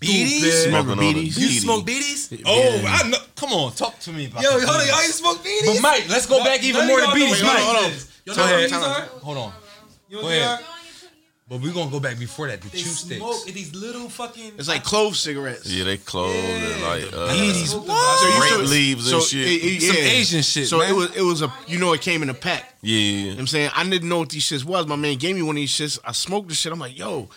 [SPEAKER 1] Beatties?
[SPEAKER 3] You
[SPEAKER 2] Smoking
[SPEAKER 3] remember
[SPEAKER 2] on
[SPEAKER 3] Beatties?
[SPEAKER 2] it.
[SPEAKER 4] You smoke BDs?
[SPEAKER 1] Oh, I know. Come on, talk to me about.
[SPEAKER 4] Yo, hold
[SPEAKER 1] that.
[SPEAKER 4] on, y'all ain't smoke BDs?
[SPEAKER 1] But Mike, let's go back even more to
[SPEAKER 4] Beatties.
[SPEAKER 1] Beatties.
[SPEAKER 3] Wait, hold
[SPEAKER 1] Mike, Go ahead.
[SPEAKER 4] Y'all know what these
[SPEAKER 3] on, hold on.
[SPEAKER 4] are?
[SPEAKER 1] hold on.
[SPEAKER 4] You know
[SPEAKER 1] Go
[SPEAKER 4] what these
[SPEAKER 1] ahead.
[SPEAKER 4] are?
[SPEAKER 5] Don't you put your-
[SPEAKER 1] But we're gonna go back before that. The
[SPEAKER 4] They
[SPEAKER 1] chew
[SPEAKER 4] smoke
[SPEAKER 1] sticks.
[SPEAKER 4] these little fucking.
[SPEAKER 3] It's like clove cigarettes.
[SPEAKER 2] Yeah, they clothed and like
[SPEAKER 1] Yeezys.
[SPEAKER 2] uh,
[SPEAKER 4] Smoke the
[SPEAKER 3] So
[SPEAKER 4] vibe.
[SPEAKER 3] you
[SPEAKER 2] Grape
[SPEAKER 3] should-
[SPEAKER 2] leaves and shit.
[SPEAKER 1] Some Asian shit,
[SPEAKER 3] So
[SPEAKER 1] man.
[SPEAKER 3] it was it was a you know it came in a pack. You know what
[SPEAKER 2] yeah.
[SPEAKER 3] I'm saying? I didn't know what these shits was. My man gave me one of these shits. I smoked this shit. I'm like, yo,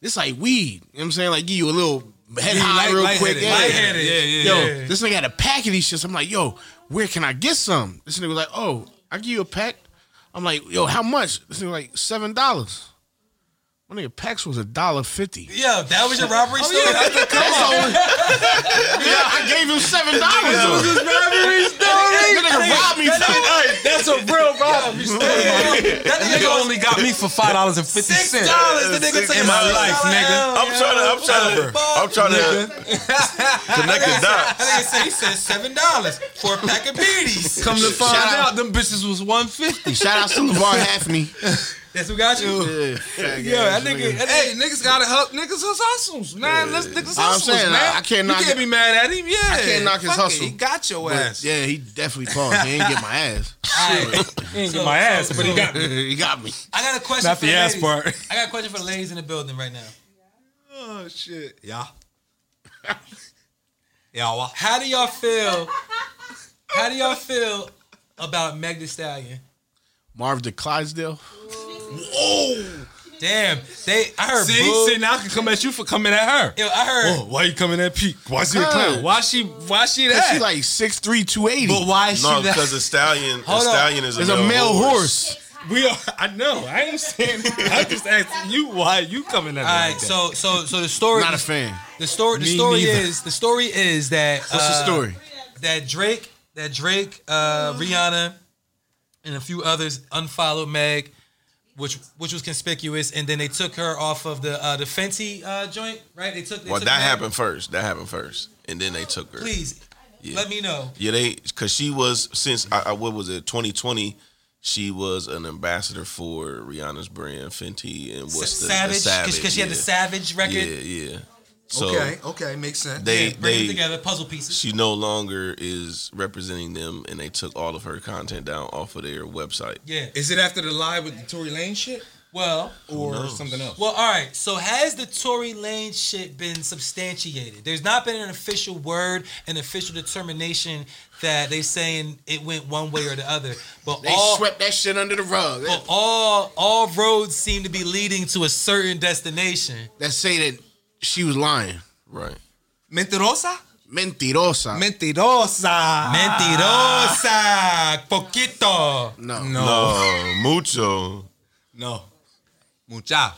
[SPEAKER 3] this like weed. You know what I'm saying? Like give you a little head
[SPEAKER 1] Yeah,
[SPEAKER 3] high
[SPEAKER 1] light-
[SPEAKER 3] real
[SPEAKER 1] lightheaded.
[SPEAKER 3] quick. Yeah.
[SPEAKER 1] Lightheaded. Yeah, yeah,
[SPEAKER 3] Yo,
[SPEAKER 1] yeah.
[SPEAKER 3] this nigga had a pack of these shits. I'm like, yo, where can I get some? This nigga was like, oh, I give you a pack. I'm like, yo, how much? This nigga was like seven dollars. My nigga packs was a dollar fifty.
[SPEAKER 4] Yo, that was your robbery story.
[SPEAKER 3] Yeah, I gave him seven dollars. That nigga robbed me. for-
[SPEAKER 1] That's a real problem.
[SPEAKER 4] That
[SPEAKER 1] That nigga only got me for five dollars and fifty
[SPEAKER 4] six
[SPEAKER 1] cents.
[SPEAKER 4] dollars. The nigga
[SPEAKER 2] Six
[SPEAKER 4] took
[SPEAKER 2] in my
[SPEAKER 4] $6
[SPEAKER 1] life, nigga.
[SPEAKER 4] out,
[SPEAKER 2] I'm
[SPEAKER 4] yo.
[SPEAKER 2] trying to, I'm trying to, I'm trying to connect the
[SPEAKER 4] That
[SPEAKER 2] dots.
[SPEAKER 4] nigga said he said seven dollars for a pack of beardies.
[SPEAKER 1] Come to find
[SPEAKER 3] Shout out.
[SPEAKER 1] out, them bitches was one fifty.
[SPEAKER 3] Shout out to LeVar Hafney.
[SPEAKER 4] That's who got you.
[SPEAKER 3] Yeah, fat
[SPEAKER 4] Yo,
[SPEAKER 3] ass
[SPEAKER 4] that nigga. That
[SPEAKER 1] Hey, niggas gotta help niggas his hustles, man. Let's niggas
[SPEAKER 3] I'm
[SPEAKER 1] hustles,
[SPEAKER 3] saying,
[SPEAKER 1] man.
[SPEAKER 3] I- I can't knock
[SPEAKER 1] you can't
[SPEAKER 3] it.
[SPEAKER 1] be mad at him. Yeah, I
[SPEAKER 3] can't knock his hustle.
[SPEAKER 1] He got your
[SPEAKER 3] But,
[SPEAKER 1] ass.
[SPEAKER 3] yeah, he definitely paused. He didn't get my ass.
[SPEAKER 1] He ain't
[SPEAKER 4] So-
[SPEAKER 1] get my ass,
[SPEAKER 4] so-
[SPEAKER 1] but he got me.
[SPEAKER 3] he got me.
[SPEAKER 4] I got a question
[SPEAKER 1] Not
[SPEAKER 4] for
[SPEAKER 1] the ass
[SPEAKER 4] ladies.
[SPEAKER 1] part.
[SPEAKER 4] I got a question for the ladies in the building right now.
[SPEAKER 1] Oh shit, yeah, yeah. Well,
[SPEAKER 4] How do y'all feel? How do y'all feel about Meg Thee Stallion?
[SPEAKER 3] Marv the Clydesdale.
[SPEAKER 4] Damn, they. I heard.
[SPEAKER 1] Oh, see,
[SPEAKER 4] boo.
[SPEAKER 1] see, now I can come at you for coming at her.
[SPEAKER 4] Yo, I heard.
[SPEAKER 1] Whoa, why you coming at Pete? Why she a clown? Why she? Why she
[SPEAKER 3] She's
[SPEAKER 1] that?
[SPEAKER 3] She like 6'3", 280.
[SPEAKER 1] but why is
[SPEAKER 2] No,
[SPEAKER 1] she that?
[SPEAKER 2] because a stallion, a
[SPEAKER 4] on.
[SPEAKER 2] stallion is a
[SPEAKER 3] There's a male horse.
[SPEAKER 1] We are. I know. I ain't saying. I just asking you why you coming at her.
[SPEAKER 4] All
[SPEAKER 1] like
[SPEAKER 4] right,
[SPEAKER 1] that.
[SPEAKER 4] so so so the story.
[SPEAKER 3] Not a fan.
[SPEAKER 4] The story. The
[SPEAKER 1] Me
[SPEAKER 4] story
[SPEAKER 1] neither.
[SPEAKER 4] is. The story is that.
[SPEAKER 3] What's
[SPEAKER 4] uh,
[SPEAKER 3] the story?
[SPEAKER 4] That Drake. That Drake, uh, Rihanna, and a few others unfollowed Meg, which which was conspicuous, and then they took her off of the uh, the Fenty uh, joint, right? They took. They
[SPEAKER 2] Well,
[SPEAKER 4] took
[SPEAKER 2] that
[SPEAKER 4] Meg.
[SPEAKER 2] happened first. That happened first, and then they took her.
[SPEAKER 4] Please, let me know.
[SPEAKER 2] Yeah, they because she was since I, I what was it 2020, she was an ambassador for Rihanna's brand Fenty and what's the
[SPEAKER 4] Savage,
[SPEAKER 2] the
[SPEAKER 4] because she had the
[SPEAKER 2] yeah.
[SPEAKER 4] Savage record.
[SPEAKER 2] Yeah, yeah. So
[SPEAKER 1] okay, okay, makes sense.
[SPEAKER 2] they
[SPEAKER 4] Bring them
[SPEAKER 2] they
[SPEAKER 4] together, puzzle pieces.
[SPEAKER 2] she no longer is representing them, and they took all of her content down off of their website.
[SPEAKER 4] Yeah.
[SPEAKER 1] Is it after the lie with the Tory Lane shit
[SPEAKER 4] Well,
[SPEAKER 1] or
[SPEAKER 2] knows?
[SPEAKER 1] something else?
[SPEAKER 4] well, all right. So has the Tory Lane shit been substantiated? There's not been an official word, an official determination that they saying it went one way or the other. But
[SPEAKER 3] They Oh.
[SPEAKER 4] all
[SPEAKER 3] swept that shit under the rug.
[SPEAKER 4] but all all roads seem to be leading to a certain destination.
[SPEAKER 3] that say that she was lying.
[SPEAKER 2] Right.
[SPEAKER 1] Mentirosa.
[SPEAKER 3] Mentirosa.
[SPEAKER 1] Mentirosa.
[SPEAKER 3] Ah.
[SPEAKER 4] Mentirosa, poquito.
[SPEAKER 3] no.
[SPEAKER 2] No, mucho. Oh,
[SPEAKER 1] No. Mucha.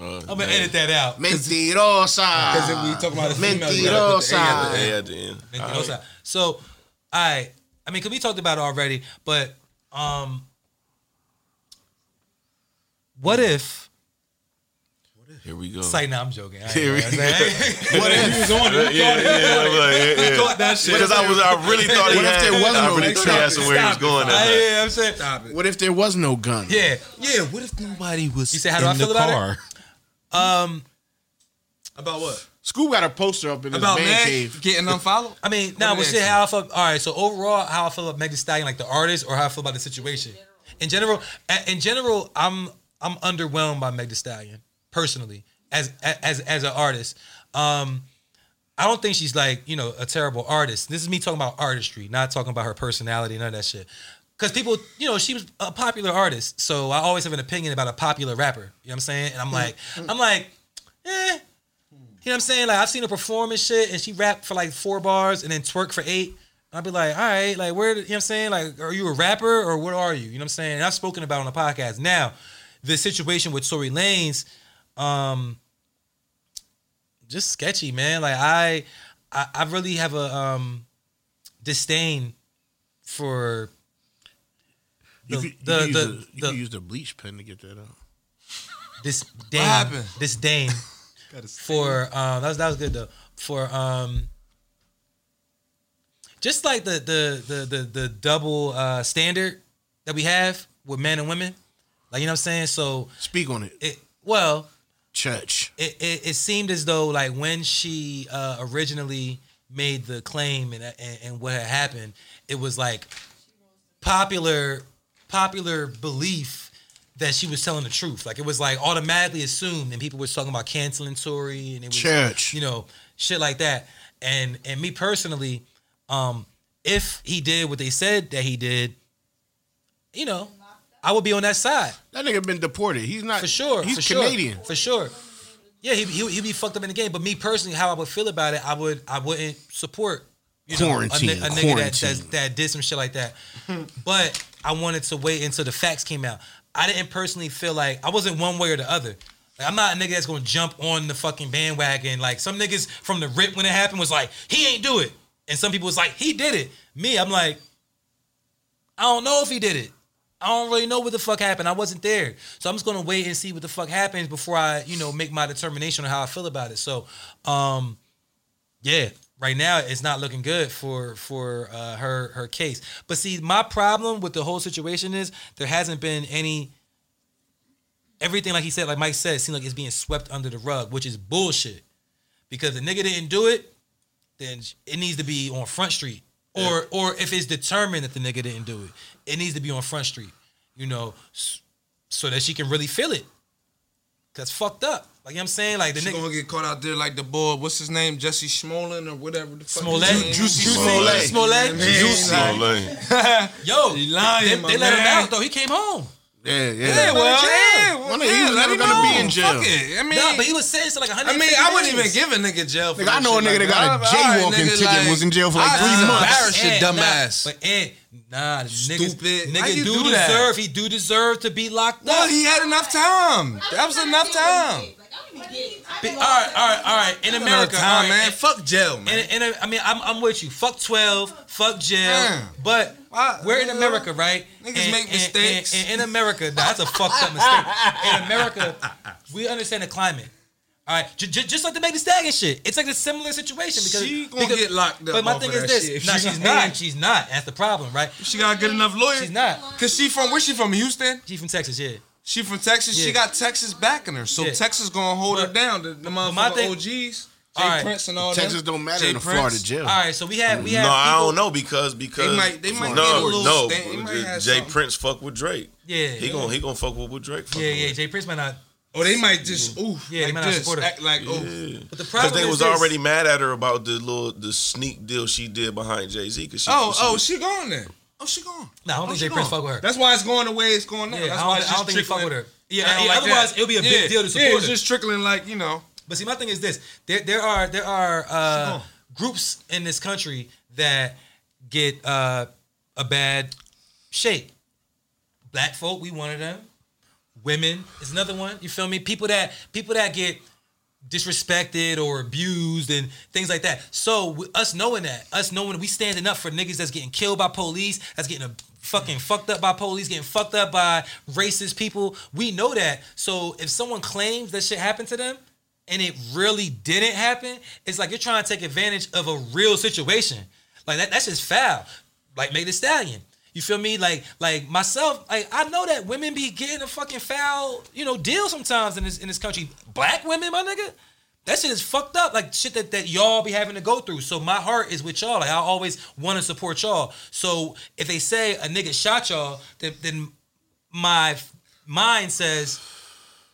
[SPEAKER 2] Uh,
[SPEAKER 4] I'm gonna edit that out.
[SPEAKER 3] Mentirosa.
[SPEAKER 1] Because if we talk about a female, you gotta put the A at
[SPEAKER 3] Mentirosa.
[SPEAKER 1] the end.
[SPEAKER 2] Hey, at the end.
[SPEAKER 4] Thank you.
[SPEAKER 2] All
[SPEAKER 4] No,
[SPEAKER 2] right.
[SPEAKER 4] sir. So, I, I mean, 'cause we talked about it already, but um, what if?
[SPEAKER 2] Here we go.
[SPEAKER 4] It's like, nah, I'm joking. I ain't
[SPEAKER 2] Here we
[SPEAKER 4] gonna say-
[SPEAKER 2] Yeah, yeah, yeah, like, yeah, yeah. Because I was, I really thought he
[SPEAKER 3] What if
[SPEAKER 2] had.
[SPEAKER 3] there was
[SPEAKER 2] I
[SPEAKER 3] no-
[SPEAKER 2] really
[SPEAKER 3] Stop
[SPEAKER 2] thought he had
[SPEAKER 1] it,
[SPEAKER 2] somewhere he was
[SPEAKER 1] stop it.
[SPEAKER 2] going.
[SPEAKER 4] I,
[SPEAKER 2] At that.
[SPEAKER 4] yeah, I'm saying,
[SPEAKER 1] Stop it.
[SPEAKER 3] What if there was no gun?
[SPEAKER 4] yeah.
[SPEAKER 1] Yeah, what if nobody was
[SPEAKER 4] You said, how do I feel about it?
[SPEAKER 1] About what?
[SPEAKER 3] Scoop got a poster up in his man
[SPEAKER 1] About Meg
[SPEAKER 3] cave.
[SPEAKER 1] getting unfollowed?
[SPEAKER 4] I mean, now nah,
[SPEAKER 1] did
[SPEAKER 4] we'll
[SPEAKER 1] they
[SPEAKER 4] see
[SPEAKER 1] say?
[SPEAKER 4] how I feel. All right, so overall, how I feel about Megan Thee Stallion, like the artist, or how I feel about the situation. In general, a- in general, I'm I'm underwhelmed by Megan Thee Stallion personally, as as as an artist. Um, I don't think she's like you know a terrible artist. This is me talking about artistry, not talking about her personality, none of that shit. Because people, you know, she was a popular artist, so I always have an opinion about a popular rapper. You know what I'm saying? And I'm like, I'm like, eh, you know what I'm saying? Like I've seen her perform and shit, and she rapped for like four bars and then twerk for eight. I'd be like, all right, like where you know what I'm saying? Like, are you a rapper or what are you? You know what I'm saying? And I've spoken about it on the podcast. Now, the situation with Tory Lanez, um, just sketchy, man. Like I I, I really have a um disdain for
[SPEAKER 3] You
[SPEAKER 4] The-
[SPEAKER 3] could- you
[SPEAKER 4] the-
[SPEAKER 3] could use
[SPEAKER 4] the-
[SPEAKER 3] a- you
[SPEAKER 4] the-
[SPEAKER 3] could use the bleach pen to get that out.
[SPEAKER 4] disdain
[SPEAKER 1] happened?
[SPEAKER 4] disdain for um that was that was good though for um just like the the the the, the double uh standard that we have with men and women like you know what i'm saying so
[SPEAKER 3] Speak on it.
[SPEAKER 4] it well
[SPEAKER 3] Church.
[SPEAKER 4] it, it, it seemed as though like when she uh, originally made the claim and, and and what had happened, it was like popular popular belief that she was telling the truth. Like it was like automatically assumed, and people was talking about canceling Tory and it was
[SPEAKER 3] Church.
[SPEAKER 4] you know, shit like that. And and me personally, um, if he did what they said that he did, you know, I would be on that side
[SPEAKER 3] That nigga been deported. He's not
[SPEAKER 4] for sure.
[SPEAKER 3] He's
[SPEAKER 4] for
[SPEAKER 3] Canadian.
[SPEAKER 4] sure, for sure. Yeah, he he he'd be fucked up in the game. But me personally, how I would feel about it, I would I wouldn't support you know, a ni-
[SPEAKER 3] Quarantine,
[SPEAKER 4] a, nigga that,
[SPEAKER 3] quarantine.
[SPEAKER 4] that that did some shit like that. but I wanted to wait until the facts came out. I didn't personally feel like I wasn't one way or the other. Like, I'm not a nigga that's gonna jump on the fucking bandwagon. Like some niggas from the rip when it happened was like he ain't do it, and some people was like he did it. Me, I'm like I don't know if he did it. I don't really know what the fuck happened. I wasn't there. So I'm just gonna wait and see what the fuck happens before I, you know, make my determination on how I feel about it. So um yeah, right now it's not looking good for for uh, her her case. But see, my problem with the whole situation is there hasn't been any everything like he said, like Mike said, seemed like it's being swept under the rug, which is bullshit. Because the nigga didn't do it, then it needs to be on Front Street. Or or if it's determined that the nigga didn't do it, it needs to be on Front Street. You know, s- so that she can really feel it. Cause fucked up. Like you know what I'm saying? Like the
[SPEAKER 1] She
[SPEAKER 4] nigga
[SPEAKER 1] gonna get caught out there like the boy. What's his name? Jesse Schmolen or whatever. The fuck
[SPEAKER 4] Smollett.
[SPEAKER 1] his name is.
[SPEAKER 3] Juicy
[SPEAKER 2] Smollett.
[SPEAKER 4] Smollett.
[SPEAKER 1] Man, like,
[SPEAKER 2] Juicy. Like,
[SPEAKER 4] Yo,
[SPEAKER 1] You lying,
[SPEAKER 4] they,
[SPEAKER 1] my
[SPEAKER 4] they let him
[SPEAKER 1] man.
[SPEAKER 4] out though. He came home.
[SPEAKER 3] Yeah, yeah.
[SPEAKER 1] Yeah, well, yeah,
[SPEAKER 4] jail.
[SPEAKER 1] well,
[SPEAKER 3] My nigga, he
[SPEAKER 1] yeah,
[SPEAKER 3] was
[SPEAKER 1] let
[SPEAKER 3] never
[SPEAKER 1] him
[SPEAKER 3] gonna be
[SPEAKER 1] know.
[SPEAKER 3] in jail.
[SPEAKER 1] Fuck it. I mean,
[SPEAKER 4] Nah, but he was sentenced to like 100.
[SPEAKER 1] I mean, I wouldn't even give a nigga jail. For
[SPEAKER 3] Nigga, I know a nigga that got a jaywalking ticket and was in jail for like three months.
[SPEAKER 1] Embarrass your dumbass.
[SPEAKER 4] But eh, nah, the
[SPEAKER 1] Stupid.
[SPEAKER 4] niggas,
[SPEAKER 1] How
[SPEAKER 4] nigga
[SPEAKER 1] you
[SPEAKER 4] do,
[SPEAKER 1] do that?
[SPEAKER 4] deserve. He do deserve to be locked
[SPEAKER 1] no,
[SPEAKER 4] up.
[SPEAKER 1] he had enough time. That was enough time.
[SPEAKER 4] Be- all right, all right, all right. In America,
[SPEAKER 1] Enough time,
[SPEAKER 4] all right,
[SPEAKER 1] man.
[SPEAKER 4] and-
[SPEAKER 1] Fuck jail, man.
[SPEAKER 4] And, and I mean, I'm, I'm with you. Fuck 12, fuck jail.
[SPEAKER 1] Damn.
[SPEAKER 4] But
[SPEAKER 1] Why-
[SPEAKER 4] we're in
[SPEAKER 1] nigga,
[SPEAKER 4] America, right?
[SPEAKER 1] Uh, niggas make mistakes.
[SPEAKER 4] And, and in America, nah, that's a fucked up mistake. In America, we understand the climate. All right, j- j- just like the Megan Stallion shit. It's like a similar situation because
[SPEAKER 1] She gonna
[SPEAKER 4] because-
[SPEAKER 1] get locked up
[SPEAKER 4] But my
[SPEAKER 1] off
[SPEAKER 4] thing
[SPEAKER 1] of
[SPEAKER 4] is
[SPEAKER 1] that shit
[SPEAKER 4] this:
[SPEAKER 1] if
[SPEAKER 4] nah,
[SPEAKER 1] she's
[SPEAKER 4] she's
[SPEAKER 1] not.
[SPEAKER 4] not. She's not. That's the problem, right?
[SPEAKER 1] she got a good enough lawyer.
[SPEAKER 4] She's not.
[SPEAKER 1] Cause she from where she from? Houston.
[SPEAKER 4] She's from Texas, yeah.
[SPEAKER 1] She from Texas. She
[SPEAKER 4] Yeah.
[SPEAKER 1] got Texas backing her, so
[SPEAKER 4] Yeah.
[SPEAKER 1] Texas gonna hold her
[SPEAKER 4] But-
[SPEAKER 1] down. The, the
[SPEAKER 4] my thing-
[SPEAKER 1] motherfucking OGs, Jay
[SPEAKER 4] All right.
[SPEAKER 1] Prince and all that.
[SPEAKER 3] Texas don't matter
[SPEAKER 1] Jay
[SPEAKER 3] in a
[SPEAKER 1] Prince.
[SPEAKER 3] Florida jail.
[SPEAKER 4] All right, so we have we
[SPEAKER 2] no,
[SPEAKER 4] have.
[SPEAKER 2] I
[SPEAKER 4] people-
[SPEAKER 2] don't know because because
[SPEAKER 1] They might- they might get a
[SPEAKER 2] no
[SPEAKER 1] little
[SPEAKER 2] no
[SPEAKER 1] stain- they might have
[SPEAKER 2] Jay
[SPEAKER 1] something.
[SPEAKER 2] Prince fuck with Drake.
[SPEAKER 4] Yeah.
[SPEAKER 2] he gonna he gonna fuck with what Drake. Fuck
[SPEAKER 4] Yeah, yeah.
[SPEAKER 2] with.
[SPEAKER 4] Jay Prince might not.
[SPEAKER 1] Or Oh, they might just ooh,
[SPEAKER 4] Yeah, they
[SPEAKER 1] like
[SPEAKER 4] might not
[SPEAKER 1] this,
[SPEAKER 4] support her.
[SPEAKER 1] act like oh. ooh.
[SPEAKER 4] But the
[SPEAKER 2] Because
[SPEAKER 4] problem
[SPEAKER 2] they
[SPEAKER 4] is
[SPEAKER 2] was
[SPEAKER 4] this.
[SPEAKER 2] already mad at her about the little the sneak deal she did behind Jay Z. Cause she,
[SPEAKER 1] Oh,
[SPEAKER 2] she,
[SPEAKER 1] oh, she gone then. Oh, she gone.
[SPEAKER 4] Nah, I don't
[SPEAKER 1] oh,
[SPEAKER 4] think
[SPEAKER 1] she
[SPEAKER 4] Jay Prince
[SPEAKER 1] gone.
[SPEAKER 4] fuck with her.
[SPEAKER 1] That's why it's going the way it's going now.
[SPEAKER 4] Yeah,
[SPEAKER 1] That's
[SPEAKER 4] I
[SPEAKER 1] why
[SPEAKER 4] don't-
[SPEAKER 1] it's
[SPEAKER 4] I don't
[SPEAKER 1] just
[SPEAKER 4] think he fuck
[SPEAKER 1] trickling-
[SPEAKER 4] with her. Yeah,
[SPEAKER 1] down
[SPEAKER 4] yeah, otherwise
[SPEAKER 1] that.
[SPEAKER 4] it'll be a big deal to
[SPEAKER 1] Yeah,
[SPEAKER 4] support
[SPEAKER 1] it's
[SPEAKER 4] her.
[SPEAKER 1] just trickling like you know.
[SPEAKER 4] But see, my thing is this: there there are there are uh, groups in this country that get uh, a bad shape. Black folk, we one of them. Women is another one. You feel me? People that people that get disrespected or abused and things like that. So w- us knowing that, us knowing we standing up for niggas that's getting killed by police, that's getting a fucking fucked up by police, getting fucked up by racist people. We know that. So if someone claims that shit happened to them and it really didn't happen, it's like you're trying to take advantage of a real situation. Like that that's just foul. Like make the stallion. You feel me? Like, like myself, like I know that women be getting a fucking foul, you know, deal sometimes in this in this country. Black women, my nigga, that shit is fucked up. Like shit that that y'all be having to go through. So my heart is with y'all. Like I always want to support y'all. So if they say a nigga shot y'all, then, then my f- mind says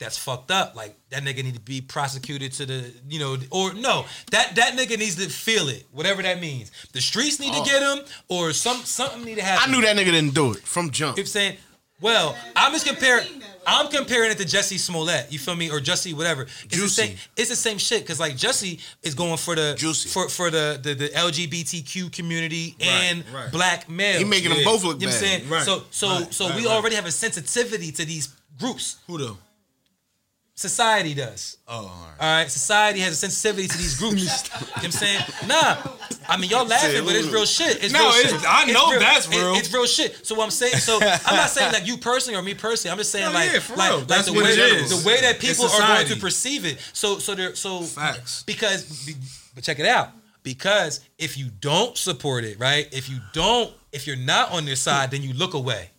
[SPEAKER 4] that's fucked up. Like that nigga need to be prosecuted to the, you know, or no, that that nigga needs to feel it, whatever that means. The streets need to get him, or some something need to happen.
[SPEAKER 3] Oh. I knew that nigga didn't do it from jump.
[SPEAKER 4] People saying, well, I'm just comparing. I'm comparing it to Jesse Smollett. You feel me? Or Jesse, whatever. It's the
[SPEAKER 3] Juicy.
[SPEAKER 4] same. It's the same shit. Cause like Jesse is going for the
[SPEAKER 3] Juicy.
[SPEAKER 4] for for the the, the LGBTQ community and
[SPEAKER 1] right.
[SPEAKER 4] black males.
[SPEAKER 3] He making them
[SPEAKER 4] Yeah.
[SPEAKER 3] both look
[SPEAKER 4] You know what I'm
[SPEAKER 3] bad.
[SPEAKER 4] saying?
[SPEAKER 1] Right,
[SPEAKER 4] So so
[SPEAKER 1] right,
[SPEAKER 4] so
[SPEAKER 1] right,
[SPEAKER 4] we
[SPEAKER 1] right.
[SPEAKER 4] already have a sensitivity to these groups.
[SPEAKER 1] Who though?
[SPEAKER 4] Society does.
[SPEAKER 1] Oh, all right.
[SPEAKER 4] All right, society has a sensitivity to these groups. you know what I'm saying? Nah. I mean, y'all laughing, but it's real shit. It's
[SPEAKER 1] No,
[SPEAKER 4] real
[SPEAKER 1] it's-
[SPEAKER 4] shit.
[SPEAKER 1] I know
[SPEAKER 4] real-
[SPEAKER 1] that's
[SPEAKER 4] it-
[SPEAKER 1] real.
[SPEAKER 4] it's real shit. So what I'm saying, so I'm not saying like you personally or me personally. I'm just saying
[SPEAKER 1] No,
[SPEAKER 4] like,
[SPEAKER 1] yeah, for
[SPEAKER 4] like,
[SPEAKER 1] real.
[SPEAKER 4] like
[SPEAKER 1] That's
[SPEAKER 4] the
[SPEAKER 1] what
[SPEAKER 4] way
[SPEAKER 1] it is.
[SPEAKER 4] the way that
[SPEAKER 1] It's
[SPEAKER 4] people are going to
[SPEAKER 1] society.
[SPEAKER 4] perceive it. So so they're so
[SPEAKER 1] Facts.
[SPEAKER 4] because be- but check it out. Because if you don't support it, right? If you don't, if you're not on their side, then you look away.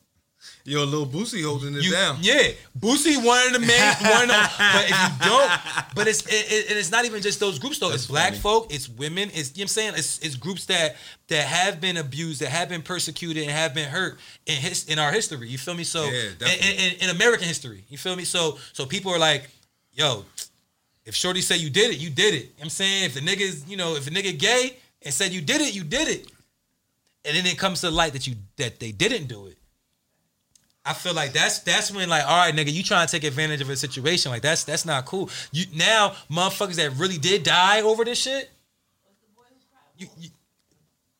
[SPEAKER 1] Yo, little Boosie holding it
[SPEAKER 4] You-
[SPEAKER 1] down.
[SPEAKER 4] Yeah, Boosie wanted to make one of, but if you don't, but it's it, it- and it's not even just those groups though. it's black
[SPEAKER 1] funny.
[SPEAKER 4] folk, it's women, it's you know what I'm saying, it's, it's groups that that have been abused, that have been persecuted, and have been hurt in his in our history. You feel me? So
[SPEAKER 1] Yeah,
[SPEAKER 4] in,
[SPEAKER 1] definitely.
[SPEAKER 4] in, in- in American history, you feel me? So so people are like, yo, if Shorty said you did it, you did it. You know what I'm saying if the niggas, you know, if a nigga gay and said you did it, you did it. And then it comes to light that you that they didn't do it. I feel like that's that's when like, all right, nigga, you trying to take advantage of a situation. Like that's that's not cool. You now motherfuckers that really did die over this shit. You, you,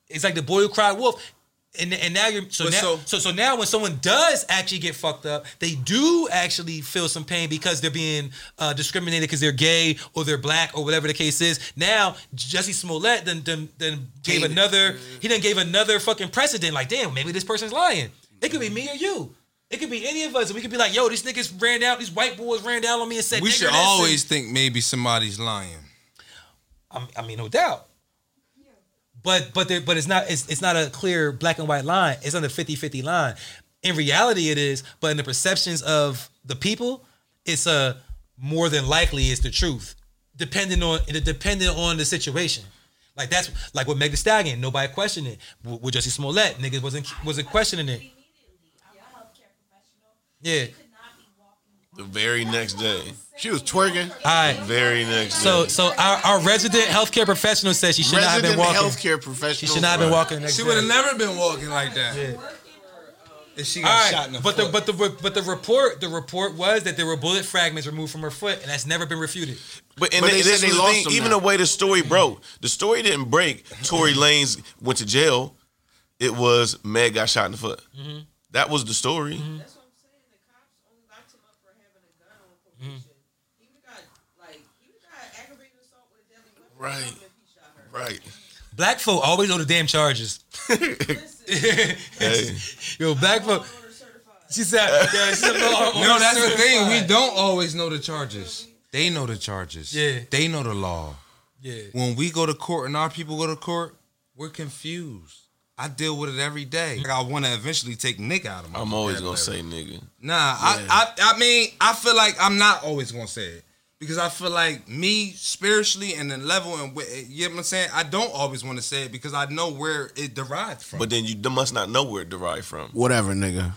[SPEAKER 4] it's like the boy who cried wolf. And, and now you're so
[SPEAKER 1] But
[SPEAKER 4] now, so,
[SPEAKER 1] so-
[SPEAKER 4] so now when someone does actually get fucked up, they do actually feel some pain because they're being uh, discriminated because they're gay or they're black or whatever the case is. Now Jesse Smollett then then, then gave
[SPEAKER 3] Tainted.
[SPEAKER 4] another
[SPEAKER 1] Mm-hmm.
[SPEAKER 4] he then gave another fucking precedent. Like damn, maybe this person's lying. It could be me or you. It could be any of us, and we could be like, yo, these niggas ran down, these white boys ran down on me and said,
[SPEAKER 1] We
[SPEAKER 4] nigger
[SPEAKER 1] should
[SPEAKER 4] this and-
[SPEAKER 1] always think maybe somebody's lying.
[SPEAKER 4] I I mean, no doubt. But but there, but it's not it's, it's not a clear black and white line. It's on the 50-50 line. In reality, it is, but in the perceptions of the people, it's a more than likely it's the truth, depending on it depending on the situation. Like that's like with Meg Thee Stallion, nobody questioned it. With, with Jesse Smollett, niggas wasn't wasn't questioning it.
[SPEAKER 5] Immediately, I'm a healthcare professional.
[SPEAKER 4] Yeah.
[SPEAKER 5] Could not be walking.
[SPEAKER 2] The very next day.
[SPEAKER 3] She was twerking.
[SPEAKER 4] All right.
[SPEAKER 2] Very next day.
[SPEAKER 4] So so our, our resident healthcare professional says she should not have
[SPEAKER 3] Resident
[SPEAKER 4] been walking.
[SPEAKER 3] healthcare professional.
[SPEAKER 4] She should not have been walking. the Next
[SPEAKER 1] She would
[SPEAKER 4] day.
[SPEAKER 1] have never been walking like that. If she got
[SPEAKER 4] All right,
[SPEAKER 1] shot in the
[SPEAKER 4] but
[SPEAKER 1] foot.
[SPEAKER 4] the but the re- but the report the report was that there were bullet fragments removed from her foot, and that's never been refuted.
[SPEAKER 2] But, and
[SPEAKER 3] But
[SPEAKER 2] they,
[SPEAKER 3] they said
[SPEAKER 2] this
[SPEAKER 3] they
[SPEAKER 2] was the
[SPEAKER 3] lost
[SPEAKER 2] thing,
[SPEAKER 3] them
[SPEAKER 2] even
[SPEAKER 3] now.
[SPEAKER 2] the way the story broke, the story didn't break. Tory Lanez went to jail. It was Meg got shot in the foot. That was the story.
[SPEAKER 6] That's what I'm saying. The cops only locked him up for having a gun on
[SPEAKER 2] Mm-hmm.
[SPEAKER 6] probation. He would got like he would got aggravated assault with a deadly weapon. or
[SPEAKER 2] Right.
[SPEAKER 6] something If he shot her.
[SPEAKER 2] Right.
[SPEAKER 4] Black folk always know the damn charges.
[SPEAKER 2] Hey.
[SPEAKER 4] Yo, black folk.
[SPEAKER 6] Law and order certified.
[SPEAKER 4] She said, yeah, she said law and
[SPEAKER 1] no,
[SPEAKER 4] order
[SPEAKER 1] that's the thing. We
[SPEAKER 4] certified.
[SPEAKER 1] don't always know the charges. They know the charges.
[SPEAKER 4] Yeah.
[SPEAKER 1] They know the law.
[SPEAKER 4] Yeah,
[SPEAKER 1] When we go to court and our people go to court, we're confused. I deal with it every day. Like I want to eventually take Nick out of my.
[SPEAKER 2] I'm always gonna
[SPEAKER 1] vocabulary.
[SPEAKER 2] say nigga.
[SPEAKER 1] Nah, I, I I mean, I feel like I'm not always gonna say it because I feel like me spiritually and the level and wh- you know what I'm saying. I don't always want to say it because I know where it derived from.
[SPEAKER 2] But then you must not know where it derived from.
[SPEAKER 3] Whatever, nigga.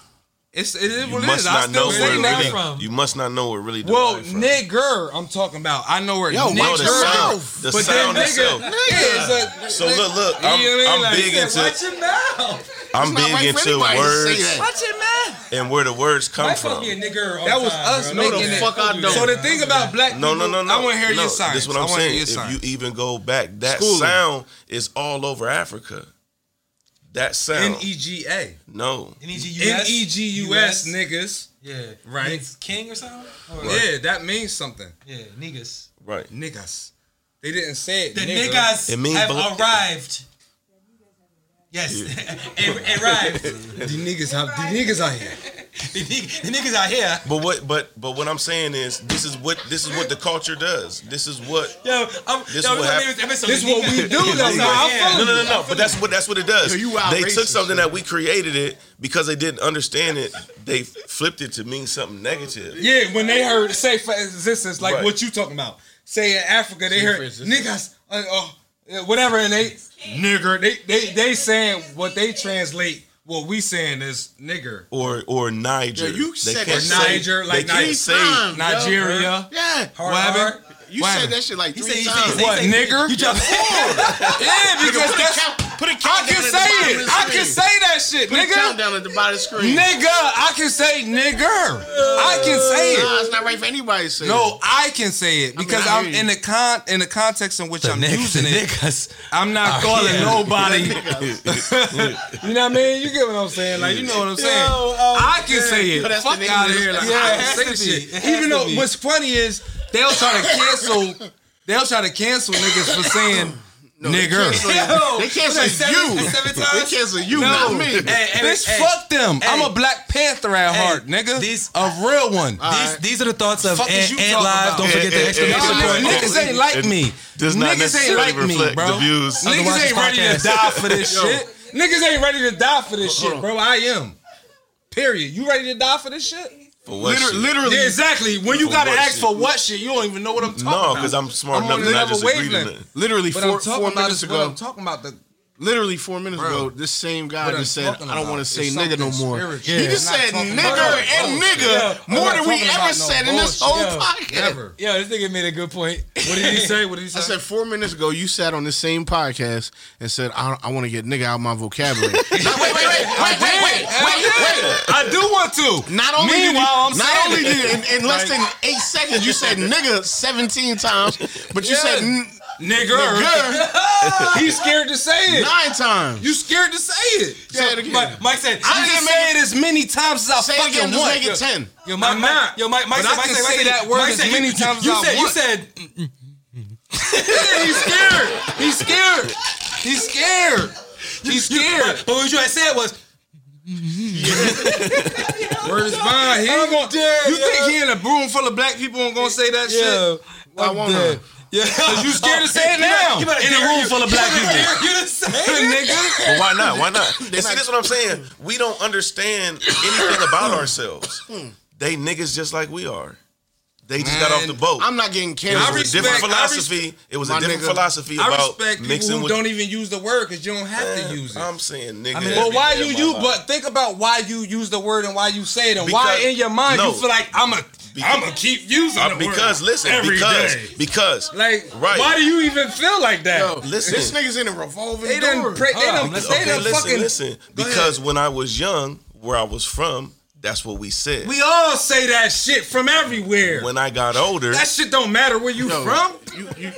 [SPEAKER 1] it's it is
[SPEAKER 2] You
[SPEAKER 1] what it
[SPEAKER 2] must
[SPEAKER 1] is. I
[SPEAKER 2] not
[SPEAKER 1] still
[SPEAKER 2] know where
[SPEAKER 1] say
[SPEAKER 2] it
[SPEAKER 4] that
[SPEAKER 2] really.
[SPEAKER 1] that.
[SPEAKER 4] from.
[SPEAKER 2] You must not know where it really derived
[SPEAKER 1] Well,
[SPEAKER 2] from.
[SPEAKER 1] nigger, I'm talking about. I know where
[SPEAKER 3] Yo,
[SPEAKER 2] No,
[SPEAKER 1] nigger.
[SPEAKER 2] the
[SPEAKER 3] Nigga.
[SPEAKER 2] sound, the
[SPEAKER 1] But then
[SPEAKER 2] sound
[SPEAKER 1] nigga,
[SPEAKER 2] itself.
[SPEAKER 1] yeah, it's a,
[SPEAKER 2] So look, look,
[SPEAKER 1] You know what
[SPEAKER 2] I'm,
[SPEAKER 1] I mean?
[SPEAKER 2] I'm
[SPEAKER 1] Like,
[SPEAKER 2] big
[SPEAKER 1] yeah,
[SPEAKER 2] into
[SPEAKER 4] watch your mouth.
[SPEAKER 2] I'm
[SPEAKER 3] not right
[SPEAKER 2] big
[SPEAKER 3] for
[SPEAKER 2] into
[SPEAKER 3] anybody to say
[SPEAKER 2] words
[SPEAKER 3] that.
[SPEAKER 4] Watch your mouth.
[SPEAKER 2] and where the words come
[SPEAKER 4] Black folk
[SPEAKER 2] from.
[SPEAKER 4] be a nigger. all
[SPEAKER 1] That was
[SPEAKER 4] time,
[SPEAKER 1] us
[SPEAKER 4] bro.
[SPEAKER 1] making
[SPEAKER 3] the
[SPEAKER 1] it.
[SPEAKER 3] fuck I don't.
[SPEAKER 1] So the thing about black
[SPEAKER 2] No,
[SPEAKER 1] people,
[SPEAKER 2] no, no, no.
[SPEAKER 1] I want to hear
[SPEAKER 2] no,
[SPEAKER 1] your science.
[SPEAKER 2] This is what
[SPEAKER 1] I
[SPEAKER 2] I'm
[SPEAKER 1] wanna hear your
[SPEAKER 2] saying. If
[SPEAKER 1] science.
[SPEAKER 2] you even go back, that
[SPEAKER 3] Schooling.
[SPEAKER 2] sound is all over Africa. That sound.
[SPEAKER 1] E N-E-G-A.
[SPEAKER 2] no.
[SPEAKER 4] E N-E-G-U-S?
[SPEAKER 1] E N-E-G-U-S niggas.
[SPEAKER 4] Yeah.
[SPEAKER 1] Right.
[SPEAKER 4] It's king or something? Or-
[SPEAKER 1] Yeah, that means something.
[SPEAKER 4] Yeah, niggas.
[SPEAKER 2] Right.
[SPEAKER 1] Niggas. They didn't say it.
[SPEAKER 4] The
[SPEAKER 1] nigga.
[SPEAKER 4] niggas
[SPEAKER 2] It mean
[SPEAKER 4] have
[SPEAKER 2] blo-
[SPEAKER 4] arrived. Yes, it arrived.
[SPEAKER 1] The niggas out the niggas out here.
[SPEAKER 4] The, nig- the niggas out here.
[SPEAKER 2] But what but but what I'm saying is this is what this is what the culture does. This is what
[SPEAKER 4] Yo, I'm,
[SPEAKER 2] This
[SPEAKER 4] yo,
[SPEAKER 2] what
[SPEAKER 4] this,
[SPEAKER 2] happened.
[SPEAKER 4] episode,
[SPEAKER 1] This what we do, though.
[SPEAKER 4] Niggas
[SPEAKER 1] Nah,
[SPEAKER 4] out
[SPEAKER 1] I'm
[SPEAKER 4] here.
[SPEAKER 1] feeling
[SPEAKER 2] No, no, no, no. But that's what that's what it does.
[SPEAKER 3] Yo, you wild
[SPEAKER 2] they took
[SPEAKER 3] racist,
[SPEAKER 2] something that we created it because they didn't understand it. They flipped it to mean something negative.
[SPEAKER 1] Yeah, when they heard say for existence, like
[SPEAKER 2] Right.
[SPEAKER 1] what you talking about. Say in Africa, they heard niggas, uh, oh, uh, whatever, and they nigger. They they they saying what they translate. What we saying is nigger,
[SPEAKER 2] Or or Niger.
[SPEAKER 3] Yeah, you
[SPEAKER 2] they
[SPEAKER 3] said
[SPEAKER 2] can't
[SPEAKER 3] that
[SPEAKER 2] say-
[SPEAKER 1] Niger, like
[SPEAKER 2] they can't
[SPEAKER 1] Niger.
[SPEAKER 2] say
[SPEAKER 1] Nigeria.
[SPEAKER 3] Yeah.
[SPEAKER 4] Hard,
[SPEAKER 1] What happened?
[SPEAKER 4] hard.
[SPEAKER 3] You
[SPEAKER 1] Why?
[SPEAKER 3] said that shit like
[SPEAKER 4] He
[SPEAKER 3] three
[SPEAKER 4] said, he said, he
[SPEAKER 3] times.
[SPEAKER 4] said,
[SPEAKER 1] What,
[SPEAKER 4] he said-
[SPEAKER 1] nigger?
[SPEAKER 4] You just
[SPEAKER 1] Yeah, because
[SPEAKER 3] Put a
[SPEAKER 1] that's
[SPEAKER 3] count- Put
[SPEAKER 1] I
[SPEAKER 3] a countdown
[SPEAKER 1] can
[SPEAKER 3] at the
[SPEAKER 1] say
[SPEAKER 3] bottom of
[SPEAKER 1] it.
[SPEAKER 3] the
[SPEAKER 1] I can
[SPEAKER 3] screen.
[SPEAKER 1] say that shit,
[SPEAKER 3] Put a
[SPEAKER 1] nigga.
[SPEAKER 3] countdown at the bottom of the screen.
[SPEAKER 1] Nigga, I can say nigger. I can say
[SPEAKER 3] Nah,
[SPEAKER 1] it.
[SPEAKER 3] it's not right for anybody to say
[SPEAKER 1] No, I can say it because I
[SPEAKER 3] I hear
[SPEAKER 1] am
[SPEAKER 3] you.
[SPEAKER 1] in the con in the context in which I'm using it.
[SPEAKER 4] niggas.
[SPEAKER 1] I'm not calling
[SPEAKER 4] Oh, yeah.
[SPEAKER 1] nobody. you know what I mean? You get what I'm saying? Like you know what I'm saying?
[SPEAKER 4] oh,
[SPEAKER 1] I can say it.
[SPEAKER 3] But that's the
[SPEAKER 1] Fuck
[SPEAKER 3] name
[SPEAKER 1] out of
[SPEAKER 3] of the-
[SPEAKER 1] here. Like,
[SPEAKER 4] Yeah,
[SPEAKER 1] I
[SPEAKER 4] it
[SPEAKER 1] can
[SPEAKER 4] has
[SPEAKER 1] say
[SPEAKER 4] to
[SPEAKER 1] this
[SPEAKER 4] be. It
[SPEAKER 1] shit.
[SPEAKER 4] has
[SPEAKER 1] Even
[SPEAKER 4] to
[SPEAKER 1] though
[SPEAKER 4] be.
[SPEAKER 1] what's funny is they'll try to cancel. they'll try to cancel niggas for saying nigger.
[SPEAKER 3] They
[SPEAKER 4] Yo,
[SPEAKER 3] canceled, they canceled
[SPEAKER 4] seven-
[SPEAKER 3] you.
[SPEAKER 4] seven
[SPEAKER 3] They
[SPEAKER 4] times?
[SPEAKER 3] canceled you,
[SPEAKER 1] No.
[SPEAKER 3] not me.
[SPEAKER 4] Hey, hey,
[SPEAKER 1] Bitch,
[SPEAKER 4] hey,
[SPEAKER 1] fuck them. I'm
[SPEAKER 4] hey.
[SPEAKER 1] a Black Panther at
[SPEAKER 4] Hey,
[SPEAKER 1] heart, nigga.
[SPEAKER 4] these-
[SPEAKER 1] a real one.
[SPEAKER 4] These, these are the thoughts of
[SPEAKER 1] Fuck is
[SPEAKER 4] Ant
[SPEAKER 1] you
[SPEAKER 4] Ant
[SPEAKER 1] talking
[SPEAKER 4] Live.
[SPEAKER 1] about?
[SPEAKER 4] Don't forget the
[SPEAKER 2] Eh, eh, eh,
[SPEAKER 4] exclamation
[SPEAKER 2] eh,
[SPEAKER 4] point.
[SPEAKER 2] eh, eh,
[SPEAKER 1] Niggas ain't like
[SPEAKER 2] It
[SPEAKER 1] me.
[SPEAKER 2] does not
[SPEAKER 1] Niggas ain't
[SPEAKER 2] necessarily
[SPEAKER 1] like me,
[SPEAKER 2] reflect
[SPEAKER 1] bro.
[SPEAKER 2] the views.
[SPEAKER 1] Niggas
[SPEAKER 4] Otherwise,
[SPEAKER 1] ain't
[SPEAKER 4] it's
[SPEAKER 1] ready to
[SPEAKER 4] podcast.
[SPEAKER 1] die for this shit. Niggas ain't ready to die for this shit, bro. I am. Period. You ready to die for this shit?
[SPEAKER 2] For what?
[SPEAKER 3] Liter-
[SPEAKER 2] shit?
[SPEAKER 3] literally,
[SPEAKER 1] Yeah, exactly. When you
[SPEAKER 2] For
[SPEAKER 1] gotta
[SPEAKER 2] what
[SPEAKER 1] ask
[SPEAKER 2] shit?
[SPEAKER 1] for what shit, you don't even know what I'm talking
[SPEAKER 2] No,
[SPEAKER 1] about.
[SPEAKER 2] because I'm smart
[SPEAKER 1] I'm
[SPEAKER 2] enough
[SPEAKER 1] on
[SPEAKER 2] to not
[SPEAKER 1] another
[SPEAKER 2] just agree to
[SPEAKER 1] wavelength.
[SPEAKER 2] nothing.
[SPEAKER 3] literally
[SPEAKER 1] But
[SPEAKER 3] four,
[SPEAKER 1] I'm talking
[SPEAKER 3] four
[SPEAKER 1] about
[SPEAKER 3] minutes
[SPEAKER 1] is
[SPEAKER 3] ago.
[SPEAKER 1] What I'm talking about the.
[SPEAKER 3] literally four minutes
[SPEAKER 1] Bro.
[SPEAKER 3] ago, this same guy
[SPEAKER 1] What I'm
[SPEAKER 3] just said,
[SPEAKER 1] talking
[SPEAKER 3] "I don't
[SPEAKER 1] about
[SPEAKER 3] want to say
[SPEAKER 1] is
[SPEAKER 3] nigga no
[SPEAKER 1] something
[SPEAKER 3] more."
[SPEAKER 1] spiritual.
[SPEAKER 3] He
[SPEAKER 4] Yeah.
[SPEAKER 3] just
[SPEAKER 1] I'm not
[SPEAKER 3] said
[SPEAKER 1] talking
[SPEAKER 3] nigger
[SPEAKER 1] about
[SPEAKER 3] and
[SPEAKER 1] bullshit.
[SPEAKER 3] nigga
[SPEAKER 4] Yeah.
[SPEAKER 1] I'm
[SPEAKER 3] more
[SPEAKER 1] not
[SPEAKER 3] than we
[SPEAKER 1] talking
[SPEAKER 3] ever
[SPEAKER 1] about no
[SPEAKER 3] said in this
[SPEAKER 1] bullshit.
[SPEAKER 3] whole
[SPEAKER 4] Yeah.
[SPEAKER 3] podcast.
[SPEAKER 1] Never.
[SPEAKER 4] Yo, this nigga made a good point.
[SPEAKER 1] What did he say? What did he say?
[SPEAKER 3] I said four minutes ago, you sat on this same podcast and said, "I, I want to get nigga out of my vocabulary." Now, wait, wait, wait, wait, wait, wait, wait, wait.
[SPEAKER 1] I do want to.
[SPEAKER 3] Not only did you,
[SPEAKER 1] Meanwhile, I'm
[SPEAKER 3] not
[SPEAKER 1] saying
[SPEAKER 3] only
[SPEAKER 1] it.
[SPEAKER 3] did you, in, in less than eight seconds, you said nigga seventeen times, but you
[SPEAKER 1] Yeah.
[SPEAKER 3] said n-
[SPEAKER 1] Nigger.
[SPEAKER 3] nigga
[SPEAKER 1] He's scared to say it.
[SPEAKER 3] nine times.
[SPEAKER 1] You scared to say it.
[SPEAKER 3] Say it again.
[SPEAKER 4] Mike, Mike said,
[SPEAKER 1] I
[SPEAKER 3] didn't
[SPEAKER 1] can
[SPEAKER 3] make
[SPEAKER 1] say it as many times as I
[SPEAKER 3] Say it
[SPEAKER 1] fucking
[SPEAKER 3] again, just
[SPEAKER 1] want.
[SPEAKER 3] make it ten.
[SPEAKER 4] yo, Mike,
[SPEAKER 1] I'm
[SPEAKER 4] Mike-
[SPEAKER 1] not.
[SPEAKER 4] yo, Mike, Mike
[SPEAKER 1] But
[SPEAKER 4] said,
[SPEAKER 1] I
[SPEAKER 4] Mike
[SPEAKER 1] can
[SPEAKER 4] said,
[SPEAKER 1] say
[SPEAKER 4] Mike said-
[SPEAKER 1] that word
[SPEAKER 4] Mike
[SPEAKER 1] as
[SPEAKER 4] said,
[SPEAKER 1] many
[SPEAKER 4] you-
[SPEAKER 1] times
[SPEAKER 4] you
[SPEAKER 1] as I
[SPEAKER 4] said,
[SPEAKER 1] want.
[SPEAKER 4] You said, mm,
[SPEAKER 1] He's scared. He's scared. He's scared. He's scared.
[SPEAKER 4] but what you had said was,
[SPEAKER 1] Word is mine. He ain't gonna.
[SPEAKER 4] dead,
[SPEAKER 1] you
[SPEAKER 4] yo.
[SPEAKER 1] think he in a room full of black people and gonna say that shit?
[SPEAKER 4] yeah,
[SPEAKER 3] Why won't I?
[SPEAKER 4] Yeah, because
[SPEAKER 1] you scared to say it now. In a room full of black people.
[SPEAKER 4] You to say it.
[SPEAKER 1] Nigga.
[SPEAKER 2] But why not? Why not? And see, that's what I'm saying. We don't understand anything about ourselves.
[SPEAKER 1] Hmm.
[SPEAKER 2] They niggas just like we are. They just got off the
[SPEAKER 1] Man,
[SPEAKER 2] boat.
[SPEAKER 3] I'm not getting
[SPEAKER 2] it
[SPEAKER 3] canceled.
[SPEAKER 2] was
[SPEAKER 1] respect-
[SPEAKER 2] a different
[SPEAKER 1] I
[SPEAKER 2] philosophy. it was
[SPEAKER 3] my
[SPEAKER 2] a different
[SPEAKER 3] nigga,
[SPEAKER 2] philosophy
[SPEAKER 1] I
[SPEAKER 2] about
[SPEAKER 1] respect people
[SPEAKER 2] mixing
[SPEAKER 1] who
[SPEAKER 2] with.
[SPEAKER 1] don't even use the word because you don't have to use it.
[SPEAKER 2] I'm saying nigga.
[SPEAKER 4] mean,
[SPEAKER 1] Well, why you
[SPEAKER 2] every day
[SPEAKER 1] you?
[SPEAKER 2] of my life.
[SPEAKER 1] But think about why you use the word and why you say it, and why
[SPEAKER 2] Because-
[SPEAKER 1] in your mind
[SPEAKER 2] no.
[SPEAKER 1] you feel like I'm a
[SPEAKER 2] Because-
[SPEAKER 1] I'm gonna keep using the
[SPEAKER 2] Uh, because
[SPEAKER 1] word
[SPEAKER 2] listen,
[SPEAKER 1] every
[SPEAKER 2] because
[SPEAKER 1] day.
[SPEAKER 2] because
[SPEAKER 1] like
[SPEAKER 2] Right.
[SPEAKER 1] why do you even feel like that?
[SPEAKER 3] Yo,
[SPEAKER 2] Listen.
[SPEAKER 3] this nigga's in a revolving
[SPEAKER 1] they
[SPEAKER 3] door.
[SPEAKER 1] done pre- they
[SPEAKER 4] Hold
[SPEAKER 1] done
[SPEAKER 4] on,
[SPEAKER 1] they
[SPEAKER 4] let's-
[SPEAKER 2] okay,
[SPEAKER 1] done
[SPEAKER 2] listen,
[SPEAKER 1] fucking
[SPEAKER 2] listen.
[SPEAKER 1] Go ahead.
[SPEAKER 2] Because when I was young, where I was from, that's what we said.
[SPEAKER 1] We all say that shit from everywhere.
[SPEAKER 2] when I got older,
[SPEAKER 1] that shit don't matter where you
[SPEAKER 3] Yo,
[SPEAKER 1] from.
[SPEAKER 3] You, you,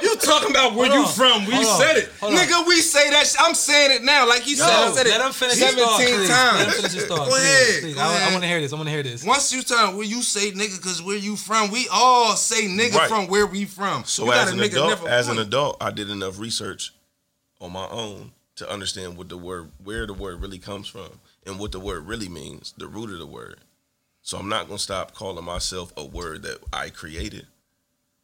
[SPEAKER 1] You talking about where you
[SPEAKER 4] on,
[SPEAKER 1] from? We
[SPEAKER 4] hold on,
[SPEAKER 1] said it,
[SPEAKER 4] hold on.
[SPEAKER 1] nigga. We say that. Sh- I'm saying it now, like he said. I
[SPEAKER 4] Let
[SPEAKER 1] said
[SPEAKER 4] him-
[SPEAKER 1] it
[SPEAKER 4] let him finish his thought,
[SPEAKER 1] seventeen
[SPEAKER 4] please. Let him
[SPEAKER 1] times.
[SPEAKER 4] finish his thought.
[SPEAKER 1] Go
[SPEAKER 4] please,
[SPEAKER 1] ahead,
[SPEAKER 4] please.
[SPEAKER 1] go
[SPEAKER 4] I,
[SPEAKER 1] ahead.
[SPEAKER 4] I want to hear this. I want to hear this.
[SPEAKER 1] Once you turn where you say nigga, cause where you from, we all say nigga
[SPEAKER 2] Right.
[SPEAKER 1] from where we from.
[SPEAKER 2] so
[SPEAKER 1] you
[SPEAKER 2] as
[SPEAKER 1] gotta
[SPEAKER 2] an
[SPEAKER 1] make
[SPEAKER 2] adult,
[SPEAKER 1] another
[SPEAKER 2] as an
[SPEAKER 1] point.
[SPEAKER 2] adult, I did enough research on my own to understand what the word, where the word really comes from, and what the word really means, the root of the word. So I'm not gonna stop calling myself a word that I created,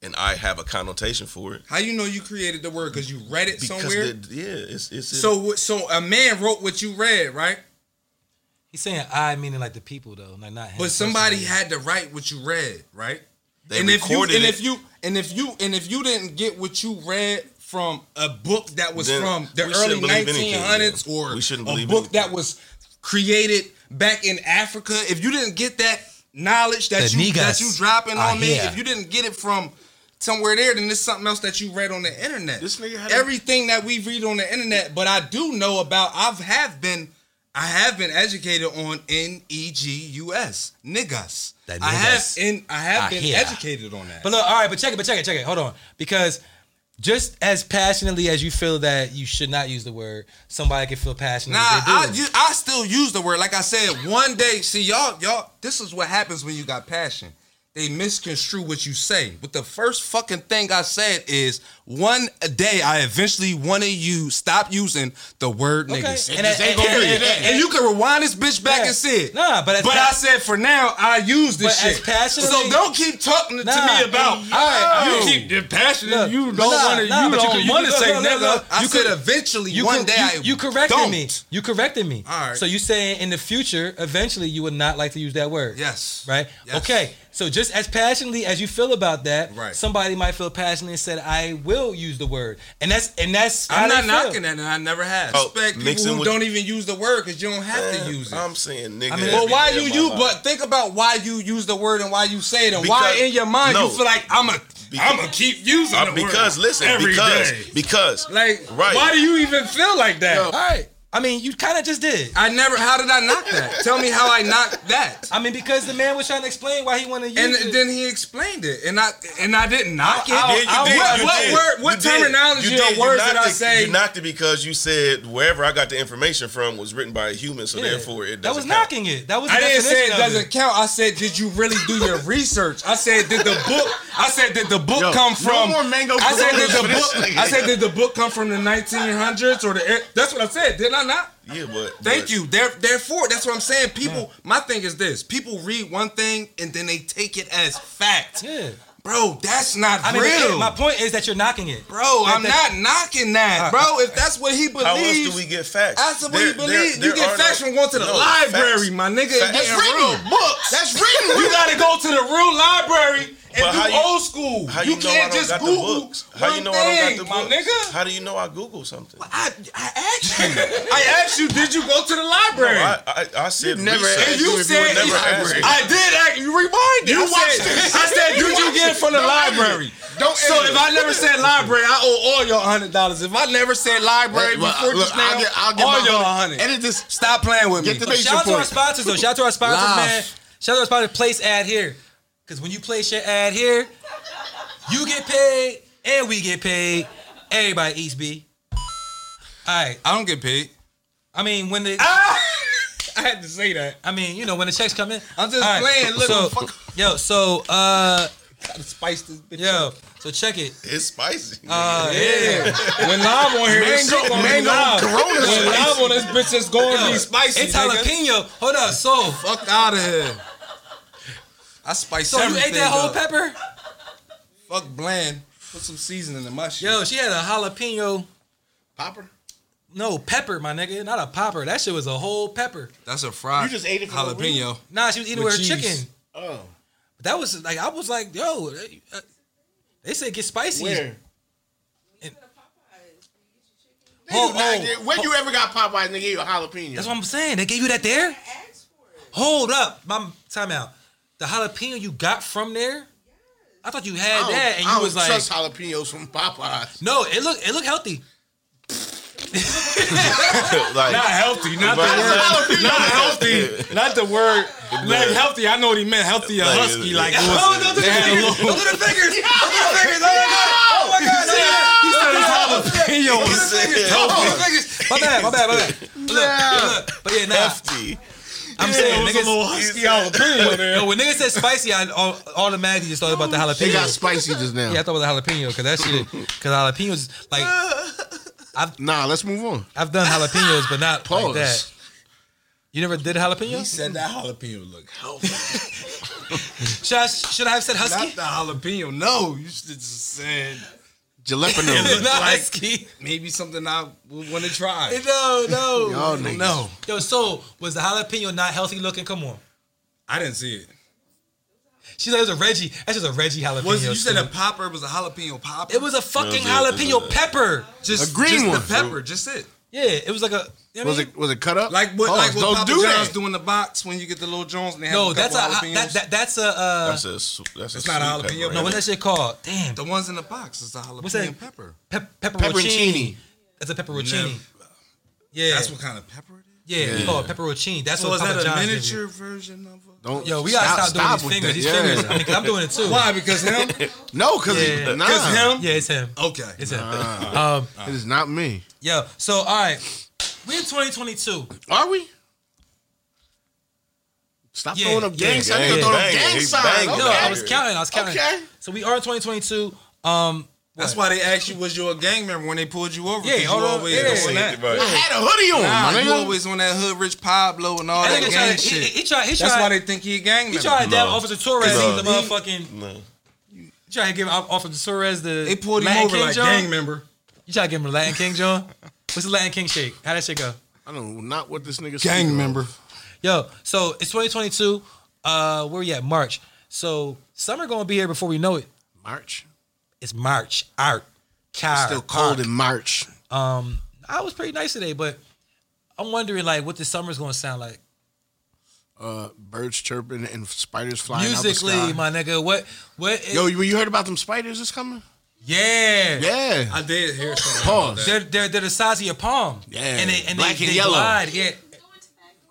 [SPEAKER 2] and I have a connotation for it
[SPEAKER 1] How you know you created the word? Cause you read it
[SPEAKER 2] because
[SPEAKER 1] somewhere.
[SPEAKER 2] the- yeah, it's it's
[SPEAKER 1] So what- so a man wrote what you read, right?
[SPEAKER 4] He's saying I, meaning like the people though, like not him.
[SPEAKER 1] But somebody
[SPEAKER 4] personally.
[SPEAKER 1] had to write what you read, right?
[SPEAKER 2] They
[SPEAKER 1] and if you and
[SPEAKER 2] recorded it.
[SPEAKER 1] if you and if you and if you didn't get what you read from a book that was
[SPEAKER 2] Then
[SPEAKER 1] from the
[SPEAKER 2] we shouldn't
[SPEAKER 1] early
[SPEAKER 2] believe
[SPEAKER 1] 1900s
[SPEAKER 2] anything, yeah.
[SPEAKER 1] or
[SPEAKER 2] We shouldn't
[SPEAKER 1] a
[SPEAKER 2] believe
[SPEAKER 1] book that
[SPEAKER 2] anything.
[SPEAKER 1] was created back in Africa, if you didn't get that knowledge that
[SPEAKER 4] The
[SPEAKER 1] you that
[SPEAKER 4] niggas
[SPEAKER 1] you dropping
[SPEAKER 4] are
[SPEAKER 1] on me,
[SPEAKER 4] here.
[SPEAKER 1] if you didn't get it from somewhere there, then it's something else that you read on the internet.
[SPEAKER 3] This nigga had a-
[SPEAKER 1] Everything that we read on the internet, but I do know about. I've have been, I have been educated on N E G U S niggas.
[SPEAKER 4] The
[SPEAKER 1] I have
[SPEAKER 4] niggas
[SPEAKER 1] in, I have
[SPEAKER 4] are
[SPEAKER 1] been
[SPEAKER 4] here.
[SPEAKER 1] educated on that.
[SPEAKER 4] But look, all right, but check it, but check it, check it. Hold on, because just as passionately as you feel that you should not use the word, somebody can feel passionate.
[SPEAKER 1] Nah,
[SPEAKER 4] Nah,
[SPEAKER 1] I, u- I still use the word. Like I said, one day, see y'all, y'all. This is what happens when you got passion. They misconstrue what you say. But the first fucking thing I said is, one day I eventually want to you stop using the word
[SPEAKER 4] Okay.
[SPEAKER 1] niggas.
[SPEAKER 4] And
[SPEAKER 3] just ain't gonna
[SPEAKER 1] Period.
[SPEAKER 3] be
[SPEAKER 1] And,
[SPEAKER 3] that.
[SPEAKER 1] you can rewind this bitch back
[SPEAKER 4] Yeah.
[SPEAKER 1] and see it.
[SPEAKER 4] Nah, but as
[SPEAKER 1] but I
[SPEAKER 4] pa-
[SPEAKER 1] said for now I use this
[SPEAKER 4] But as
[SPEAKER 1] shit.
[SPEAKER 4] passionately-
[SPEAKER 1] so don't keep talking to
[SPEAKER 4] Nah,
[SPEAKER 1] me about.
[SPEAKER 4] and- all right,
[SPEAKER 1] you keep you're passionate.
[SPEAKER 4] Look,
[SPEAKER 1] you don't
[SPEAKER 4] but nah,
[SPEAKER 1] want to.
[SPEAKER 4] nah,
[SPEAKER 1] you
[SPEAKER 4] but you could-
[SPEAKER 1] don't
[SPEAKER 4] you
[SPEAKER 1] want to
[SPEAKER 4] could-
[SPEAKER 1] say
[SPEAKER 4] look, look,
[SPEAKER 1] nigga.
[SPEAKER 4] look,
[SPEAKER 1] I
[SPEAKER 4] you
[SPEAKER 1] could
[SPEAKER 4] could-
[SPEAKER 1] eventually
[SPEAKER 4] you
[SPEAKER 1] one
[SPEAKER 4] cor-
[SPEAKER 1] day.
[SPEAKER 4] you,
[SPEAKER 1] I
[SPEAKER 4] you corrected
[SPEAKER 1] don't.
[SPEAKER 4] me. You corrected me.
[SPEAKER 1] All right.
[SPEAKER 4] So you saying in the future, eventually, you would not like to use that word.
[SPEAKER 1] Yes.
[SPEAKER 4] Right.
[SPEAKER 1] Yes.
[SPEAKER 4] Okay. So just as passionately as you feel about that,
[SPEAKER 1] Right.
[SPEAKER 4] somebody might feel passionately and said, "I will use the word," and that's and that's. how
[SPEAKER 1] I'm
[SPEAKER 4] they
[SPEAKER 1] not
[SPEAKER 4] feel.
[SPEAKER 1] knocking that, and I never have.
[SPEAKER 2] Oh,
[SPEAKER 1] Respect people
[SPEAKER 2] mixing
[SPEAKER 1] who
[SPEAKER 2] with-
[SPEAKER 1] don't even use the word because you don't have to use it.
[SPEAKER 2] I'm saying nigga.
[SPEAKER 4] I mean,
[SPEAKER 1] but
[SPEAKER 2] every
[SPEAKER 1] why
[SPEAKER 2] day
[SPEAKER 1] you
[SPEAKER 2] of my
[SPEAKER 1] you?
[SPEAKER 2] life.
[SPEAKER 1] But think about why you use the word and why you say it, and why
[SPEAKER 2] Because-
[SPEAKER 1] in your mind
[SPEAKER 2] no.
[SPEAKER 1] you feel like I'm a
[SPEAKER 2] Because-
[SPEAKER 1] am gonna keep using
[SPEAKER 2] Uh,
[SPEAKER 1] the
[SPEAKER 2] because
[SPEAKER 1] word
[SPEAKER 2] listen,
[SPEAKER 1] every
[SPEAKER 2] because
[SPEAKER 1] day.
[SPEAKER 2] because
[SPEAKER 1] like
[SPEAKER 2] Right.
[SPEAKER 1] why do you even feel like that?
[SPEAKER 4] All right. I mean, you kind of just did.
[SPEAKER 1] I never. How did I knock that? Tell me how I knocked that.
[SPEAKER 4] I mean, because the man was trying to explain why he wanted to use
[SPEAKER 1] And
[SPEAKER 4] it.
[SPEAKER 1] then he explained it, and I and I didn't knock it.
[SPEAKER 4] I-
[SPEAKER 2] Yeah, you
[SPEAKER 4] I-
[SPEAKER 2] did,
[SPEAKER 1] Uh, what
[SPEAKER 2] you
[SPEAKER 1] what
[SPEAKER 2] did.
[SPEAKER 1] word? What
[SPEAKER 2] You did.
[SPEAKER 1] terminology
[SPEAKER 2] You did.
[SPEAKER 1] or words
[SPEAKER 2] you
[SPEAKER 1] did
[SPEAKER 2] knocked
[SPEAKER 1] I
[SPEAKER 2] it-
[SPEAKER 1] say?
[SPEAKER 2] You knocked it because you said wherever I got the information from was written by a human, so
[SPEAKER 4] Yeah.
[SPEAKER 2] therefore it doesn't.
[SPEAKER 4] That was
[SPEAKER 2] count.
[SPEAKER 4] knocking it. That was. The
[SPEAKER 1] I didn't say it
[SPEAKER 4] definition of
[SPEAKER 1] doesn't count. I said, did you really do your research? I said, did the book? I said, did the book
[SPEAKER 3] Yo,
[SPEAKER 1] come
[SPEAKER 3] no
[SPEAKER 1] from?
[SPEAKER 3] more mango
[SPEAKER 1] I said, did
[SPEAKER 3] Coronas
[SPEAKER 1] the
[SPEAKER 3] for this
[SPEAKER 1] book?
[SPEAKER 3] nigga.
[SPEAKER 1] I said, did the book come from the 1900s or the? e, That's what I said. Did I not?
[SPEAKER 2] Yeah, but
[SPEAKER 1] Thank
[SPEAKER 2] but-
[SPEAKER 1] you. There, therefore, that's what I'm saying. People, my thing is this: people read one thing and then they take it as fact.
[SPEAKER 4] Yeah.
[SPEAKER 1] bro, that's not
[SPEAKER 4] I mean,
[SPEAKER 1] real.
[SPEAKER 4] my point is that you're knocking it.
[SPEAKER 1] bro, I'm
[SPEAKER 4] that-
[SPEAKER 1] not knocking that, bro. If that's what he believes,
[SPEAKER 2] Uh, How else do we get facts?
[SPEAKER 1] That's what we
[SPEAKER 2] There- there-
[SPEAKER 1] believe.
[SPEAKER 2] there
[SPEAKER 1] you
[SPEAKER 2] are
[SPEAKER 1] get facts
[SPEAKER 2] no-
[SPEAKER 1] from going to the
[SPEAKER 2] no,
[SPEAKER 1] library,
[SPEAKER 2] facts.
[SPEAKER 1] my nigga. and
[SPEAKER 2] Facts.
[SPEAKER 1] getting
[SPEAKER 3] That's
[SPEAKER 1] real
[SPEAKER 3] written.
[SPEAKER 1] books.
[SPEAKER 3] That's written.
[SPEAKER 1] you gotta go to the real library and
[SPEAKER 2] But
[SPEAKER 1] do
[SPEAKER 2] how you-
[SPEAKER 1] old school.
[SPEAKER 2] How
[SPEAKER 1] you,
[SPEAKER 2] you, know I
[SPEAKER 1] can't
[SPEAKER 2] don't
[SPEAKER 1] just
[SPEAKER 2] got the
[SPEAKER 1] Google
[SPEAKER 2] books? How you
[SPEAKER 1] one
[SPEAKER 2] know I
[SPEAKER 1] thing,
[SPEAKER 2] don't
[SPEAKER 1] my
[SPEAKER 2] got the books?
[SPEAKER 1] nigga.
[SPEAKER 2] How do you know I Google something?
[SPEAKER 1] I, I asked you. I asked you. Did you go to the library?
[SPEAKER 2] I, I, I said
[SPEAKER 3] You never
[SPEAKER 2] research.
[SPEAKER 3] asked
[SPEAKER 1] and you
[SPEAKER 3] if you
[SPEAKER 1] said
[SPEAKER 2] never asked me.
[SPEAKER 1] I did. Ask, you reminded.
[SPEAKER 3] You
[SPEAKER 1] I
[SPEAKER 3] watched
[SPEAKER 1] said,
[SPEAKER 3] it.
[SPEAKER 1] I said,
[SPEAKER 3] You
[SPEAKER 1] did you
[SPEAKER 3] watched
[SPEAKER 1] get it
[SPEAKER 3] it.
[SPEAKER 1] from the
[SPEAKER 3] Don't edit it.
[SPEAKER 1] library?
[SPEAKER 3] Don't
[SPEAKER 1] So if
[SPEAKER 3] edit it.
[SPEAKER 1] I never said library, I owe all y'all hundred dollars. If I never said library
[SPEAKER 3] Uh, Well,
[SPEAKER 1] before
[SPEAKER 3] look,
[SPEAKER 1] just now,
[SPEAKER 3] I'll get- I'll get
[SPEAKER 1] all
[SPEAKER 3] my
[SPEAKER 1] y'all
[SPEAKER 3] hundred.
[SPEAKER 1] hundred.
[SPEAKER 3] Edit this.
[SPEAKER 1] Stop playing with
[SPEAKER 3] Get
[SPEAKER 1] me.
[SPEAKER 3] the base.
[SPEAKER 4] Shout out to our
[SPEAKER 3] point.
[SPEAKER 4] sponsors though. Shout out to our sponsors,
[SPEAKER 3] Live.
[SPEAKER 4] man. Shout out to our sponsors. Place ad here, because when you place your ad here, you get paid and we get paid. Everybody eats B. All right.
[SPEAKER 1] I don't get paid.
[SPEAKER 4] I mean, when the
[SPEAKER 1] I had to say that.
[SPEAKER 4] I mean, you know, when the checks come in,
[SPEAKER 1] I'm just
[SPEAKER 4] All right,
[SPEAKER 1] playing. Look,
[SPEAKER 4] so,
[SPEAKER 1] fuck,
[SPEAKER 4] yo, so uh,
[SPEAKER 1] gotta spice this bitch.
[SPEAKER 4] yo, so check it.
[SPEAKER 2] It's spicy.
[SPEAKER 4] Uh, yeah.
[SPEAKER 1] When live on here, this
[SPEAKER 3] Mango,
[SPEAKER 1] shit gonna be
[SPEAKER 3] mango,
[SPEAKER 1] live.
[SPEAKER 3] Corona
[SPEAKER 1] When
[SPEAKER 3] spice.
[SPEAKER 1] live on this bitch, it's gonna
[SPEAKER 4] Yo,
[SPEAKER 1] be spicy.
[SPEAKER 4] It's
[SPEAKER 1] nigga.
[SPEAKER 4] jalapeno. Hold up. So,
[SPEAKER 1] Fuck out of here. I spiced
[SPEAKER 4] so you
[SPEAKER 1] everything
[SPEAKER 4] ate that whole
[SPEAKER 1] up.
[SPEAKER 4] pepper?
[SPEAKER 1] Fuck bland. Put some seasoning in my shit.
[SPEAKER 4] Yo, she had a jalapeno.
[SPEAKER 3] Popper.
[SPEAKER 4] No pepper, my nigga. Not a popper. That shit was a whole pepper.
[SPEAKER 1] That's a fried.
[SPEAKER 3] You just ate it for no
[SPEAKER 1] jalapeno.
[SPEAKER 4] Nah, she was eating
[SPEAKER 1] With
[SPEAKER 4] with, her
[SPEAKER 1] cheese.
[SPEAKER 4] chicken.
[SPEAKER 3] Oh,
[SPEAKER 4] But that was like I was like, yo, uh, they said get spicy.
[SPEAKER 3] where?
[SPEAKER 4] Oh,
[SPEAKER 3] Nigga,
[SPEAKER 4] oh,
[SPEAKER 3] when you ever got Popeyes and they gave you a jalapeno?
[SPEAKER 4] That's what I'm saying. They gave you that there. Hold up, my time out. The jalapeno you got from there. I thought you
[SPEAKER 3] I
[SPEAKER 4] had
[SPEAKER 3] don't-
[SPEAKER 4] that, and
[SPEAKER 3] I
[SPEAKER 4] you
[SPEAKER 3] don't
[SPEAKER 4] was like,
[SPEAKER 3] trust jalapenos from Popeyes.
[SPEAKER 4] no, it look it look healthy.
[SPEAKER 2] like,
[SPEAKER 1] Not healthy. Not
[SPEAKER 2] Right.
[SPEAKER 1] the word. Not healthy. Not the word. Like healthy. I know what he meant. Healthy or
[SPEAKER 2] Like,
[SPEAKER 1] husky. Like it
[SPEAKER 4] Oh,
[SPEAKER 1] was.
[SPEAKER 4] no, look
[SPEAKER 1] They
[SPEAKER 4] at
[SPEAKER 1] had a
[SPEAKER 4] the fingers.
[SPEAKER 1] little.
[SPEAKER 4] Look at the fingers. Look at the fingers. Oh my god.
[SPEAKER 1] He said it's jalapeno.
[SPEAKER 2] He said-
[SPEAKER 1] Healthy.
[SPEAKER 4] My bad, my bad, my bad. Look, look, but yeah, nah,
[SPEAKER 2] hefty.
[SPEAKER 4] I'm
[SPEAKER 1] It
[SPEAKER 4] saying
[SPEAKER 1] was a little
[SPEAKER 4] niggas.
[SPEAKER 1] husky jalapeno
[SPEAKER 4] Yo,
[SPEAKER 1] there.
[SPEAKER 4] when niggas said spicy, I au- automatically just thought
[SPEAKER 1] Oh,
[SPEAKER 4] about the jalapeno.
[SPEAKER 3] They got spicy just now.
[SPEAKER 4] Yeah, I thought it was a jalapeno because that shit, because jalapenos, like,
[SPEAKER 3] Nah, let's move on.
[SPEAKER 4] I've done jalapenos, but not like
[SPEAKER 3] Pause.
[SPEAKER 4] that. You never did
[SPEAKER 1] He
[SPEAKER 4] jalapenos?
[SPEAKER 1] said that jalapeno look healthy.
[SPEAKER 4] Should I, should I have said
[SPEAKER 1] Not
[SPEAKER 4] husky?
[SPEAKER 1] the jalapeno. No, you should have just said
[SPEAKER 3] Jalapeno.
[SPEAKER 4] Not
[SPEAKER 1] like-
[SPEAKER 4] husky.
[SPEAKER 1] maybe something I would want to try.
[SPEAKER 4] No, no.
[SPEAKER 3] Y'all niggas.
[SPEAKER 1] No,
[SPEAKER 4] Yo, so was the jalapeno not healthy looking? Come on.
[SPEAKER 1] I didn't see it.
[SPEAKER 4] She's like, it was a Reggie. That's just a Reggie jalapeno.
[SPEAKER 1] Was you said a
[SPEAKER 4] dude.
[SPEAKER 1] popper was a jalapeno popper?
[SPEAKER 4] It was a fucking
[SPEAKER 2] Yeah, it was
[SPEAKER 4] jalapeno
[SPEAKER 2] a-
[SPEAKER 4] pepper.
[SPEAKER 1] just
[SPEAKER 3] A green
[SPEAKER 1] just
[SPEAKER 3] one.
[SPEAKER 1] the pepper, just it.
[SPEAKER 4] Yeah, it was like a. You know what I
[SPEAKER 3] Was
[SPEAKER 4] mean?
[SPEAKER 3] it was it cut up?
[SPEAKER 1] Like what?
[SPEAKER 3] Pause.
[SPEAKER 1] like what
[SPEAKER 3] Don't
[SPEAKER 1] Papa
[SPEAKER 3] do
[SPEAKER 1] John's
[SPEAKER 3] that.
[SPEAKER 1] do in the box when you get the little Jones and they have
[SPEAKER 4] No,
[SPEAKER 1] a
[SPEAKER 4] that's
[SPEAKER 1] couple
[SPEAKER 4] a
[SPEAKER 1] jalapenos.
[SPEAKER 4] that, that that's a. Uh,
[SPEAKER 2] That's a su- that's a
[SPEAKER 1] It's not a
[SPEAKER 2] sweet
[SPEAKER 1] jalapeno,
[SPEAKER 2] pepper,
[SPEAKER 1] no,
[SPEAKER 4] what's
[SPEAKER 2] right?
[SPEAKER 4] that shit called? Damn.
[SPEAKER 1] the ones in the box is the jalapeno
[SPEAKER 4] What's that?
[SPEAKER 1] pepper.
[SPEAKER 4] Pe- pepperoncini.
[SPEAKER 3] Pepperoncini.
[SPEAKER 4] That's a pepperoncini.
[SPEAKER 1] Never-
[SPEAKER 4] Yeah.
[SPEAKER 1] That's what kind of pepper it is.
[SPEAKER 4] Yeah, it's called pepperoncini. That's
[SPEAKER 1] So
[SPEAKER 4] what
[SPEAKER 1] is
[SPEAKER 4] Papa
[SPEAKER 1] that a
[SPEAKER 4] John's gives
[SPEAKER 1] miniature version of a?
[SPEAKER 3] Don't
[SPEAKER 4] you. Yo, we gotta stop, doing these
[SPEAKER 3] with
[SPEAKER 4] fingers.
[SPEAKER 3] that.
[SPEAKER 4] These
[SPEAKER 3] Yeah.
[SPEAKER 4] fingers. I mean, i I'm doing it too.
[SPEAKER 1] Why? Because him?
[SPEAKER 3] No, cause
[SPEAKER 4] Yeah.
[SPEAKER 3] it, nah,
[SPEAKER 1] 'Cause him?
[SPEAKER 4] Yeah, it's him.
[SPEAKER 1] Okay.
[SPEAKER 4] It's him. Um,
[SPEAKER 3] it is not me.
[SPEAKER 4] yo, so all right, we're in 2022.
[SPEAKER 3] Are we? Stop
[SPEAKER 4] Yeah,
[SPEAKER 3] throwing up
[SPEAKER 4] yeah,
[SPEAKER 3] gang signs.
[SPEAKER 4] yeah,
[SPEAKER 3] You're throwing up
[SPEAKER 2] banging.
[SPEAKER 3] gang
[SPEAKER 2] He
[SPEAKER 3] signs.
[SPEAKER 2] banging.
[SPEAKER 3] Okay.
[SPEAKER 4] No, I was counting. I was counting.
[SPEAKER 3] Okay.
[SPEAKER 4] So we are in 2022. Um,
[SPEAKER 1] That's why they asked you was you a gang member when they pulled you over.
[SPEAKER 4] Yeah,
[SPEAKER 1] 'cause you
[SPEAKER 4] hold on.
[SPEAKER 1] always
[SPEAKER 4] Yeah.
[SPEAKER 1] doing
[SPEAKER 2] Right.
[SPEAKER 1] that.
[SPEAKER 3] I had a hoodie on.
[SPEAKER 1] Nah,
[SPEAKER 3] my
[SPEAKER 1] you
[SPEAKER 3] nigga.
[SPEAKER 1] always on that hood, Rich Pablo and all
[SPEAKER 4] I
[SPEAKER 1] that
[SPEAKER 4] think
[SPEAKER 1] gang
[SPEAKER 4] he tried. He,
[SPEAKER 1] shit.
[SPEAKER 4] he, he tried. He
[SPEAKER 1] That's why
[SPEAKER 4] tried.
[SPEAKER 1] they think he a gang member.
[SPEAKER 4] He tried to damn
[SPEAKER 2] No.
[SPEAKER 4] Officer Torres
[SPEAKER 2] No.
[SPEAKER 4] the motherfucking.
[SPEAKER 2] No.
[SPEAKER 4] You try to give Officer Torres the.
[SPEAKER 1] They pulled him
[SPEAKER 4] Latin
[SPEAKER 1] over
[SPEAKER 4] King
[SPEAKER 1] like
[SPEAKER 4] John?
[SPEAKER 1] gang member.
[SPEAKER 4] You try to give him the Latin King John. What's the Latin King shake? How that shit go?
[SPEAKER 3] I don't know, not what this nigga.
[SPEAKER 1] Gang
[SPEAKER 3] speak
[SPEAKER 1] member.
[SPEAKER 4] Yo, so it's 2022. Uh, where we at? March. So summer gonna be here before we know it.
[SPEAKER 3] of. March.
[SPEAKER 4] It's March. Art. Car.
[SPEAKER 3] Still cold in March.
[SPEAKER 4] Um, I was pretty nice today, but I'm wondering like what the summer's gonna sound like
[SPEAKER 3] Uh, birds chirping and spiders flying
[SPEAKER 4] musically,
[SPEAKER 3] out the
[SPEAKER 4] my
[SPEAKER 3] sky.
[SPEAKER 4] nigga. What? What? Is,
[SPEAKER 3] Yo, you, you heard about them spiders that's coming?
[SPEAKER 4] yeah.
[SPEAKER 3] Yeah.
[SPEAKER 1] I did hear something.
[SPEAKER 3] Pause.
[SPEAKER 1] About that.
[SPEAKER 4] They're, they're they're the size of your palm.
[SPEAKER 3] Yeah.
[SPEAKER 4] And they and
[SPEAKER 3] Black
[SPEAKER 4] they,
[SPEAKER 3] and
[SPEAKER 4] they
[SPEAKER 3] yellow.
[SPEAKER 4] glide. Yeah.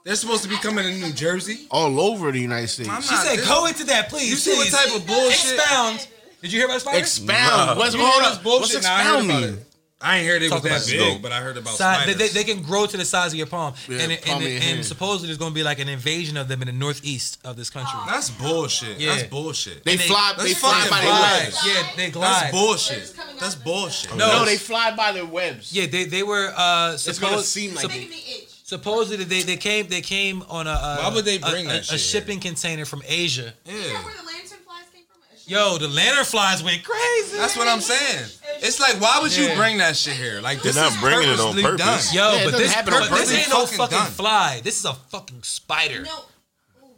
[SPEAKER 1] They're supposed to be coming to New Jersey.
[SPEAKER 3] All over the United States.
[SPEAKER 1] I'm
[SPEAKER 4] She
[SPEAKER 1] Nah,
[SPEAKER 4] said,
[SPEAKER 1] this-
[SPEAKER 4] "Go into that, please."
[SPEAKER 1] You see what
[SPEAKER 4] please.
[SPEAKER 1] type of bullshit?
[SPEAKER 4] Expound. Did you hear about the spider?
[SPEAKER 3] Expound. What's,
[SPEAKER 1] You
[SPEAKER 3] hold
[SPEAKER 1] hear
[SPEAKER 3] up.
[SPEAKER 1] this
[SPEAKER 3] What's
[SPEAKER 1] bullshit? Nah, I heard
[SPEAKER 3] expound
[SPEAKER 1] about
[SPEAKER 3] mean?
[SPEAKER 1] it. I ain't heard it was
[SPEAKER 4] Talk
[SPEAKER 1] that
[SPEAKER 4] about
[SPEAKER 1] big,
[SPEAKER 2] it.
[SPEAKER 1] but I heard about
[SPEAKER 4] size, they,
[SPEAKER 1] spiders.
[SPEAKER 4] they, they can grow to the size of your palm,
[SPEAKER 3] Yeah,
[SPEAKER 4] and, and,
[SPEAKER 3] palm of
[SPEAKER 4] and,
[SPEAKER 3] your hand.
[SPEAKER 4] supposedly there's going to be like an invasion of them in the northeast of this country.
[SPEAKER 1] That's bullshit.
[SPEAKER 4] Yeah.
[SPEAKER 1] That's bullshit.
[SPEAKER 3] They
[SPEAKER 4] Oh, they-
[SPEAKER 3] fly. They
[SPEAKER 1] That's
[SPEAKER 3] fly
[SPEAKER 1] fucking
[SPEAKER 3] by
[SPEAKER 1] fly.
[SPEAKER 3] their
[SPEAKER 4] glide.
[SPEAKER 3] webs.
[SPEAKER 4] Yeah, they glide.
[SPEAKER 1] That's bullshit. That's bullshit.
[SPEAKER 4] No.
[SPEAKER 3] No, they fly by their webs.
[SPEAKER 4] yeah, they, they were uh,
[SPEAKER 3] It's gonna
[SPEAKER 4] supposed
[SPEAKER 3] seem like.
[SPEAKER 5] Making me itch.
[SPEAKER 4] supposedly they, they came they came on a uh,
[SPEAKER 1] Why would they
[SPEAKER 4] a-
[SPEAKER 1] bring
[SPEAKER 4] a,
[SPEAKER 1] that
[SPEAKER 4] a
[SPEAKER 1] shit here?
[SPEAKER 4] shipping container from Asia.
[SPEAKER 5] You know
[SPEAKER 1] Yeah.
[SPEAKER 5] where the lantern flies came from? A
[SPEAKER 4] Yo, the lantern flies went crazy.
[SPEAKER 1] That's what I'm saying. It's like, why would you
[SPEAKER 4] Yeah.
[SPEAKER 1] bring that shit here? Like, this
[SPEAKER 2] They're not
[SPEAKER 1] is
[SPEAKER 2] bringing it on
[SPEAKER 1] purposely
[SPEAKER 2] purpose.
[SPEAKER 1] done.
[SPEAKER 4] Yo,
[SPEAKER 3] Yeah, it
[SPEAKER 4] but
[SPEAKER 3] doesn't
[SPEAKER 4] this,
[SPEAKER 3] happen on
[SPEAKER 4] but this
[SPEAKER 1] purpose.
[SPEAKER 4] ain't no
[SPEAKER 1] Fucking
[SPEAKER 4] fucking
[SPEAKER 1] done.
[SPEAKER 4] fly. This is a fucking spider.
[SPEAKER 5] No.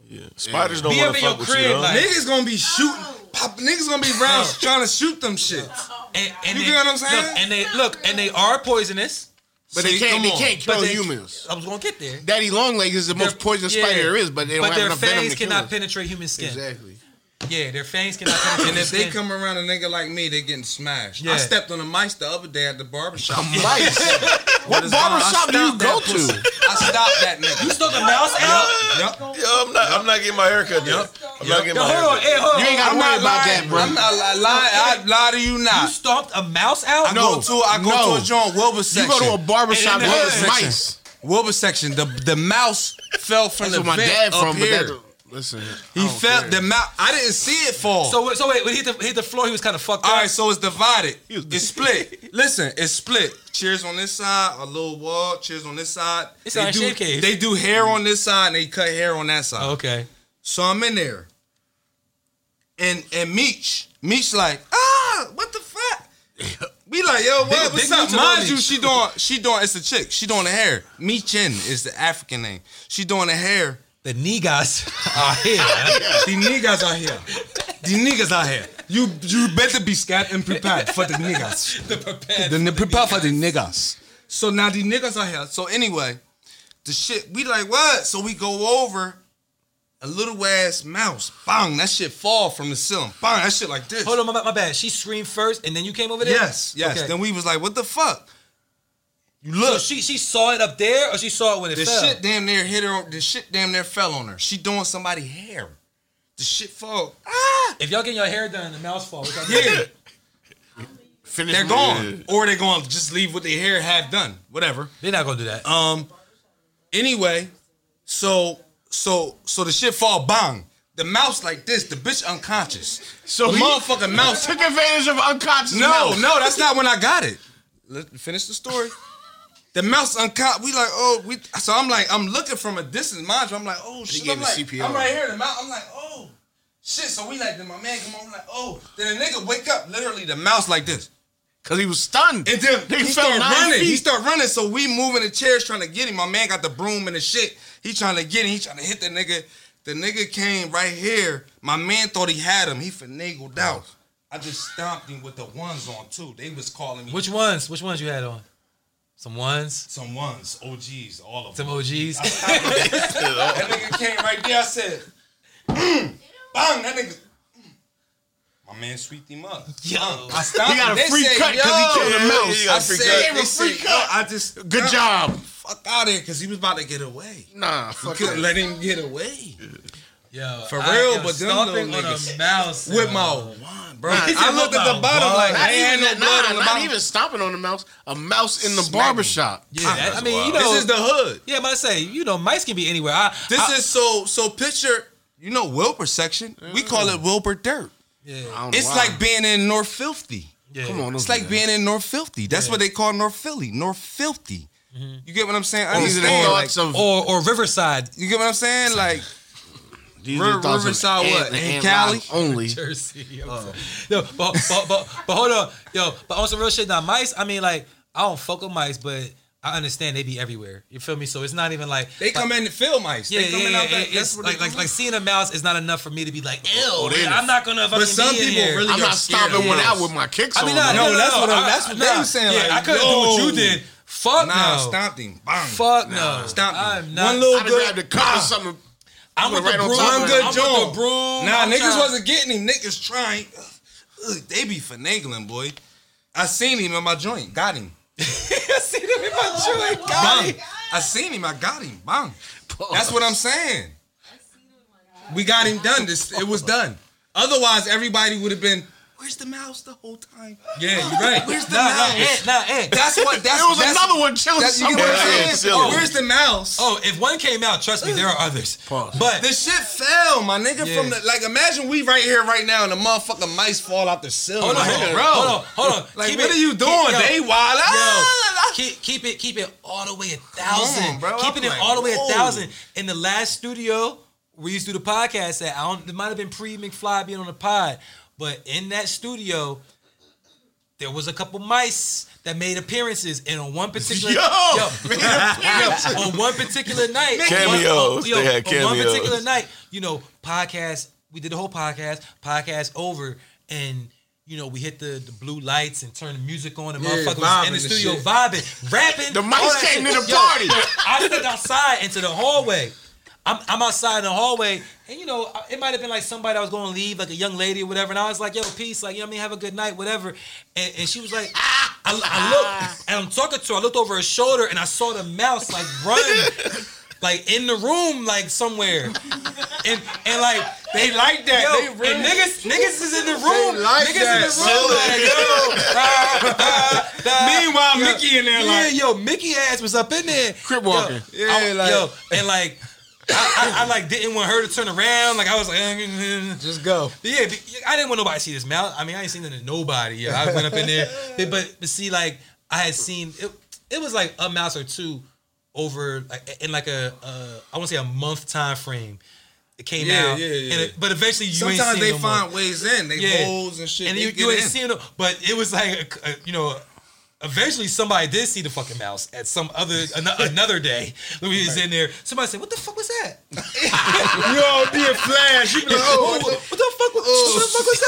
[SPEAKER 2] Yeah. Spiders don't
[SPEAKER 4] Be
[SPEAKER 2] want
[SPEAKER 4] up
[SPEAKER 2] to
[SPEAKER 4] in
[SPEAKER 2] fuck
[SPEAKER 4] your
[SPEAKER 2] with
[SPEAKER 4] crib,
[SPEAKER 2] you.
[SPEAKER 4] like-
[SPEAKER 2] Like,
[SPEAKER 1] Niggas gonna be shooting. Pop, niggas gonna be around trying to shoot them shit.
[SPEAKER 4] And, and
[SPEAKER 1] You
[SPEAKER 4] they,
[SPEAKER 1] get what I'm saying?
[SPEAKER 4] Look, and they look, and they are poisonous.
[SPEAKER 3] But they
[SPEAKER 1] See,
[SPEAKER 3] can't.
[SPEAKER 1] come
[SPEAKER 3] They
[SPEAKER 1] on.
[SPEAKER 3] can't
[SPEAKER 4] But
[SPEAKER 3] kill
[SPEAKER 4] they-
[SPEAKER 3] humans.
[SPEAKER 4] I was gonna get there.
[SPEAKER 3] Daddy long leg is the most
[SPEAKER 4] Their-
[SPEAKER 3] poisonous spider
[SPEAKER 4] yeah.
[SPEAKER 3] there is, but they don't
[SPEAKER 4] but
[SPEAKER 3] have
[SPEAKER 4] their
[SPEAKER 3] enough venom
[SPEAKER 4] fangs
[SPEAKER 3] to kill
[SPEAKER 4] cannot
[SPEAKER 3] us.
[SPEAKER 4] penetrate human skin.
[SPEAKER 3] Exactly.
[SPEAKER 4] Yeah, their fangs cannot penetrate.
[SPEAKER 1] And if
[SPEAKER 4] human
[SPEAKER 1] they
[SPEAKER 4] skin.
[SPEAKER 1] come around a nigga like me, they getting smashed. I
[SPEAKER 4] Yeah.
[SPEAKER 1] stepped on a mice the other day at the barbershop.
[SPEAKER 3] Mice. what barbershop do you go to?
[SPEAKER 1] I stopped that nigga.
[SPEAKER 4] you stuck a mouse out.
[SPEAKER 1] Yup.
[SPEAKER 2] Yo, I'm not. I'm not getting my haircut. Yep. I'm not getting
[SPEAKER 4] Yo,
[SPEAKER 2] my
[SPEAKER 4] hold on,
[SPEAKER 2] haircut.
[SPEAKER 4] hey, hold on.
[SPEAKER 3] You ain't gotta
[SPEAKER 1] I'm
[SPEAKER 3] worry
[SPEAKER 1] not
[SPEAKER 3] about
[SPEAKER 1] lying.
[SPEAKER 3] that, bro.
[SPEAKER 1] I'm not li- lying. I lie to you
[SPEAKER 4] You
[SPEAKER 1] not.
[SPEAKER 4] stomped a mouse out.
[SPEAKER 1] I
[SPEAKER 3] No.
[SPEAKER 1] go to I go
[SPEAKER 3] No.
[SPEAKER 1] to a John Wilbur
[SPEAKER 3] You
[SPEAKER 1] section.
[SPEAKER 3] go to a barbershop
[SPEAKER 4] And in the
[SPEAKER 3] where it's
[SPEAKER 4] hood.
[SPEAKER 3] mice.
[SPEAKER 1] Wilbur section. The the mouse fell from
[SPEAKER 3] That's
[SPEAKER 1] the
[SPEAKER 3] where my
[SPEAKER 1] vent
[SPEAKER 3] dad
[SPEAKER 1] up
[SPEAKER 3] from. But
[SPEAKER 1] here.
[SPEAKER 3] that, listen,
[SPEAKER 1] he felt the mouse. I didn't see it fall.
[SPEAKER 4] So so wait, when he hit the, hit the floor, he was kind of fucked
[SPEAKER 1] All
[SPEAKER 4] up.
[SPEAKER 1] right, so it's divided. It's split. Listen, it's split. Cheers on this side, a little wall. Cheers on this side.
[SPEAKER 4] It's
[SPEAKER 1] they
[SPEAKER 4] our
[SPEAKER 1] do
[SPEAKER 4] shave cave.
[SPEAKER 1] they do hair on this side and they cut hair on that side.
[SPEAKER 4] okay.
[SPEAKER 1] So I'm in there, and and Meech, Meech like ah, what the fuck? We like yo, what?
[SPEAKER 4] Big-
[SPEAKER 1] what's
[SPEAKER 4] big
[SPEAKER 1] up?
[SPEAKER 4] Meech or
[SPEAKER 1] Mind
[SPEAKER 4] no
[SPEAKER 1] you,
[SPEAKER 4] Meech?
[SPEAKER 1] she doing she doing it's a chick. She doing the hair. Meechin is the African name. She doing the hair.
[SPEAKER 4] The knee guys are here.
[SPEAKER 1] The niggas are here. The niggas are here. You you better be scared and prepared for the niggas.
[SPEAKER 4] the prepared.
[SPEAKER 1] Then they prepare for the niggas. So now the niggas are here. So anyway, the shit we like what? So we go over a little ass mouse. Bang, that shit fall from the ceiling. Bang, that shit like this.
[SPEAKER 4] Hold on, my, my bad. She screamed first, and then you came over there.
[SPEAKER 1] Yes, yes.
[SPEAKER 4] Okay.
[SPEAKER 1] Then we was like, what the fuck? You look.
[SPEAKER 4] so she she saw it up there, or she saw it when it
[SPEAKER 1] the
[SPEAKER 4] fell.
[SPEAKER 1] shit damn near hit her. on- The shit damn near fell on her. She doing somebody hair. The shit fall. Ah,
[SPEAKER 4] If y'all getting your hair done, and the mouse fall. Which I
[SPEAKER 1] yeah.
[SPEAKER 3] finish.
[SPEAKER 1] They're
[SPEAKER 3] my-
[SPEAKER 1] gone, or they're going to just leave with their hair half done. Whatever.
[SPEAKER 4] They're not gonna do that.
[SPEAKER 1] Um. Anyway, so so so the shit fall bang. The mouse like this. The bitch unconscious.
[SPEAKER 3] So
[SPEAKER 1] the
[SPEAKER 3] he-
[SPEAKER 1] motherfucking mouse.
[SPEAKER 3] Took advantage of unconscious.
[SPEAKER 1] No,
[SPEAKER 3] mouse.
[SPEAKER 1] no, that's not when I got it. Let finish the story. The mouse uncop. We like, oh, we. So I'm like, I'm looking from a distance, mind you. I'm like, oh shit.
[SPEAKER 3] gave
[SPEAKER 1] I'm
[SPEAKER 3] the
[SPEAKER 1] like,
[SPEAKER 3] CPR.
[SPEAKER 1] I'm right here. The mouse. I'm like, oh shit. So we like, then my man come over. like, oh. Then the nigga wake up. Literally, the mouse like this.
[SPEAKER 3] Cause he was stunned.
[SPEAKER 1] And then
[SPEAKER 3] They
[SPEAKER 1] he
[SPEAKER 3] fell
[SPEAKER 1] start
[SPEAKER 3] nine
[SPEAKER 1] running. He
[SPEAKER 3] feet.
[SPEAKER 1] start running. So we moving the chairs trying to get him. My man got the broom and the shit. He trying to get him. He trying to hit the nigga. The nigga came right here. My man thought he had him. He finagled out. I just stomped him with the ones on too. They was calling me
[SPEAKER 4] Which ones? Which ones you had on? Some ones,
[SPEAKER 1] some ones, OGs, all of them.
[SPEAKER 4] some OGs.
[SPEAKER 1] That nigga came right there. I said, "Mm, bang. That nigga. My man sweeped him up.
[SPEAKER 4] Yo.
[SPEAKER 1] I stopped
[SPEAKER 3] He
[SPEAKER 1] him.
[SPEAKER 3] got a
[SPEAKER 1] They
[SPEAKER 3] free
[SPEAKER 1] said,
[SPEAKER 3] cut 'cause he
[SPEAKER 1] "Yo."
[SPEAKER 3] killed a mouse.
[SPEAKER 2] He
[SPEAKER 1] I
[SPEAKER 2] got free
[SPEAKER 1] said,
[SPEAKER 3] cut.
[SPEAKER 1] they said,
[SPEAKER 3] Free
[SPEAKER 1] "Yo,"
[SPEAKER 3] cut.
[SPEAKER 1] I just
[SPEAKER 3] Good job.
[SPEAKER 1] fuck out of here because he was about to get away.
[SPEAKER 3] Nah, fuck
[SPEAKER 1] Couldn't
[SPEAKER 3] that.
[SPEAKER 1] let him get away
[SPEAKER 4] Yo,
[SPEAKER 1] For
[SPEAKER 4] I
[SPEAKER 1] real,
[SPEAKER 4] am
[SPEAKER 1] but them
[SPEAKER 4] stomping
[SPEAKER 1] little
[SPEAKER 4] on
[SPEAKER 1] niggas.
[SPEAKER 4] a mouse
[SPEAKER 1] with
[SPEAKER 4] yo.
[SPEAKER 1] my wand, bro.
[SPEAKER 4] He said
[SPEAKER 1] I looked
[SPEAKER 4] with
[SPEAKER 1] at
[SPEAKER 4] my
[SPEAKER 1] the bottom
[SPEAKER 4] wand.
[SPEAKER 1] like,
[SPEAKER 3] Not
[SPEAKER 1] I ain't
[SPEAKER 3] even,
[SPEAKER 1] no
[SPEAKER 3] that-
[SPEAKER 1] blood on
[SPEAKER 3] nah,
[SPEAKER 1] the
[SPEAKER 3] not
[SPEAKER 1] bottom.
[SPEAKER 3] even stomping on the mouse. A mouse in the
[SPEAKER 1] Smack him.
[SPEAKER 3] barbershop.
[SPEAKER 4] Yeah, I mean, you know,
[SPEAKER 1] This is the hood.
[SPEAKER 4] yeah, but I say, you know, mice can be anywhere. I,
[SPEAKER 1] This
[SPEAKER 4] I-
[SPEAKER 1] is so so. Picture, you know, Wilbur section. We call it Wilbur dirt.
[SPEAKER 4] yeah,
[SPEAKER 3] I don't know
[SPEAKER 1] It's
[SPEAKER 3] why.
[SPEAKER 1] like being in North Filthy.
[SPEAKER 4] yeah.
[SPEAKER 3] come on,
[SPEAKER 1] It's
[SPEAKER 3] don't do
[SPEAKER 1] like
[SPEAKER 3] that.
[SPEAKER 1] being in North Filthy. That's what they call North Philly. North Filthy. You get what I'm saying?
[SPEAKER 3] These are the
[SPEAKER 1] Understand, Mm-hmm. Oh, like-
[SPEAKER 3] thoughts of
[SPEAKER 4] Or or Riverside.
[SPEAKER 1] you get what I'm saying? Like
[SPEAKER 3] these are the
[SPEAKER 1] River-
[SPEAKER 3] thoughts of
[SPEAKER 1] Riverside
[SPEAKER 3] Ant
[SPEAKER 1] what?
[SPEAKER 3] and
[SPEAKER 1] In
[SPEAKER 3] Ant
[SPEAKER 1] Cali?
[SPEAKER 3] Live only.
[SPEAKER 4] Jersey. I'm sorry. No, but, but, but, but hold on, yo. But on some real shit, now mice. I mean, like I don't fuck with mice, but I understand they be everywhere. You feel me? So it's not even like
[SPEAKER 1] they come in to fill mice.
[SPEAKER 4] Yeah,
[SPEAKER 1] they come
[SPEAKER 4] yeah,
[SPEAKER 1] in
[SPEAKER 4] yeah.
[SPEAKER 1] out that-
[SPEAKER 4] It-
[SPEAKER 1] That's
[SPEAKER 4] it's
[SPEAKER 1] what they
[SPEAKER 4] like, like,
[SPEAKER 1] come
[SPEAKER 4] like
[SPEAKER 1] in.
[SPEAKER 4] seeing a mouse is not enough for me to be like, ew.
[SPEAKER 3] they
[SPEAKER 4] I'm not gonna. Fucking
[SPEAKER 1] Oh, But some
[SPEAKER 4] be in
[SPEAKER 1] people
[SPEAKER 4] here.
[SPEAKER 1] really
[SPEAKER 3] I'm
[SPEAKER 1] are
[SPEAKER 3] not
[SPEAKER 1] scared
[SPEAKER 3] stomping
[SPEAKER 1] of
[SPEAKER 3] one out
[SPEAKER 1] mice.
[SPEAKER 3] with my kicks
[SPEAKER 4] I mean,
[SPEAKER 3] on.
[SPEAKER 4] nah,
[SPEAKER 3] though.
[SPEAKER 1] No,
[SPEAKER 4] no,
[SPEAKER 1] that's
[SPEAKER 4] no,
[SPEAKER 1] what I'm-
[SPEAKER 4] I-
[SPEAKER 1] that's what
[SPEAKER 4] nah,
[SPEAKER 1] they was saying,
[SPEAKER 4] Yeah,
[SPEAKER 1] like,
[SPEAKER 4] I couldn't do what
[SPEAKER 1] yo.
[SPEAKER 4] you did. Fuck
[SPEAKER 1] Nah,
[SPEAKER 4] no.
[SPEAKER 1] stomped him. Bang.
[SPEAKER 4] Fuck
[SPEAKER 1] Nah,
[SPEAKER 4] no.
[SPEAKER 1] stomped him.
[SPEAKER 4] I'm not-
[SPEAKER 1] One little
[SPEAKER 3] I'd have
[SPEAKER 1] good
[SPEAKER 3] grabbed a cup or something.
[SPEAKER 4] I'm
[SPEAKER 3] Put
[SPEAKER 4] with the
[SPEAKER 3] it right on
[SPEAKER 4] broom.
[SPEAKER 3] top
[SPEAKER 4] I'm
[SPEAKER 1] One
[SPEAKER 3] of
[SPEAKER 1] good
[SPEAKER 4] with
[SPEAKER 1] job.
[SPEAKER 4] the broom.
[SPEAKER 1] Nah,
[SPEAKER 4] I'm
[SPEAKER 1] niggas
[SPEAKER 4] trying-
[SPEAKER 1] wasn't getting him. Niggas trying. Ugh, they be finagling, boy. I seen him in my joint. Got him.
[SPEAKER 4] I see them in my joint.
[SPEAKER 1] Bang. I seen him. I got him. Bang. That's what I'm saying. We got him done. This it was done. Otherwise, everybody would have been. Where's the mouse the whole time?
[SPEAKER 4] Yeah, you're right.
[SPEAKER 1] Where's the
[SPEAKER 4] nah,
[SPEAKER 1] mouse?
[SPEAKER 4] nah, Ant, nah, eh. Ant.
[SPEAKER 1] That's what. That's
[SPEAKER 3] There was
[SPEAKER 1] that's,
[SPEAKER 3] another one chilling
[SPEAKER 1] That, you get what
[SPEAKER 3] somewhere.
[SPEAKER 1] I'm
[SPEAKER 2] Yeah,
[SPEAKER 1] saying?
[SPEAKER 2] it's silly.
[SPEAKER 1] Where's the mouse?
[SPEAKER 4] Oh, if one came out, trust me, there are others.
[SPEAKER 3] Pause.
[SPEAKER 4] But
[SPEAKER 1] This shit fell, my nigga.
[SPEAKER 4] Yeah.
[SPEAKER 1] From the like, imagine we right here, right now, and the motherfucking mice fall out the ceiling.
[SPEAKER 4] hold on,
[SPEAKER 1] Like,
[SPEAKER 4] Oh, hold on,
[SPEAKER 1] bro.
[SPEAKER 4] hold on, hold on.
[SPEAKER 1] Like,
[SPEAKER 4] Keep
[SPEAKER 1] what
[SPEAKER 4] it-
[SPEAKER 1] are you doing?
[SPEAKER 4] keep- yo,
[SPEAKER 1] they wild.
[SPEAKER 4] Yo,
[SPEAKER 1] Ah,
[SPEAKER 4] keep, keep it, keep it all the way a thousand,
[SPEAKER 1] on, bro.
[SPEAKER 4] Keeping
[SPEAKER 1] I'm
[SPEAKER 4] it
[SPEAKER 1] like,
[SPEAKER 4] all the way a
[SPEAKER 1] whoa.
[SPEAKER 4] thousand. In the last studio we used to do the podcast at, I don't, it might have been pre McFly being on the pod, But in that studio, there was a couple mice that made appearances, and on one particular
[SPEAKER 2] Yo!
[SPEAKER 4] yo, on one particular night,
[SPEAKER 2] Cameos.
[SPEAKER 4] on, yo,
[SPEAKER 2] They had
[SPEAKER 4] on one
[SPEAKER 2] cameos.
[SPEAKER 4] particular night, you know, podcast. We did the whole podcast. Podcast over, and you know, we hit the, the blue lights and turned the music on, and
[SPEAKER 1] Yeah,
[SPEAKER 4] motherfuckers was in
[SPEAKER 1] vibing
[SPEAKER 4] the
[SPEAKER 1] and
[SPEAKER 4] studio
[SPEAKER 1] shit.
[SPEAKER 4] vibing, rapping.
[SPEAKER 3] The mice
[SPEAKER 4] all that
[SPEAKER 3] came
[SPEAKER 4] shit.
[SPEAKER 3] to the party.
[SPEAKER 4] Yo, I stepped outside into the hallway. I'm, I'm outside in the hallway, and you know, I- it might have been like somebody I was going to leave, like a young lady or whatever. And I was like, yo, peace, like, you know what I mean? Have a good night, whatever. And, and she was like, ah! I, I looked, and I'm talking to her. I looked over her shoulder, and I saw the mouse like run. Like in the room, like somewhere, and and like they like that. Yo,
[SPEAKER 1] They really-
[SPEAKER 4] and niggas, niggas is in the room.
[SPEAKER 1] like
[SPEAKER 4] niggas in the
[SPEAKER 1] that.
[SPEAKER 4] room. Like, yo, da, da, da.
[SPEAKER 3] Meanwhile,
[SPEAKER 4] Yo,
[SPEAKER 3] Mickey in there
[SPEAKER 4] yeah,
[SPEAKER 3] like-
[SPEAKER 4] yo, Mickey ass was up in there.
[SPEAKER 3] Crip walking.
[SPEAKER 4] Yo,
[SPEAKER 1] Yeah,
[SPEAKER 4] I-
[SPEAKER 1] like-
[SPEAKER 4] yo, and like I, I, I like didn't want her to turn around. Like I was like, eh,
[SPEAKER 1] Just go.
[SPEAKER 4] yeah, but I didn't want nobody to see this mouth. I mean, I ain't seen it to nobody. Yeah, I went up in there, but, but but see, like I had seen it. It was like a mouse or two over like in like a uh, I want to say a month time frame. It came
[SPEAKER 1] Yeah,
[SPEAKER 4] out,
[SPEAKER 1] yeah, yeah.
[SPEAKER 4] And it, but eventually you ain't
[SPEAKER 1] Sometimes
[SPEAKER 4] seen
[SPEAKER 1] they
[SPEAKER 4] no more.
[SPEAKER 1] find ways in. They
[SPEAKER 4] Yeah.
[SPEAKER 1] holes and shit.
[SPEAKER 4] And
[SPEAKER 1] they
[SPEAKER 4] you,
[SPEAKER 1] get
[SPEAKER 4] you ain't
[SPEAKER 1] in.
[SPEAKER 4] seen them, but it was like a, a- you know, eventually somebody did see the fucking mouse at some other an, another day. When we was in there, somebody said, "What the fuck was that?"
[SPEAKER 3] You all be a flash. You be like,
[SPEAKER 4] "Oh, What the fuck? was- What the fuck was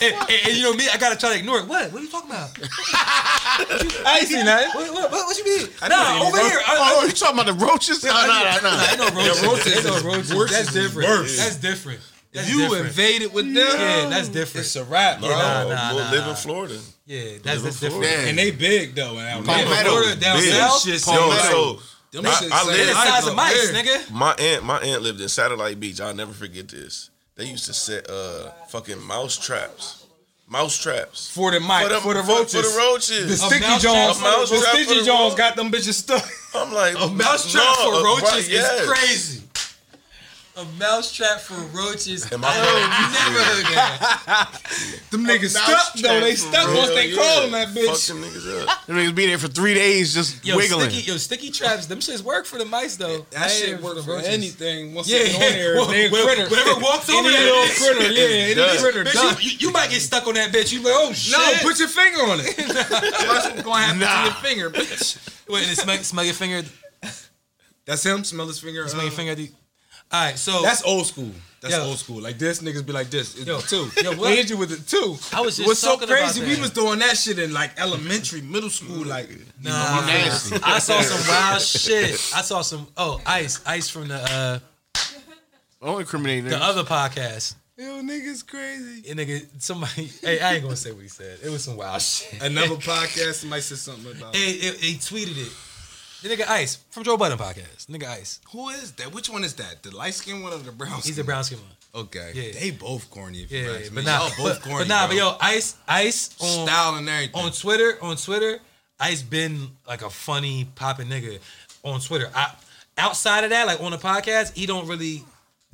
[SPEAKER 4] that? And, and- and you know me, I gotta try to ignore it. What? What are you talking about?
[SPEAKER 1] I ain't seen that.
[SPEAKER 4] What? What, what, what you mean? Oh.
[SPEAKER 1] I didn't
[SPEAKER 4] Nah,
[SPEAKER 1] see
[SPEAKER 4] over
[SPEAKER 1] any
[SPEAKER 4] here.
[SPEAKER 3] Oh,
[SPEAKER 4] I,
[SPEAKER 3] you talking about the roaches? Oh, No, no, no, no.
[SPEAKER 4] I, I know roaches.
[SPEAKER 1] roaches
[SPEAKER 4] They know
[SPEAKER 1] is
[SPEAKER 4] roaches.
[SPEAKER 1] worse.
[SPEAKER 4] That's
[SPEAKER 1] This is
[SPEAKER 4] different.
[SPEAKER 1] worse.
[SPEAKER 4] That's different. That's
[SPEAKER 1] you
[SPEAKER 4] different.
[SPEAKER 1] invaded with them.
[SPEAKER 4] Yeah, that's different.
[SPEAKER 1] It's a wrap, bro.
[SPEAKER 2] No,
[SPEAKER 4] nah, nah,
[SPEAKER 2] we'll
[SPEAKER 4] nah,
[SPEAKER 2] Oh, live
[SPEAKER 4] nah.
[SPEAKER 2] in Florida.
[SPEAKER 4] yeah, that's, that's
[SPEAKER 2] Live in
[SPEAKER 4] different.
[SPEAKER 1] And they big though. And
[SPEAKER 3] Palmetto.
[SPEAKER 1] I'm-
[SPEAKER 4] Florida down
[SPEAKER 2] Big.
[SPEAKER 4] south.
[SPEAKER 1] Shit,
[SPEAKER 2] Yo,
[SPEAKER 1] Palmetto.
[SPEAKER 2] so
[SPEAKER 1] Them
[SPEAKER 2] I-
[SPEAKER 1] shits
[SPEAKER 2] I
[SPEAKER 1] say
[SPEAKER 2] live-
[SPEAKER 1] they
[SPEAKER 4] The size
[SPEAKER 1] go
[SPEAKER 4] of mice,
[SPEAKER 1] there.
[SPEAKER 4] nigga.
[SPEAKER 2] my aunt, my aunt lived in Satellite Beach. I'll never forget this. They used to set uh fucking mouse traps, mouse traps
[SPEAKER 1] For the mice, for, the roaches.
[SPEAKER 2] For the
[SPEAKER 1] The
[SPEAKER 2] roaches.
[SPEAKER 1] sticky
[SPEAKER 4] mouse trap
[SPEAKER 1] Jones,
[SPEAKER 4] for the
[SPEAKER 1] the
[SPEAKER 2] roaches.
[SPEAKER 1] sticky Jones got them bitches stuck.
[SPEAKER 2] I'm like
[SPEAKER 4] A mouse trap
[SPEAKER 2] no,
[SPEAKER 4] for
[SPEAKER 2] a-
[SPEAKER 4] roaches
[SPEAKER 2] right, yes.
[SPEAKER 4] is crazy. A mouse trap for roaches.
[SPEAKER 2] And my
[SPEAKER 4] I
[SPEAKER 2] brother-
[SPEAKER 4] never heard that.
[SPEAKER 1] Them niggas
[SPEAKER 3] mouse
[SPEAKER 1] stuck though. They
[SPEAKER 3] trap for
[SPEAKER 1] stuck once
[SPEAKER 2] Hell
[SPEAKER 1] they
[SPEAKER 2] yeah.
[SPEAKER 1] crawled in that
[SPEAKER 2] Fuck
[SPEAKER 1] bitch.
[SPEAKER 2] them niggas up.
[SPEAKER 3] Them niggas be there for three days just
[SPEAKER 4] Yo,
[SPEAKER 3] wiggling.
[SPEAKER 4] sticky, yo, sticky traps. Them shits work for the mice though.
[SPEAKER 1] That
[SPEAKER 4] I ain't
[SPEAKER 1] shit works
[SPEAKER 4] the
[SPEAKER 1] for
[SPEAKER 4] roaches.
[SPEAKER 1] anything. Once
[SPEAKER 4] Yeah,
[SPEAKER 1] it's on
[SPEAKER 4] yeah.
[SPEAKER 1] there,
[SPEAKER 4] Well,
[SPEAKER 1] they a
[SPEAKER 4] well,
[SPEAKER 1] critter.
[SPEAKER 4] whatever walks over
[SPEAKER 1] any
[SPEAKER 4] that
[SPEAKER 1] little
[SPEAKER 4] bitch.
[SPEAKER 1] critter, yeah, any
[SPEAKER 2] done.
[SPEAKER 1] critter done.
[SPEAKER 4] Bitch, you, you, you might get stuck on that bitch. You be like, oh shit.
[SPEAKER 1] No, put your finger on it. That's what's gonna happen
[SPEAKER 3] Nah.
[SPEAKER 1] to your finger, bitch.
[SPEAKER 4] Wait, and it smell, smell your finger.
[SPEAKER 1] That's him. Smell his finger.
[SPEAKER 4] Smell
[SPEAKER 1] uh,
[SPEAKER 4] your finger. at the- All right, so
[SPEAKER 1] That's old school. That's
[SPEAKER 4] Yo.
[SPEAKER 1] old school. Like this, niggas be like this. It's
[SPEAKER 4] Yo.
[SPEAKER 1] two.
[SPEAKER 4] Yo,
[SPEAKER 1] They
[SPEAKER 4] what?
[SPEAKER 1] hit you with it two.
[SPEAKER 4] I was just
[SPEAKER 1] What's so
[SPEAKER 4] talking about
[SPEAKER 1] crazy?
[SPEAKER 4] that.
[SPEAKER 1] We was doing that shit in like elementary, middle school. Like
[SPEAKER 4] Nah, I saw some wild shit. I saw some. Oh, ice, ice from the uh,
[SPEAKER 3] Don't incriminate
[SPEAKER 4] the
[SPEAKER 3] them.
[SPEAKER 4] other podcast.
[SPEAKER 1] yo, niggas crazy.
[SPEAKER 4] And nigga, somebody, hey, I ain't gonna say what he said. It was some wild shit.
[SPEAKER 1] Another podcast. Somebody said something about.
[SPEAKER 4] Hey, hey, he tweeted it. The nigga Ice from Joe Budden podcast. Nigga Ice.
[SPEAKER 1] Who is that? Which one is that? The light skin one or the brown?
[SPEAKER 4] He's a brown skin one.
[SPEAKER 1] Okay.
[SPEAKER 4] Yeah.
[SPEAKER 1] They both corny. If you
[SPEAKER 4] Yeah,
[SPEAKER 1] ask me.
[SPEAKER 4] but nah,
[SPEAKER 1] Y'all both
[SPEAKER 4] but,
[SPEAKER 1] corny.
[SPEAKER 4] but nah,
[SPEAKER 1] bro.
[SPEAKER 4] but yo, Ice, Ice on
[SPEAKER 1] style and everything.
[SPEAKER 4] on Twitter, on Twitter, Ice been like a funny popping nigga on Twitter. I, outside of that, like on the podcast, he don't really.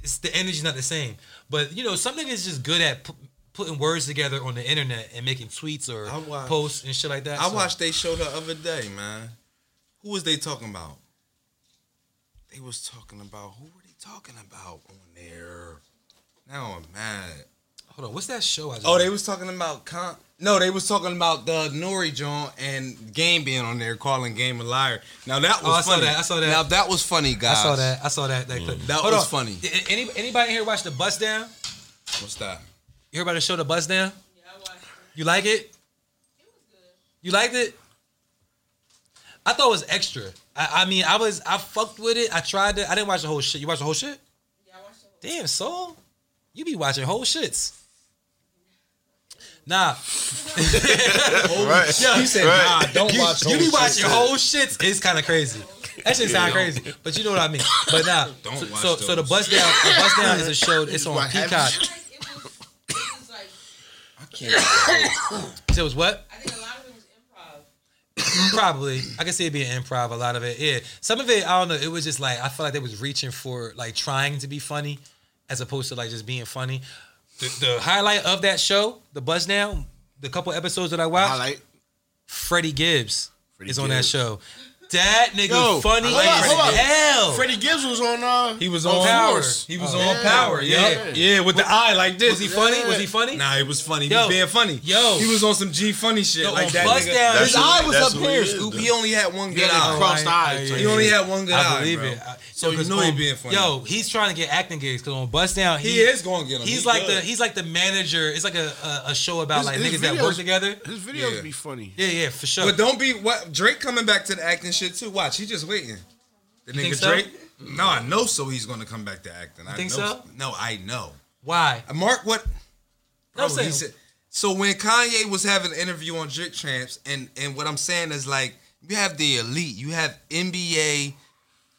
[SPEAKER 4] It's the energy's not the same. But you know, some niggas just good at pu- putting words together on the internet and making tweets or
[SPEAKER 1] I watch-
[SPEAKER 4] posts and shit like that.
[SPEAKER 1] I
[SPEAKER 4] so-
[SPEAKER 1] watched they show the other day, man. Who was they talking about? They was talking about who were they talking about on there? Now I'm mad.
[SPEAKER 4] Hold on, what's that show? I just
[SPEAKER 1] Oh, they was talking about con. No, they was talking about the Nori John and Game being on there calling Game a liar. Now that was
[SPEAKER 4] Oh, I saw
[SPEAKER 1] funny.
[SPEAKER 4] that, I saw that.
[SPEAKER 1] Now that was funny,
[SPEAKER 4] I
[SPEAKER 1] guys.
[SPEAKER 4] saw that. I saw that. That clip.
[SPEAKER 1] Mm. That was funny.
[SPEAKER 4] A- a- Any, anybody in here watch the bus down?
[SPEAKER 1] What's that?
[SPEAKER 4] You heard about the show, the bus down?
[SPEAKER 6] Yeah, I watched it.
[SPEAKER 4] You like it?
[SPEAKER 6] It was good.
[SPEAKER 4] You liked it? I thought it was extra. I, I mean, I was I fucked with it. I tried to. I didn't watch the whole shit. You watched the whole shit?
[SPEAKER 6] Yeah, I watched the whole
[SPEAKER 4] Damn, soul. You be watching whole shits. Nah,
[SPEAKER 2] Right.
[SPEAKER 1] He said,
[SPEAKER 2] Right.
[SPEAKER 1] "Nah, don't
[SPEAKER 4] you,
[SPEAKER 1] watch.
[SPEAKER 4] you
[SPEAKER 1] whole
[SPEAKER 4] be
[SPEAKER 1] shit."
[SPEAKER 4] watching whole shits. It's kind of crazy. That shit sound crazy, but you know what I mean. But nah,
[SPEAKER 1] Don't
[SPEAKER 4] so,
[SPEAKER 1] watch
[SPEAKER 4] so, so the
[SPEAKER 1] those.
[SPEAKER 4] bus down, the bus down is a show. It's on
[SPEAKER 3] watch
[SPEAKER 4] Peacock.
[SPEAKER 3] Average.
[SPEAKER 6] Like, it was, it was like,
[SPEAKER 1] I can't.
[SPEAKER 4] So it was what?
[SPEAKER 6] I think a lot of it was improv.
[SPEAKER 4] Probably. I can see it being improv, a lot of it. Yeah. Some of it, I don't know. It was just like, I felt like they was reaching for, like, trying to be funny as opposed to, like, just being funny. The, the highlight of that show, The Buzz Now, the couple episodes that I watched,
[SPEAKER 3] Highlight.
[SPEAKER 4] Freddie Gibbs
[SPEAKER 3] Freddie
[SPEAKER 4] is on that
[SPEAKER 3] Gibbs.
[SPEAKER 4] show. That nigga
[SPEAKER 3] Yo,
[SPEAKER 4] funny
[SPEAKER 3] hold
[SPEAKER 1] on,
[SPEAKER 4] as
[SPEAKER 1] hold on.
[SPEAKER 4] hell.
[SPEAKER 3] Freddie Gibbs was on. Uh,
[SPEAKER 4] Oh. He was on, power.
[SPEAKER 3] Force.
[SPEAKER 4] He was
[SPEAKER 1] Oh,
[SPEAKER 4] on
[SPEAKER 1] yeah.
[SPEAKER 4] power. Yeah.
[SPEAKER 1] Yeah. Yeah, with the eye like this.
[SPEAKER 4] Was he funny? Was he funny?
[SPEAKER 1] Nah, it was funny.
[SPEAKER 4] Yo.
[SPEAKER 1] he being funny.
[SPEAKER 4] Yo.
[SPEAKER 1] he was on some G funny shit
[SPEAKER 4] Yo,
[SPEAKER 1] like
[SPEAKER 4] on
[SPEAKER 1] that.
[SPEAKER 4] Bust
[SPEAKER 1] nigga.
[SPEAKER 4] Down,
[SPEAKER 1] His
[SPEAKER 4] That's
[SPEAKER 1] eye
[SPEAKER 2] who-
[SPEAKER 1] was
[SPEAKER 2] that's
[SPEAKER 1] up
[SPEAKER 2] who he
[SPEAKER 1] here.
[SPEAKER 2] is,
[SPEAKER 1] Scoop.
[SPEAKER 2] though.
[SPEAKER 1] He only had one good
[SPEAKER 3] Yeah, they
[SPEAKER 1] eye.
[SPEAKER 3] crossed eyes.
[SPEAKER 1] He only had one good
[SPEAKER 4] I
[SPEAKER 1] eye,
[SPEAKER 4] believe
[SPEAKER 1] bro.
[SPEAKER 4] it. I-
[SPEAKER 1] So you
[SPEAKER 4] 'cause
[SPEAKER 1] know he
[SPEAKER 4] on-
[SPEAKER 1] being funny.
[SPEAKER 4] Yo, he's trying to get acting gigs because on Bust Down,
[SPEAKER 1] He,
[SPEAKER 4] he,
[SPEAKER 1] is gonna get him.
[SPEAKER 4] He's
[SPEAKER 1] He
[SPEAKER 4] like
[SPEAKER 1] good.
[SPEAKER 4] the he's like the manager. It's like a a, a show about
[SPEAKER 3] His-
[SPEAKER 4] like
[SPEAKER 3] his
[SPEAKER 4] niggas that work
[SPEAKER 3] videos-
[SPEAKER 4] together.
[SPEAKER 3] His videos
[SPEAKER 1] Yeah.
[SPEAKER 3] be funny.
[SPEAKER 4] Yeah, yeah, for sure.
[SPEAKER 1] But don't be what Drake coming back to the acting shit too. Watch, he just waiting. The
[SPEAKER 4] think
[SPEAKER 1] nigga
[SPEAKER 4] so?
[SPEAKER 1] Drake. No, I know so he's gonna come back to acting. I
[SPEAKER 4] think
[SPEAKER 1] know,
[SPEAKER 4] so?
[SPEAKER 1] No, I know.
[SPEAKER 4] Why?
[SPEAKER 1] Mark what
[SPEAKER 4] No, I'm
[SPEAKER 1] Bro,
[SPEAKER 4] saying-
[SPEAKER 1] he said- so when Kanye was having an interview on Drip Tramps, and and what I'm saying is like you have the elite, you have NBA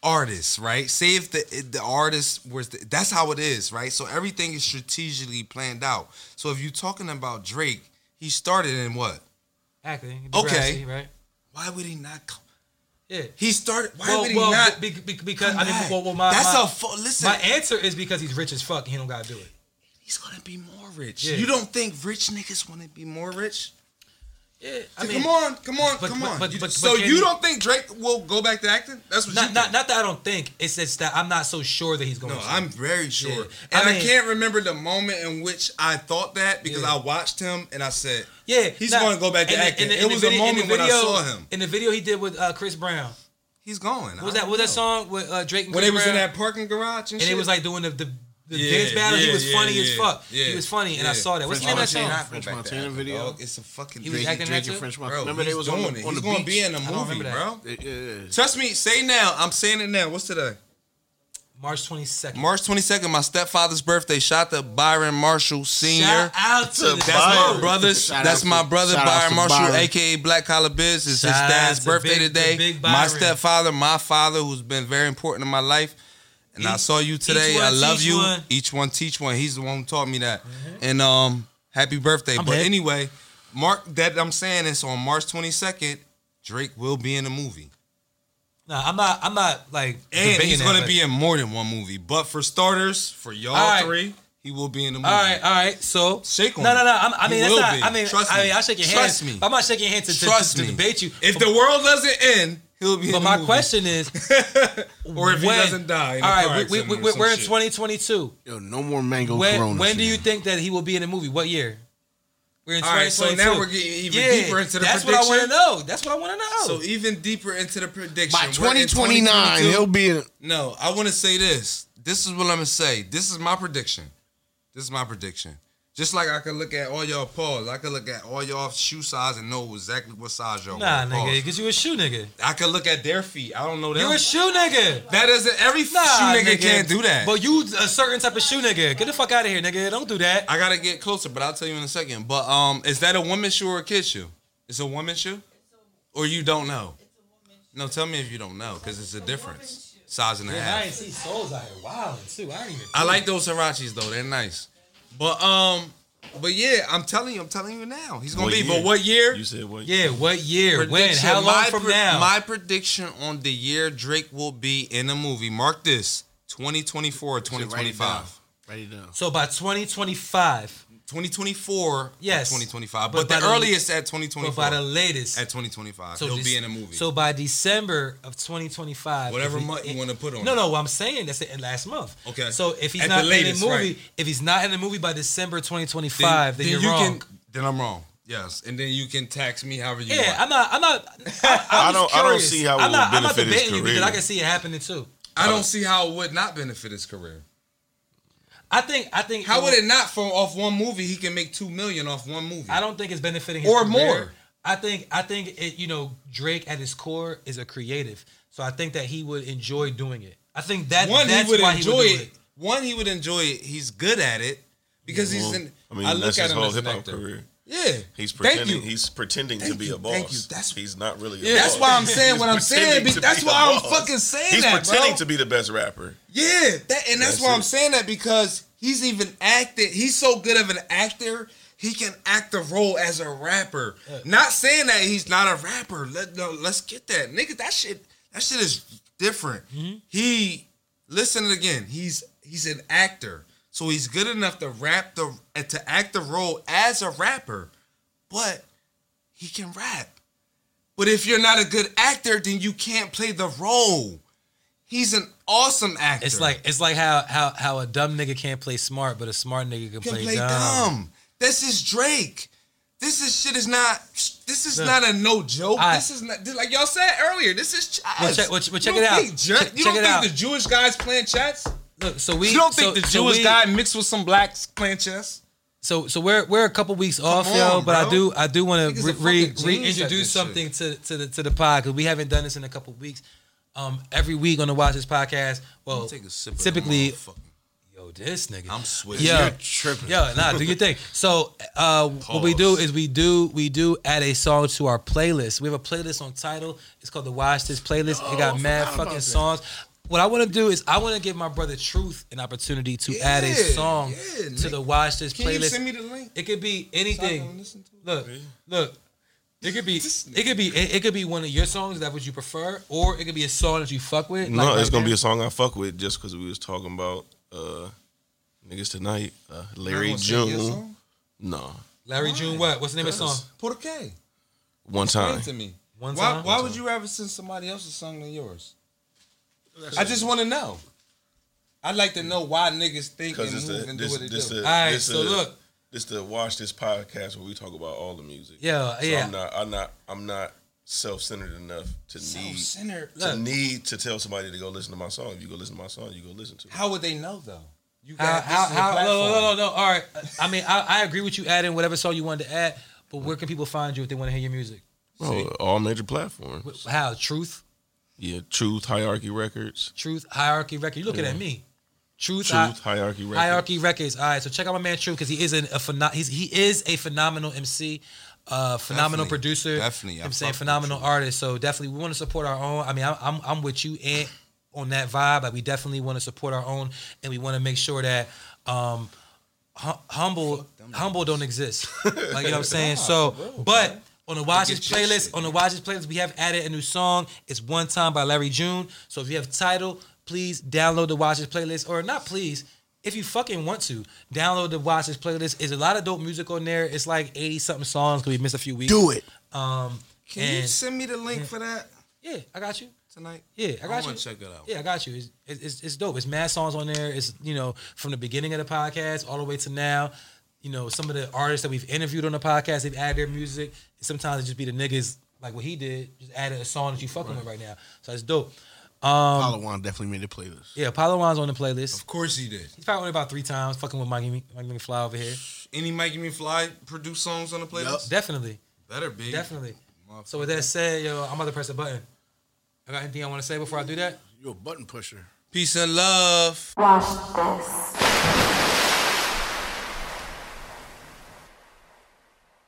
[SPEAKER 1] artists, right? Say if the the artist was the, that's how it is, right? So everything is strategically planned out. So if you're talking about Drake, he started in what?
[SPEAKER 4] acting.
[SPEAKER 1] Okay.
[SPEAKER 4] Degrassi, right?
[SPEAKER 1] Why would he not? Come?
[SPEAKER 4] Yeah.
[SPEAKER 1] He started. Why
[SPEAKER 4] well,
[SPEAKER 1] would he
[SPEAKER 4] well,
[SPEAKER 1] not?
[SPEAKER 4] be, be, because
[SPEAKER 1] come
[SPEAKER 4] I mean,
[SPEAKER 1] back?
[SPEAKER 4] well, well, my
[SPEAKER 1] that's
[SPEAKER 4] my,
[SPEAKER 1] a fu- listen.
[SPEAKER 4] my answer is because he's rich as fuck. and He don't gotta do it.
[SPEAKER 1] he's gonna be more rich.
[SPEAKER 4] Yeah.
[SPEAKER 1] You don't think rich niggas want to be more rich?
[SPEAKER 4] Yeah, I
[SPEAKER 1] come on, come on,
[SPEAKER 4] but-
[SPEAKER 1] come
[SPEAKER 4] but-
[SPEAKER 1] on.
[SPEAKER 4] but-
[SPEAKER 1] You-
[SPEAKER 4] but-
[SPEAKER 1] so
[SPEAKER 4] but can
[SPEAKER 1] you
[SPEAKER 4] you-
[SPEAKER 1] don't think Drake will go back to acting? That's what
[SPEAKER 4] Not,
[SPEAKER 1] you
[SPEAKER 4] not,
[SPEAKER 1] think.
[SPEAKER 4] not that I don't think. It's just that I'm not so sure that he's going.
[SPEAKER 1] no,
[SPEAKER 4] to.
[SPEAKER 1] I'm very sure.
[SPEAKER 4] Yeah.
[SPEAKER 1] And
[SPEAKER 4] I
[SPEAKER 1] I,
[SPEAKER 4] mean-
[SPEAKER 1] can't remember the moment in which I thought that because
[SPEAKER 4] Yeah.
[SPEAKER 1] I watched him and I said,
[SPEAKER 4] Yeah,
[SPEAKER 1] He's
[SPEAKER 4] nah,
[SPEAKER 1] gonna go back to
[SPEAKER 4] in the-
[SPEAKER 1] acting.
[SPEAKER 4] in the-
[SPEAKER 1] It
[SPEAKER 4] in the
[SPEAKER 1] was a
[SPEAKER 4] video- in the
[SPEAKER 1] moment when I
[SPEAKER 4] video-
[SPEAKER 1] saw him.
[SPEAKER 4] in the video he did with uh, Chris Brown.
[SPEAKER 1] he's going.
[SPEAKER 4] What was that? What was that song with uh, Drake and
[SPEAKER 1] When
[SPEAKER 4] Chris
[SPEAKER 1] they was in
[SPEAKER 4] Brown?
[SPEAKER 1] that parking garage and,
[SPEAKER 4] and
[SPEAKER 1] shit.
[SPEAKER 4] it was like doing the the, the
[SPEAKER 1] Yeah,
[SPEAKER 4] dance battle. he
[SPEAKER 1] yeah,
[SPEAKER 4] was
[SPEAKER 1] yeah,
[SPEAKER 4] funny as
[SPEAKER 1] yeah,
[SPEAKER 4] fuck.
[SPEAKER 1] yeah,
[SPEAKER 4] he was funny, and I
[SPEAKER 1] yeah.
[SPEAKER 4] saw that. What's the name of that
[SPEAKER 1] French
[SPEAKER 4] song?
[SPEAKER 1] Montana,
[SPEAKER 3] French
[SPEAKER 1] French
[SPEAKER 3] Montana
[SPEAKER 1] Montana
[SPEAKER 3] video.
[SPEAKER 1] video. It's a fucking
[SPEAKER 4] He was
[SPEAKER 1] thing.
[SPEAKER 4] acting in that
[SPEAKER 3] Drinking
[SPEAKER 4] too?
[SPEAKER 3] French wine.
[SPEAKER 1] Bro,
[SPEAKER 3] Remember
[SPEAKER 1] he's
[SPEAKER 3] they was on
[SPEAKER 1] doing
[SPEAKER 3] the,
[SPEAKER 1] it.
[SPEAKER 3] on
[SPEAKER 1] he's
[SPEAKER 3] the
[SPEAKER 1] gonna
[SPEAKER 3] beach.
[SPEAKER 1] be in the
[SPEAKER 4] don't
[SPEAKER 1] movie,
[SPEAKER 4] remember
[SPEAKER 1] bro.
[SPEAKER 3] Yeah, yeah.
[SPEAKER 1] Trust me. Say now. I'm saying it now. What's today?
[SPEAKER 4] March twenty second.
[SPEAKER 1] March 22nd, my stepfather's birthday. Shout out to Byron Marshall Senior.
[SPEAKER 4] Shout out to
[SPEAKER 2] To
[SPEAKER 4] the
[SPEAKER 2] Byron.
[SPEAKER 1] That's my
[SPEAKER 2] Byron.
[SPEAKER 1] brother.
[SPEAKER 3] Shout
[SPEAKER 1] That's
[SPEAKER 3] out
[SPEAKER 1] my
[SPEAKER 3] to-
[SPEAKER 1] brother,
[SPEAKER 3] shout out
[SPEAKER 1] Byron
[SPEAKER 3] to
[SPEAKER 1] Marshall,
[SPEAKER 3] Byron.
[SPEAKER 1] aka Black Collar Biz. It's
[SPEAKER 4] Shout out
[SPEAKER 1] his dad's
[SPEAKER 4] to
[SPEAKER 1] birthday
[SPEAKER 4] Big- to
[SPEAKER 1] today.
[SPEAKER 4] Big
[SPEAKER 1] My
[SPEAKER 4] Byron.
[SPEAKER 1] stepfather, my father, who's been very important in my life. And I
[SPEAKER 4] Each-
[SPEAKER 1] saw you today.
[SPEAKER 4] each one
[SPEAKER 1] I love
[SPEAKER 4] teach
[SPEAKER 1] you.
[SPEAKER 4] one. Mm-hmm.
[SPEAKER 1] Each one teach one. He's the one who taught me that. And um, happy birthday.
[SPEAKER 4] I'm
[SPEAKER 1] but
[SPEAKER 4] hip.
[SPEAKER 1] anyway, mark that I'm saying this on March 22nd. Drake will be in the movie.
[SPEAKER 4] Nah, I'm not. I'm not like.
[SPEAKER 1] And
[SPEAKER 4] debating
[SPEAKER 1] he's
[SPEAKER 4] that,
[SPEAKER 1] going to
[SPEAKER 4] but-
[SPEAKER 1] be in more than one movie. But for starters, for y'all
[SPEAKER 4] All right.
[SPEAKER 1] three, he will be in the movie.
[SPEAKER 4] All right, all right. So
[SPEAKER 1] Shake on
[SPEAKER 4] No, no,
[SPEAKER 1] it.
[SPEAKER 4] no. I'm, I
[SPEAKER 1] You
[SPEAKER 4] mean, that's
[SPEAKER 1] will
[SPEAKER 4] not.
[SPEAKER 1] be.
[SPEAKER 4] I mean,
[SPEAKER 1] Trust
[SPEAKER 4] I
[SPEAKER 1] me.
[SPEAKER 4] mean, I shake your hand.
[SPEAKER 1] Trust me.
[SPEAKER 4] I'm not shaking your hand to, to,
[SPEAKER 1] Trust
[SPEAKER 4] to- to
[SPEAKER 1] me.
[SPEAKER 4] debate you.
[SPEAKER 1] If
[SPEAKER 4] But-
[SPEAKER 1] the world doesn't end, he'll be.
[SPEAKER 4] but
[SPEAKER 1] in
[SPEAKER 4] my
[SPEAKER 1] the movie.
[SPEAKER 4] question is,
[SPEAKER 1] or if
[SPEAKER 4] when,
[SPEAKER 1] he doesn't die. in a
[SPEAKER 4] all
[SPEAKER 1] car
[SPEAKER 4] right, we,
[SPEAKER 1] accident
[SPEAKER 4] we,
[SPEAKER 1] or
[SPEAKER 4] we,
[SPEAKER 1] some
[SPEAKER 4] we're in
[SPEAKER 1] shit.
[SPEAKER 4] 2022.
[SPEAKER 3] Yo, no more mango
[SPEAKER 4] When
[SPEAKER 3] Coronas,
[SPEAKER 4] when do
[SPEAKER 3] man.
[SPEAKER 4] you think that he will be in the movie? What year? We're in
[SPEAKER 1] All right, so
[SPEAKER 4] 2022.
[SPEAKER 1] now we're getting even deeper into the
[SPEAKER 4] that's what I
[SPEAKER 1] prediction.
[SPEAKER 4] want to know. That's what I want to know.
[SPEAKER 1] So even deeper into the prediction.
[SPEAKER 3] by
[SPEAKER 1] We're in
[SPEAKER 3] 2029 he'll
[SPEAKER 1] 2022.
[SPEAKER 3] be in?
[SPEAKER 1] No, I want to say this. This is what I'm gonna say. This is my prediction. This is my prediction. Just like I could look at all y'all paws, I could look at all y'all shoe size and know exactly what size y'all
[SPEAKER 4] nah,
[SPEAKER 1] wear
[SPEAKER 4] nigga,
[SPEAKER 1] paws.
[SPEAKER 4] because you a shoe nigga.
[SPEAKER 1] I could look at their feet. I don't know them.
[SPEAKER 4] You a shoe nigga.
[SPEAKER 1] that isn't every
[SPEAKER 4] Nah,
[SPEAKER 1] shoe nigga, can't do that.
[SPEAKER 4] But you a certain type of shoe nigga. Get the fuck out of here, nigga. Don't do that.
[SPEAKER 1] I gotta get closer, but I'll tell you in a second. But um, is that a woman's shoe or a kid's shoe? It's a woman's shoe, or you don't know? No, tell me if you don't know, because it's a difference, size and a half.
[SPEAKER 4] see souls out here wilding too. I ain't even.
[SPEAKER 1] I like those Hirachis though; they're nice. But um, but yeah, I'm telling you, I'm telling you now, he's gonna
[SPEAKER 2] What
[SPEAKER 1] be.
[SPEAKER 2] year?
[SPEAKER 1] But what year?
[SPEAKER 2] You said what?
[SPEAKER 4] Yeah, what year? When?
[SPEAKER 1] Prediction.
[SPEAKER 4] How long
[SPEAKER 1] my
[SPEAKER 4] from
[SPEAKER 1] pre-
[SPEAKER 4] now?
[SPEAKER 1] My prediction on the year Drake will be in a movie. Mark this: 2024 or 2025.
[SPEAKER 3] Write it down.
[SPEAKER 4] so by 2025,
[SPEAKER 1] 2024,
[SPEAKER 4] Yes.
[SPEAKER 1] yes, 2025,
[SPEAKER 4] But
[SPEAKER 1] but,
[SPEAKER 4] by
[SPEAKER 1] the
[SPEAKER 4] the-
[SPEAKER 1] earliest at
[SPEAKER 4] but
[SPEAKER 1] 2025.
[SPEAKER 4] by the latest,
[SPEAKER 1] at 2025.
[SPEAKER 4] so
[SPEAKER 1] He'll
[SPEAKER 4] de-
[SPEAKER 1] be in a movie.
[SPEAKER 4] So by December of 2025,
[SPEAKER 1] whatever
[SPEAKER 4] if he-
[SPEAKER 1] month you want to put on.
[SPEAKER 4] No,
[SPEAKER 1] it.
[SPEAKER 4] no, I'm saying that's it in last month.
[SPEAKER 1] Okay.
[SPEAKER 4] So if he's
[SPEAKER 1] At
[SPEAKER 4] not
[SPEAKER 1] the latest,
[SPEAKER 4] in the movie,
[SPEAKER 1] right.
[SPEAKER 4] if he's not in the movie by December 2025,
[SPEAKER 1] Then,
[SPEAKER 4] then,
[SPEAKER 1] then
[SPEAKER 4] you're
[SPEAKER 1] you
[SPEAKER 4] wrong.
[SPEAKER 1] can. Then I'm wrong. Yes, and then you can tax me however you
[SPEAKER 4] yeah,
[SPEAKER 1] want.
[SPEAKER 4] I'm not. I'm not. I,
[SPEAKER 2] I don't- I don't see how it
[SPEAKER 4] I'm
[SPEAKER 2] would
[SPEAKER 4] not, I'm not
[SPEAKER 2] benefit his
[SPEAKER 4] debating you because
[SPEAKER 2] career.
[SPEAKER 4] I can see it happening too.
[SPEAKER 1] I don't see how it would not benefit his career.
[SPEAKER 4] I think. I think.
[SPEAKER 1] How would it not from off one movie? He can make two million off one movie.
[SPEAKER 4] I don't think it's benefiting his
[SPEAKER 1] Or
[SPEAKER 4] career.
[SPEAKER 1] more.
[SPEAKER 4] I think I think it, you know Drake at his core is a creative, so I think that he would enjoy doing it. I think that
[SPEAKER 1] One, he
[SPEAKER 4] that's
[SPEAKER 1] would
[SPEAKER 4] why
[SPEAKER 1] enjoy
[SPEAKER 4] he would do
[SPEAKER 1] it. One, he would enjoy it. He's good at it because he's
[SPEAKER 2] Well,
[SPEAKER 1] in.
[SPEAKER 2] I mean,
[SPEAKER 1] I look
[SPEAKER 2] that's
[SPEAKER 1] at
[SPEAKER 2] his
[SPEAKER 1] him
[SPEAKER 2] whole
[SPEAKER 1] as an
[SPEAKER 2] hip hop
[SPEAKER 1] actor.
[SPEAKER 2] career.
[SPEAKER 1] Yeah,
[SPEAKER 2] He's
[SPEAKER 1] Thank you.
[SPEAKER 2] pretending. He's pretending to
[SPEAKER 1] Thank
[SPEAKER 2] be
[SPEAKER 1] you,
[SPEAKER 2] a boss.
[SPEAKER 1] thank you. That's-
[SPEAKER 2] he's not really. A
[SPEAKER 1] Yeah, that's
[SPEAKER 2] boss.
[SPEAKER 1] why I'm saying
[SPEAKER 2] He's
[SPEAKER 1] what I'm saying.
[SPEAKER 2] pretending
[SPEAKER 1] be-
[SPEAKER 2] to
[SPEAKER 1] That's
[SPEAKER 2] be
[SPEAKER 1] why
[SPEAKER 2] a
[SPEAKER 1] I'm
[SPEAKER 2] boss.
[SPEAKER 1] fucking saying
[SPEAKER 2] He's
[SPEAKER 1] that,
[SPEAKER 2] pretending
[SPEAKER 1] bro.
[SPEAKER 2] to be the best rapper.
[SPEAKER 1] Yeah, that, and that's,
[SPEAKER 2] That's
[SPEAKER 1] why I'm
[SPEAKER 2] it.
[SPEAKER 1] saying that because he's even acted. He's so good of an actor. He can act the role as a rapper. Not saying that he's not a rapper. Let no, let's get that, nigga. That shit. That shit is different.
[SPEAKER 4] Mm-hmm.
[SPEAKER 1] He listen again. He's he's an actor, so he's good enough to rap the uh, to act the role as a rapper. But he can rap. But if you're not a good actor, then you can't play the role. He's an awesome actor.
[SPEAKER 4] It's like it's like how how how a dumb nigga can't play smart, but a smart nigga can,
[SPEAKER 1] can
[SPEAKER 4] play,
[SPEAKER 1] play
[SPEAKER 4] dumb.
[SPEAKER 1] dumb. This is Drake. This is shit is not. This is
[SPEAKER 4] Look.
[SPEAKER 1] not a no joke.
[SPEAKER 4] I-
[SPEAKER 1] this is not this- like y'all said earlier. This is chess.
[SPEAKER 4] Well, check- well, check- well, check
[SPEAKER 1] you
[SPEAKER 4] it
[SPEAKER 1] don't
[SPEAKER 4] out.
[SPEAKER 1] Think Jer-
[SPEAKER 4] Check-
[SPEAKER 1] you
[SPEAKER 4] check
[SPEAKER 1] don't
[SPEAKER 4] it
[SPEAKER 1] think
[SPEAKER 4] out.
[SPEAKER 1] the Jewish guys playing chess?
[SPEAKER 4] Look, so we
[SPEAKER 1] You don't
[SPEAKER 4] so,
[SPEAKER 1] think the
[SPEAKER 4] so
[SPEAKER 1] Jewish
[SPEAKER 4] we-
[SPEAKER 1] guy mixed with some blacks playing chess?
[SPEAKER 4] So so we're we're a couple weeks off,
[SPEAKER 1] on,
[SPEAKER 4] yo. But I
[SPEAKER 1] bro.
[SPEAKER 4] do I do want
[SPEAKER 1] Niggas
[SPEAKER 4] to
[SPEAKER 1] are
[SPEAKER 4] re-
[SPEAKER 1] fucking
[SPEAKER 4] re-
[SPEAKER 1] genius at
[SPEAKER 4] reintroduce
[SPEAKER 1] this
[SPEAKER 4] something to to the to the pod because we haven't done this in a couple weeks. Um, every week on the Watch This podcast, well, typically, yo, this nigga,
[SPEAKER 1] I'm switching.
[SPEAKER 4] yeah,
[SPEAKER 3] You're tripping.
[SPEAKER 4] Yeah, nah, do your thing. So uh, what we do is we do we do add a song to our playlist. We have a playlist on title. It's called the Watch This playlist. it
[SPEAKER 1] Oh,
[SPEAKER 4] got mad fucking songs. What I want to do is I want to give my brother Truth an opportunity to add a
[SPEAKER 1] Yeah,
[SPEAKER 4] song
[SPEAKER 1] yeah,
[SPEAKER 4] to the Watch This
[SPEAKER 1] Can you
[SPEAKER 4] playlist.
[SPEAKER 1] send me the link?
[SPEAKER 4] It could be
[SPEAKER 1] So I can
[SPEAKER 4] anything.
[SPEAKER 1] listen to it.
[SPEAKER 4] Look, look. It could be
[SPEAKER 1] This
[SPEAKER 4] it could be it, it could be one of your songs that what you prefer, or it could be a song that you fuck with.
[SPEAKER 2] No, it's gonna be a song I fuck with just because we was talking about uh niggas tonight. Uh,
[SPEAKER 1] I'm
[SPEAKER 2] Larry
[SPEAKER 1] gonna sing your
[SPEAKER 2] June.
[SPEAKER 1] song?
[SPEAKER 2] No,
[SPEAKER 4] Larry June. What? What's the name of the song?
[SPEAKER 1] Por qué?
[SPEAKER 2] one
[SPEAKER 1] Explain
[SPEAKER 2] time.
[SPEAKER 1] to me.
[SPEAKER 4] One
[SPEAKER 1] why
[SPEAKER 4] time?
[SPEAKER 1] why
[SPEAKER 4] One
[SPEAKER 1] would you rather sing somebody else's song than yours? I just want to know. I'd like to know why niggas think and
[SPEAKER 2] Because it's
[SPEAKER 1] move
[SPEAKER 2] the
[SPEAKER 1] and do
[SPEAKER 2] this
[SPEAKER 1] what they
[SPEAKER 2] this
[SPEAKER 1] do.
[SPEAKER 2] the
[SPEAKER 4] All right,
[SPEAKER 2] this
[SPEAKER 4] so
[SPEAKER 2] the-
[SPEAKER 4] look.
[SPEAKER 2] this the watch this podcast where we talk about all the music.
[SPEAKER 4] Yeah,
[SPEAKER 2] So
[SPEAKER 4] yeah.
[SPEAKER 2] I'm not I'm not I'm not self centered enough to need
[SPEAKER 1] Self-centered.
[SPEAKER 2] to
[SPEAKER 4] Look.
[SPEAKER 2] need to tell somebody to go listen to my song. If you go listen to my song, you go listen to it.
[SPEAKER 1] How would they know though? You
[SPEAKER 4] How,
[SPEAKER 1] got
[SPEAKER 4] how,
[SPEAKER 1] this is a
[SPEAKER 4] how, no, no, no,
[SPEAKER 1] platform.
[SPEAKER 4] no, no. All right. I mean, I, I agree with you adding whatever song you wanted to add, but where can people find you if they want to hear your music?
[SPEAKER 2] Bro, all major platforms.
[SPEAKER 4] How? Truth?
[SPEAKER 2] Yeah, Truth, Hierarchy Records.
[SPEAKER 4] Truth? Hierarchy Record? You looking at me. Truth?
[SPEAKER 2] Truth,
[SPEAKER 4] Hi-
[SPEAKER 2] Hierarchy Records.
[SPEAKER 4] Hierarchy Records. All right, so check out my man Truth because he is an, a pheno- he's, he is a phenomenal MC, uh, phenomenal
[SPEAKER 1] Definitely,
[SPEAKER 4] producer.
[SPEAKER 1] definitely.
[SPEAKER 4] you know
[SPEAKER 1] I
[SPEAKER 4] what I'm
[SPEAKER 1] fuck
[SPEAKER 4] saying
[SPEAKER 1] with
[SPEAKER 4] phenomenal artist. So definitely, we want to support our own. I mean, I'm I'm, I'm with you and on that vibe. Like we definitely want to support our own, and we want to make sure that um, hum- humble humble don't exist. Like you know what I'm saying. so, but. On the Watch This
[SPEAKER 1] get your
[SPEAKER 4] playlist,
[SPEAKER 1] shit.
[SPEAKER 4] on the Watch This playlist, we have added a new song. It's One Time by Larry June. So if you have title, please download the Watch This playlist, or not please, if you fucking want to, download the Watch This playlist. There's a lot of dope music on there. It's like 80 something songs because we missed a few weeks.
[SPEAKER 3] Do it.
[SPEAKER 4] Um,
[SPEAKER 1] Can you
[SPEAKER 4] and-
[SPEAKER 1] send me the link for that
[SPEAKER 4] yeah, I got you.
[SPEAKER 1] tonight?
[SPEAKER 4] Yeah, I got you.
[SPEAKER 1] wanna check it out.
[SPEAKER 4] Yeah, I got you. It's, it's, it's dope. It's mad songs on there. It's, you know, from the beginning of the podcast all the way to now. You know, some of the artists that we've interviewed on the podcast, they've added their music. Sometimes it just be the niggas, like what he did, just added a song that you fucking with right now. So it's dope.
[SPEAKER 3] Palawan definitely made the playlist.
[SPEAKER 4] Yeah, Apollo Wine's on the playlist.
[SPEAKER 1] Of course he did.
[SPEAKER 4] He's probably on about three times, fucking with Mikey, Mikey McFly over here.
[SPEAKER 1] Any Mikey Me Fly produce songs on the playlist?
[SPEAKER 4] Definitely,
[SPEAKER 1] Better be.
[SPEAKER 4] definitely. So with that said, yo, I'm about to press a button. I got anything I want to say before I do that?
[SPEAKER 3] You're a button pusher.
[SPEAKER 1] Peace and love.
[SPEAKER 7] Watch this.